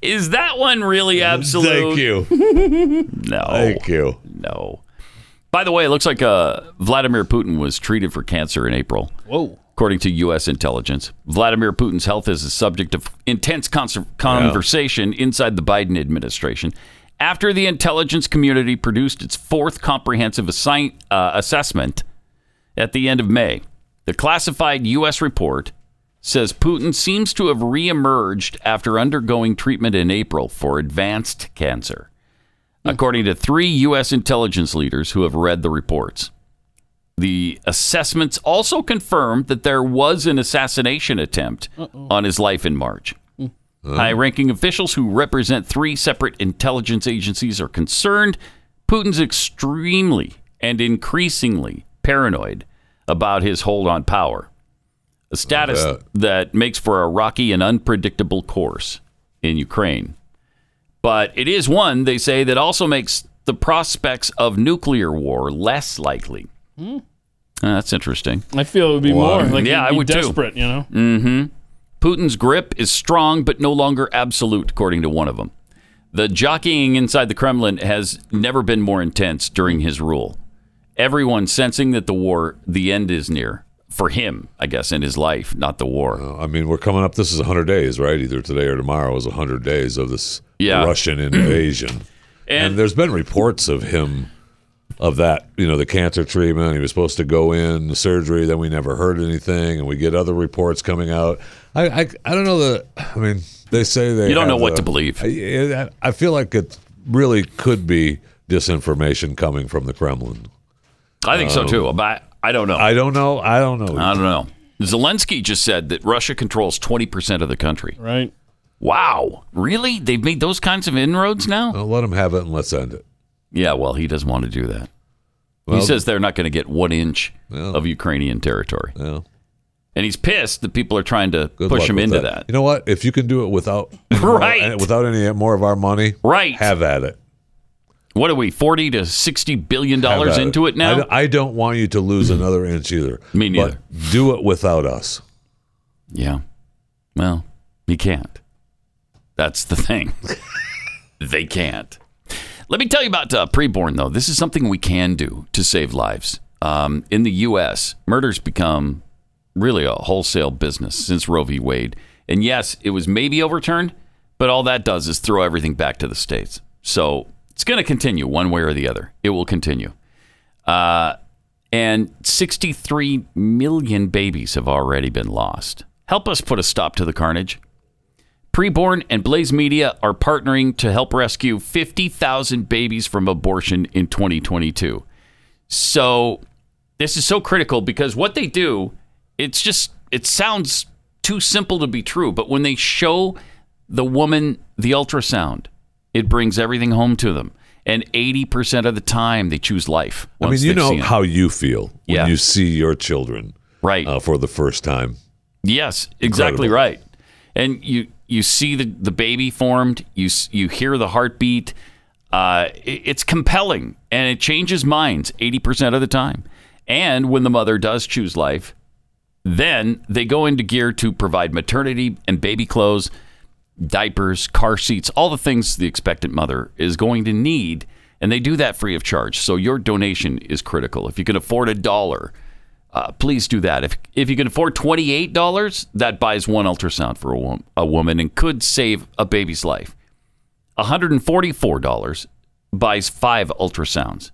Speaker 3: Is that one really absolute? Oh.
Speaker 5: Thank you.
Speaker 3: No.
Speaker 5: Thank you.
Speaker 3: No. By the way, it looks like uh, Vladimir Putin was treated for cancer in April.
Speaker 4: Whoa.
Speaker 3: According to U.S. intelligence, Vladimir Putin's health is a subject of intense cons- conversation inside the Biden administration after the intelligence community produced its fourth comprehensive assi- uh, assessment at the end of May. The classified U.S. report says Putin seems to have reemerged after undergoing treatment in April for advanced cancer, according to three U.S. intelligence leaders who have read the reports. The assessments also confirmed that there was an assassination attempt on his life in March. High ranking officials who represent three separate intelligence agencies are concerned Putin's extremely and increasingly paranoid about his hold on power, a status
Speaker 5: bet.
Speaker 3: that makes for a rocky and unpredictable course in Ukraine. But it is one, they say, that also makes the prospects of nuclear war less likely.
Speaker 4: Hmm.
Speaker 3: Uh, that's interesting.
Speaker 4: I feel it would be
Speaker 3: Wow.
Speaker 4: more like
Speaker 3: Yeah,
Speaker 4: you'd
Speaker 3: I
Speaker 4: be
Speaker 3: would too.
Speaker 4: desperate, you know.
Speaker 3: hmm Putin's grip is strong, but no longer absolute, according to one of them. The jockeying inside the Kremlin has never been more intense during his rule. Everyone sensing that the war, the end is near for him, I guess, in his life, not the war.
Speaker 5: I mean, we're coming up. This is 100 days, right? Either today or tomorrow is 100 days of this
Speaker 3: Yeah.
Speaker 5: Russian invasion. and, there's been reports of him of that, you know, the cancer treatment. He was supposed to go in surgery, then we never heard anything, and we get other reports coming out. I, I, I don't know that. I mean, they say they
Speaker 3: You
Speaker 5: have
Speaker 3: don't know what
Speaker 5: the-
Speaker 3: to believe.
Speaker 5: I, I feel like it really could be disinformation coming from the Kremlin.
Speaker 3: I think so
Speaker 5: Um,
Speaker 3: too, but I don't know. I
Speaker 5: don't know. I don't know.
Speaker 3: I don't know. Zelensky just said that Russia controls 20% of the country.
Speaker 4: Right.
Speaker 3: Wow. Really? They've made those kinds of inroads now?
Speaker 5: Well, let him have it and let's end it.
Speaker 3: Yeah, well, he doesn't want to do that.
Speaker 5: Well-
Speaker 3: he says they're not going to get one inch of Ukrainian territory. And he's pissed that people are trying to push
Speaker 5: luck
Speaker 3: him
Speaker 5: with
Speaker 3: into that.
Speaker 5: that. You know what? If you can do it without
Speaker 3: Right.
Speaker 5: without any more of our money,
Speaker 3: right?
Speaker 5: Have at it.
Speaker 3: What are we, 40 to $60 billion dollars
Speaker 5: Have at
Speaker 3: into it
Speaker 5: I
Speaker 3: now?
Speaker 5: don't- I, don't want you to lose another inch either.
Speaker 3: Me neither.
Speaker 5: But do it without us.
Speaker 3: Yeah. Well, he can't. That's the thing. they can't. Let me tell you about uh, preborn, though. This is something we can do to save lives. Um, in the U.S., murders become really a wholesale business since Roe v. Wade. And yes, it was maybe overturned, but all that does is throw everything back to the states. So it's going to continue one way or the other. It will continue. Uh, and 63 million babies have already been lost. Help us put a stop to the carnage. Preborn and Blaze Media are partnering to help rescue 50,000 babies from abortion in 2022. So this is so critical because what they do, it's just it sounds too simple to be true, but when they show the woman the ultrasound, it brings everything home to them. And 80% of the time they choose life.
Speaker 5: I mean,
Speaker 3: once
Speaker 5: you
Speaker 3: they've
Speaker 5: know
Speaker 3: seen it.
Speaker 5: how you feel
Speaker 3: Yeah.
Speaker 5: when you see your children
Speaker 3: right
Speaker 5: uh, for the first time.
Speaker 3: Yes, exactly
Speaker 5: Incredible.
Speaker 3: right. And you you see the the baby formed. You s- you hear the heartbeat. Uh, it- it's compelling, and it changes minds eighty percent of the time. And when the mother does choose life, then they go into gear to provide maternity and baby clothes, diapers, car seats, all the things the expectant mother is going to need. And they do that free of charge. So your donation is critical. If you can afford a dollar, uh, please do that. If, if you can afford $28, that buys one ultrasound for a, wom- a woman and could save a baby's life. $144 buys five ultrasounds.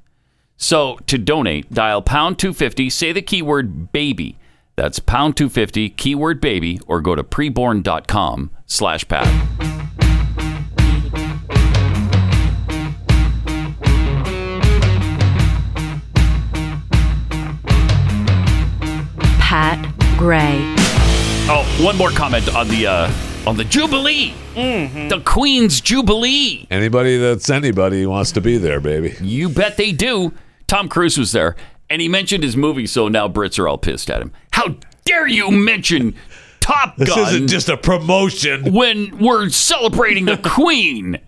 Speaker 3: So to donate, dial pound 250, say the keyword baby. That's pound 250, keyword baby, or go to preborn.com slash pat.
Speaker 1: Pat Gray.
Speaker 3: Oh, one more comment on the uh, on the Jubilee. The Queen's Jubilee.
Speaker 5: Anybody that's anybody wants to be there, baby.
Speaker 3: You bet they do. Tom Cruise was there, and he mentioned his movie, so now Brits are all pissed at him. How dare you mention Top Gun?
Speaker 5: This isn't just a promotion.
Speaker 3: When we're celebrating the Queen.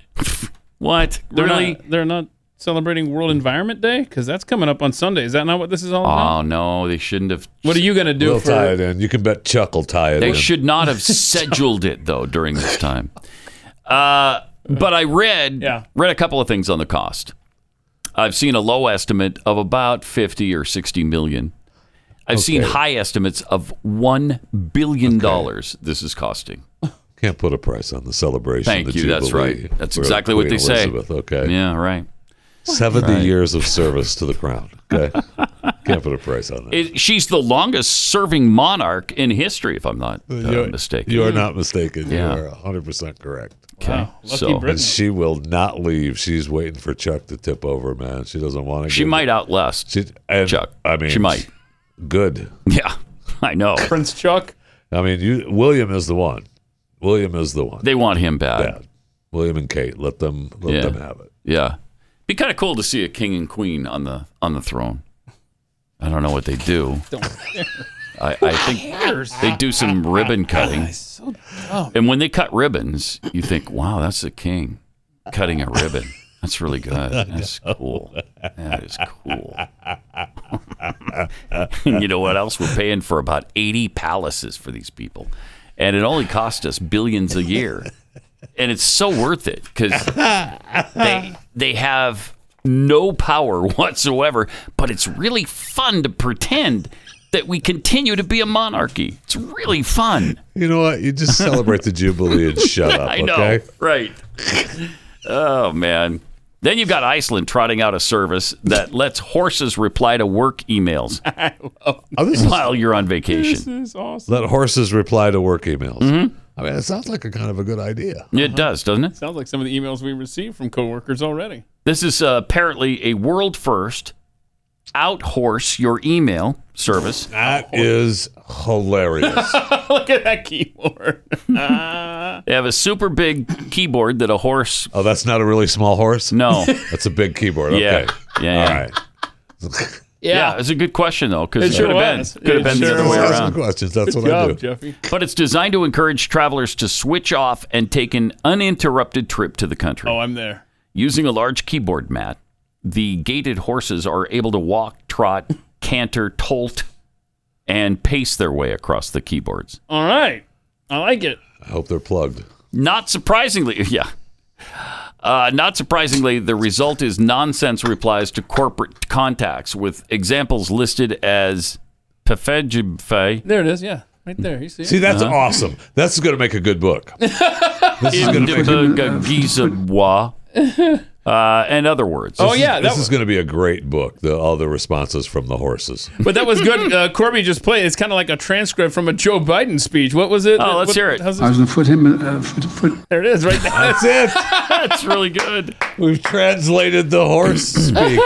Speaker 3: what?
Speaker 4: They're
Speaker 3: really?
Speaker 4: Not, they're not celebrating World Environment Day because that's coming up on Sunday. Is that not what this is all about?
Speaker 3: Oh no, they shouldn't have.
Speaker 4: What are you gonna do
Speaker 5: We'll
Speaker 4: for-
Speaker 5: tie it in. You can bet Chuck will tie it
Speaker 3: They
Speaker 5: in.
Speaker 3: should not have scheduled it though during this time. Uh, but I read read a couple of things on the cost. I've seen a low estimate of about fifty or sixty million. I've seen
Speaker 5: Okay.
Speaker 3: high estimates of one billion dollars. This is costing.
Speaker 5: Can't put a price on the celebration.
Speaker 3: Thank
Speaker 5: the
Speaker 3: you, that's
Speaker 5: Jubilee
Speaker 3: right. That's
Speaker 5: for
Speaker 3: exactly what
Speaker 5: Queen
Speaker 3: they say.
Speaker 5: Elizabeth, Okay.
Speaker 3: Yeah, right.
Speaker 5: 70
Speaker 3: Right.
Speaker 5: years of service to the crown. Okay. Can't put a price on that.
Speaker 3: It, she's the longest serving monarch in history, if I'm not uh,
Speaker 5: You're-
Speaker 3: mistaken.
Speaker 5: You are not mistaken.
Speaker 3: Yeah.
Speaker 5: You are 100% correct.
Speaker 3: Okay, Wow. Lucky so- Britain.
Speaker 5: and she will not leave. She's waiting for Chuck to tip over, man. She doesn't want to.
Speaker 3: She might outlast
Speaker 5: Chuck. I mean,
Speaker 3: She might.
Speaker 5: Good.
Speaker 3: Yeah, I know.
Speaker 4: Prince Chuck.
Speaker 5: I mean, you. William is the one. William is the one.
Speaker 3: They want him bad.
Speaker 5: William and Kate. Let them. Let
Speaker 3: Yeah.
Speaker 5: them have it.
Speaker 3: Yeah, be kind of cool to see a king and queen on the on the throne. I don't know what they do. I, I
Speaker 4: cares?
Speaker 3: think they do some ribbon cutting.
Speaker 4: dumb.
Speaker 3: And when they cut ribbons, you think, "Wow, that's the king cutting a ribbon. That's really good. That's cool. That is cool." and you know what else? We're paying for about eighty palaces for these people, and it only cost us billions a year. And it's so worth it because they they have no power whatsoever, but it's really fun to pretend that we continue to be a monarchy. It's really fun.
Speaker 5: You know what? You just celebrate the jubilee and shut up.
Speaker 3: I know,
Speaker 5: okay?
Speaker 3: right? Oh man, Then you've got Iceland trotting out a service that lets horses reply to work emails while you're on vacation.
Speaker 4: is awesome.
Speaker 5: Let horses reply to work emails.
Speaker 3: Mm-hmm.
Speaker 5: I mean, it sounds like a kind of a good idea.
Speaker 3: It does, doesn't it?
Speaker 4: Sounds like some of the emails we received from coworkers already.
Speaker 3: This is uh, apparently a world first outhorse your email service.
Speaker 5: That is hilarious.
Speaker 4: Look at that keyboard.
Speaker 3: They have a super big keyboard that a horse.
Speaker 5: Oh, that's not a really small horse?
Speaker 3: No.
Speaker 5: that's a big keyboard.
Speaker 3: Yeah.
Speaker 5: Okay.
Speaker 3: Yeah, yeah.
Speaker 5: All right.
Speaker 3: Yeah. it's a good question though,
Speaker 5: It
Speaker 3: because it,
Speaker 5: sure
Speaker 3: could have
Speaker 5: was.
Speaker 3: been could have
Speaker 5: It
Speaker 3: been
Speaker 5: sure
Speaker 3: the other way
Speaker 5: was.
Speaker 3: around.
Speaker 5: Good questions, that's Good what I job, do. Jeffy.
Speaker 3: But it's designed to encourage travelers to switch off and take an uninterrupted trip to the country.
Speaker 4: Oh, I'm there.
Speaker 3: Using a large keyboard mat, the gated horses are able to walk, trot, canter, tolt, and pace their way across the keyboards.
Speaker 4: All right. I like it.
Speaker 5: I hope they're plugged.
Speaker 3: Not surprisingly, yeah. Uh, not surprisingly, the result is nonsense replies to corporate contacts, with examples listed as E pefejibfe.
Speaker 4: There it is. Yeah. Right there. You see it?
Speaker 5: See, that's awesome. That's going to make a good book. This is going to make
Speaker 3: Indibugagizawa, uh, and other words.
Speaker 4: Oh,
Speaker 5: This is- this is going to be a great book. The all the responses from the horses.
Speaker 4: But that was good. Uh, Corby just played. It's kind of like a transcript from a Joe Biden speech. What was it?
Speaker 3: Oh, let's
Speaker 4: What-
Speaker 3: hear it.
Speaker 4: how's
Speaker 13: I was going to put him. Uh, foot, foot.
Speaker 4: There it is, right there.
Speaker 5: That's it.
Speaker 3: That's really good.
Speaker 5: We've translated the horse speak.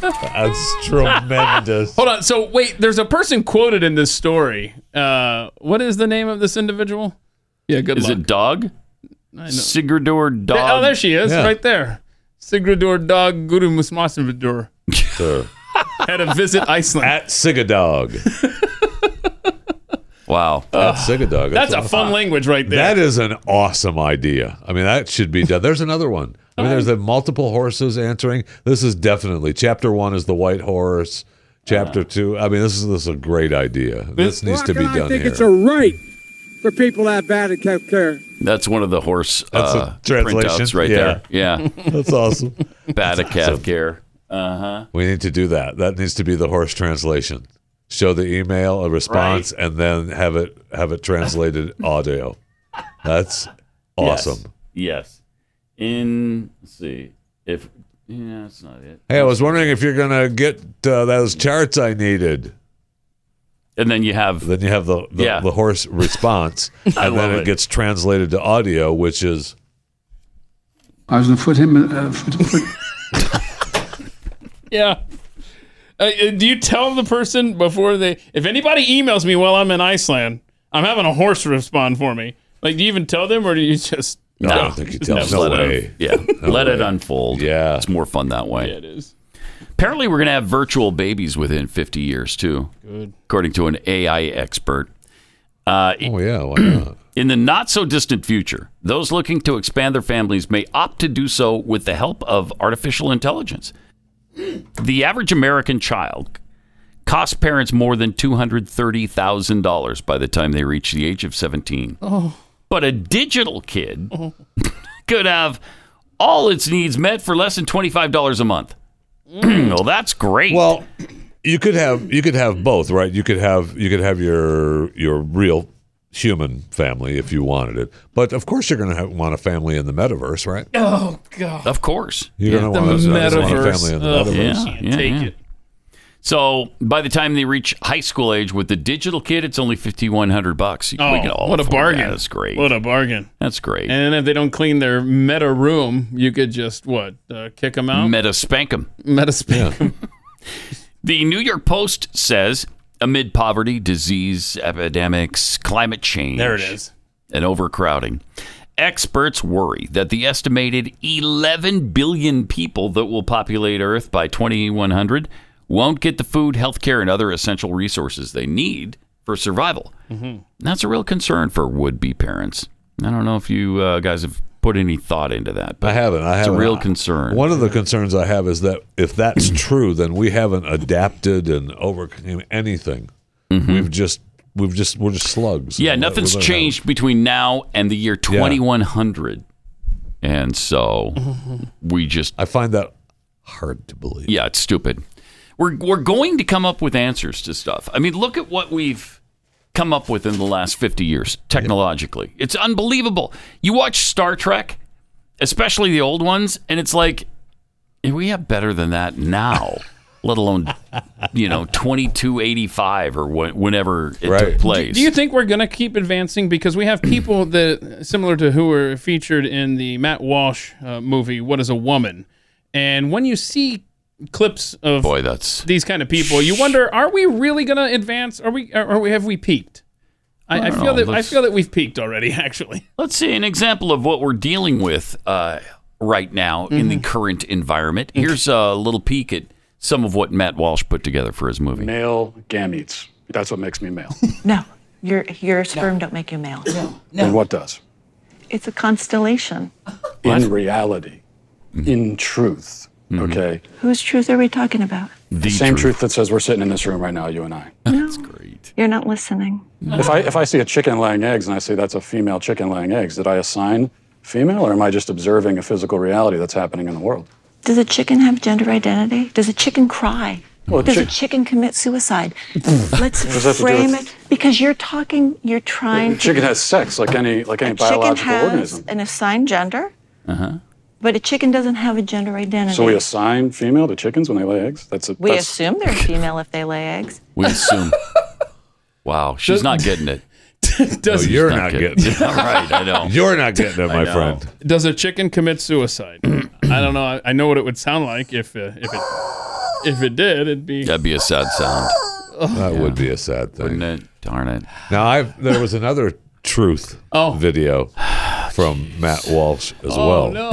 Speaker 5: That's tremendous.
Speaker 4: Hold on. So wait, there's a person quoted in this story. Uh, what is the name of this individual? Yeah, good
Speaker 3: Is
Speaker 4: luck.
Speaker 3: it dog? Sigurdur dog.
Speaker 4: Oh, there she is,
Speaker 3: Yeah.
Speaker 4: right there. Sigurdur Dog Guru Musmasinvidur
Speaker 5: Sir.
Speaker 4: had a visit Iceland.
Speaker 5: At Sigadog.
Speaker 3: wow.
Speaker 5: At Sigadog.
Speaker 4: That's a fun language right there.
Speaker 5: That is an awesome idea. I mean, that should be done. There's another one. I mean, there's the multiple horses answering. This is definitely chapter one is the white horse. Chapter two. I mean, this is this is a great idea. This needs to be
Speaker 19: And I
Speaker 5: done
Speaker 19: think
Speaker 5: here.
Speaker 19: it's a right for people to have bad health care.
Speaker 3: That's one of the horse
Speaker 5: That's a
Speaker 3: uh,
Speaker 5: translation.
Speaker 3: printouts right
Speaker 5: Yeah.
Speaker 3: there. Yeah.
Speaker 5: That's awesome.
Speaker 3: Bad at calf care. Uh huh.
Speaker 5: We need to do that. That needs to be the horse translation. Show the email a response and then have it have it translated audio. That's awesome.
Speaker 3: Yes. yes. In let's see if yeah, that's not it.
Speaker 5: Hey, I was wondering if you're gonna get uh, those charts I needed.
Speaker 3: And then you have
Speaker 5: then you have the the,
Speaker 3: Yeah.
Speaker 5: the horse response, and
Speaker 3: I
Speaker 5: then
Speaker 3: love
Speaker 5: it,
Speaker 3: it.
Speaker 5: gets translated to audio, which is
Speaker 13: I was going to put him. Uh, foot, foot.
Speaker 4: Yeah. Uh, uh, do you tell the person before they? If anybody emails me while I'm in Iceland, I'm having a horse respond for me. Like, do you even tell them, or do you just?
Speaker 5: No, I don't think you tell
Speaker 3: Just
Speaker 5: them. No
Speaker 3: let it-
Speaker 5: way.
Speaker 3: yeah,
Speaker 5: No
Speaker 3: let it
Speaker 5: way.
Speaker 3: unfold. Yeah, it's more fun that way.
Speaker 4: Yeah, it is.
Speaker 3: Apparently, we're going to have virtual babies within 50 years too,
Speaker 4: Good.
Speaker 3: according to an AI expert. Uh,
Speaker 5: oh yeah, why not?
Speaker 3: In the not so distant future, those looking to expand their families may opt to do so with the help of artificial intelligence. The average American child costs parents more than $230,000 by the time they reach the age of 17.
Speaker 4: Oh.
Speaker 3: But a digital kid could have all its needs met for less than $25 a month. well, that's great.
Speaker 5: Well, you could have you could have both, right? You could have you could have your your real human family if you wanted it, but of course you're going to want a family in the metaverse, right?
Speaker 4: Oh God.
Speaker 3: Of course.
Speaker 5: You're gonna
Speaker 3: The
Speaker 5: want, a- want a
Speaker 3: metaverse.
Speaker 5: family in
Speaker 4: Oh,
Speaker 5: the
Speaker 3: Ugh,
Speaker 5: metaverse.
Speaker 3: yeah, yeah, yeah. So by the time they reach high school age with the digital kid, it's only fifty one hundred bucks. We
Speaker 4: Oh,
Speaker 3: can all
Speaker 4: what a
Speaker 3: afford
Speaker 4: bargain!
Speaker 3: that. That's great.
Speaker 4: What a bargain!
Speaker 3: That's great.
Speaker 4: And if they don't clean their meta room, you could just what uh, kick them out.
Speaker 3: Meta spank 'em.
Speaker 4: Meta spank.
Speaker 3: The New York Post says amid poverty, disease, epidemics, climate change,
Speaker 4: There it is.
Speaker 3: and overcrowding, experts worry that the estimated 11 billion people that will populate Earth by 2100 won't get the food, healthcare, and other essential resources they need for survival.
Speaker 4: Mhm.
Speaker 3: That's a real concern for would-be parents. I don't know if you uh, guys have put any thought into that, but
Speaker 5: I haven't. I
Speaker 3: it's
Speaker 5: haven't.
Speaker 3: a real concern.
Speaker 5: One of the concerns I have is that if that's true, then we haven't adapted and overcame anything. We've just we've just we're just slugs.
Speaker 3: Mm-hmm. Yeah, nothing's
Speaker 5: We're-
Speaker 3: changed between now and the year 2100. And so we just.
Speaker 5: I find that hard to believe.
Speaker 3: Yeah, it's stupid. We're, we're going to come up with answers to stuff. I mean, look at what we've come up with in the last 50 years technologically. It's unbelievable. You watch Star Trek, especially the old ones, and it's like we have better than that now, let alone you know twenty two eighty five or wh- whenever it took place.
Speaker 4: Do you think we're going to keep advancing because we have people that similar to who were featured in the Matt Walsh uh, movie What is a Woman? And when you see clips of
Speaker 3: Boy, that's
Speaker 4: these kind of people, you wonder are we really going to advance? Are we are we have we peaked? I, I
Speaker 3: I don't
Speaker 4: feel
Speaker 3: know.
Speaker 4: that I
Speaker 3: Let's-
Speaker 4: feel that we've peaked already actually.
Speaker 3: Let's see an example of what we're dealing with uh, right now
Speaker 5: Mm-hmm.
Speaker 3: in the current environment. Here's a little peek at some of what Matt Walsh put together for his movie.
Speaker 20: Male gametes. That's what makes me male.
Speaker 21: Your your sperm don't make you male. No.
Speaker 20: And what does?
Speaker 21: It's a constellation.
Speaker 20: In reality,
Speaker 21: Mm-hmm.
Speaker 20: in truth. Okay.
Speaker 21: Whose truth are we talking about?
Speaker 20: The, same truth. that says we're sitting in this room right now, you and I.
Speaker 21: That's great. You're not listening.
Speaker 20: if I if I see a chicken laying eggs and I say that's a female chicken laying eggs, did I assign female or am I just observing a physical reality that's happening in the world?
Speaker 21: Does a chicken have gender identity? Does a chicken cry?
Speaker 20: Well,
Speaker 21: Does a
Speaker 20: chick-
Speaker 21: chicken commit suicide? Let's
Speaker 20: What does that have to do
Speaker 21: frame
Speaker 20: with-
Speaker 21: it because you're talking. You're trying.
Speaker 20: A
Speaker 21: to-
Speaker 20: chicken has sex like any like any
Speaker 21: a chicken
Speaker 20: biological
Speaker 21: has
Speaker 20: organism.
Speaker 21: an assigned gender,
Speaker 20: Uh-huh.
Speaker 21: but a chicken doesn't have a gender identity.
Speaker 20: So we assign female to chickens when they lay eggs? That's a
Speaker 21: We
Speaker 20: that's,
Speaker 21: assume they're female if they lay eggs.
Speaker 3: We assume. wow, she's not getting it. Oh,
Speaker 4: Does-
Speaker 3: she's
Speaker 5: you're not getting it.
Speaker 3: All right, I know.
Speaker 5: You're not getting it,
Speaker 3: I
Speaker 5: my
Speaker 3: know.
Speaker 5: friend.
Speaker 4: Does a chicken commit suicide? I don't know. I, I know what it would sound like if uh, if it if it did. It'd be
Speaker 3: That'd be a sad sound.
Speaker 5: That would be a sad thing.
Speaker 3: Wouldn't it? Darn it.
Speaker 5: Now I've there was another truth
Speaker 3: Oh.
Speaker 5: video from Matt Walsh as
Speaker 4: Oh,
Speaker 5: well.
Speaker 4: no.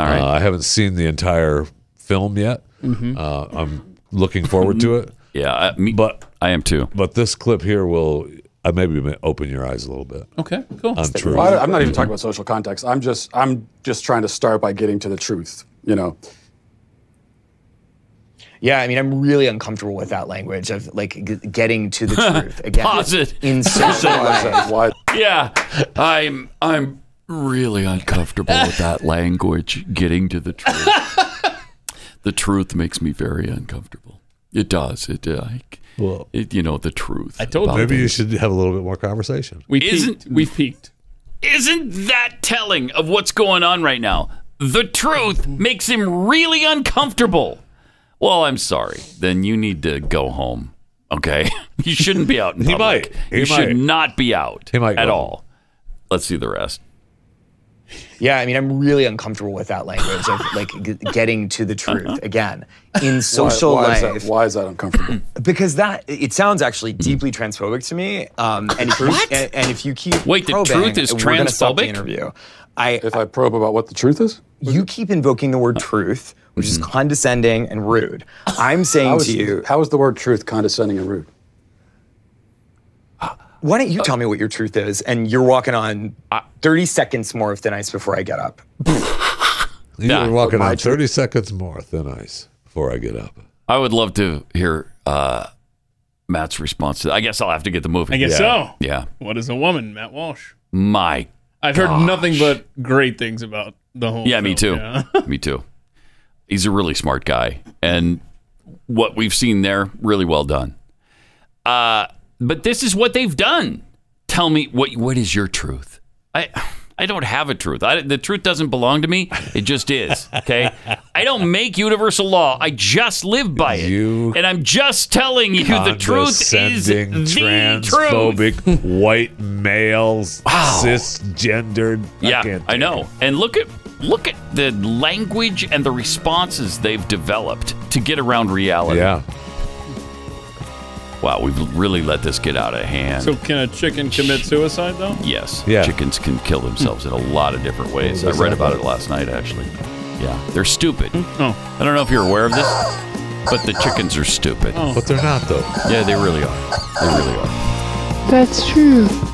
Speaker 4: All
Speaker 3: right. Mm-hmm.
Speaker 5: Uh, I haven't seen the entire film yet.
Speaker 4: Mhm.
Speaker 5: Uh, I'm looking forward to it.
Speaker 3: yeah, me,
Speaker 5: but
Speaker 3: I am too.
Speaker 5: But this clip here will uh, maybe ma- open your eyes a little bit.
Speaker 4: Okay,
Speaker 5: On truth.
Speaker 20: Well, I, am not even talking about social context. I'm just I'm just trying to start by getting to the truth. You know,
Speaker 22: Yeah, I mean, I'm really uncomfortable with that language of like g- getting to the truth again.
Speaker 3: Pause it.
Speaker 22: In social ways.
Speaker 3: Yeah, I'm. I'm really uncomfortable with that language. Getting to the truth. the truth makes me very uncomfortable. It does. It. Uh, I,
Speaker 5: Well,
Speaker 3: it, you know the truth. about
Speaker 5: Maybe you
Speaker 3: things.
Speaker 5: should have a little bit more conversation.
Speaker 4: We isn't we peaked.
Speaker 3: Isn't that telling of what's going on right now? The truth makes him really uncomfortable. Well, I'm sorry. Then you need to go home. Okay, you shouldn't be out. In
Speaker 5: He
Speaker 3: public.
Speaker 5: might. He
Speaker 3: you should
Speaker 5: might.
Speaker 3: not be out.
Speaker 5: He might
Speaker 3: at
Speaker 5: go home.
Speaker 3: all. Let's see the rest.
Speaker 22: Yeah, I mean, I'm really uncomfortable with that language of like g- getting to the truth again. In social
Speaker 20: why, why
Speaker 22: life.
Speaker 20: Is that, why is that uncomfortable?
Speaker 22: because that it sounds actually deeply transphobic to me. Um, and if you, And, and if you keep
Speaker 20: Wait, the
Speaker 22: probing,
Speaker 20: truth is
Speaker 22: we're gonna stop the
Speaker 20: transphobic?
Speaker 22: interview. I
Speaker 20: if I probe about what the truth is,
Speaker 22: you keep invoking the word truth, which is
Speaker 20: Mm-hmm.
Speaker 22: condescending and rude. I'm saying
Speaker 20: How is-
Speaker 22: to you,
Speaker 20: how is the word truth condescending and rude?
Speaker 22: why don't you tell me what your truth is? And you're walking on 30 seconds more of thin ice before I get up.
Speaker 5: You
Speaker 22: Yeah.
Speaker 5: were walking
Speaker 22: My
Speaker 5: on
Speaker 22: truth.
Speaker 5: 30 seconds more thin ice before I get up.
Speaker 3: I would love to hear uh, Matt's response to. That. I guess I'll have to get the movie.
Speaker 4: I guess so.
Speaker 3: Yeah.
Speaker 4: What is a woman? Matt Walsh.
Speaker 3: My.
Speaker 4: I've heard
Speaker 3: gosh.
Speaker 4: nothing but great things about the whole.
Speaker 3: Yeah, me too.
Speaker 4: film, yeah.
Speaker 3: me too. He's a really smart guy, and what we've seen there, really well done. Uh, but this is what they've done. Tell me what what is your truth? I I don't have a truth. I, the truth doesn't belong to me. It just is. Okay. I don't make universal law. I just live by it, and I'm just telling you the truth is
Speaker 5: Condescending,
Speaker 3: the truth.
Speaker 5: transphobic, white males, cisgendered.
Speaker 3: Yeah,
Speaker 5: I can't
Speaker 3: I, know. And look at look at the language and the responses they've developed to get around reality.
Speaker 5: Yeah.
Speaker 3: Wow, we've really let this get out of hand.
Speaker 4: So can a chicken commit suicide though?
Speaker 3: yes, chickens can kill themselves in a lot of different ways. I
Speaker 4: Does
Speaker 3: read
Speaker 4: that
Speaker 3: about it
Speaker 4: happen?
Speaker 3: last night actually. Yeah, they're stupid.
Speaker 5: Hmm?
Speaker 3: Oh. I don't know if you're aware of this, but the chickens are stupid.
Speaker 5: Oh. But they're not though.
Speaker 3: Yeah, they really are. They really are.
Speaker 23: That's true.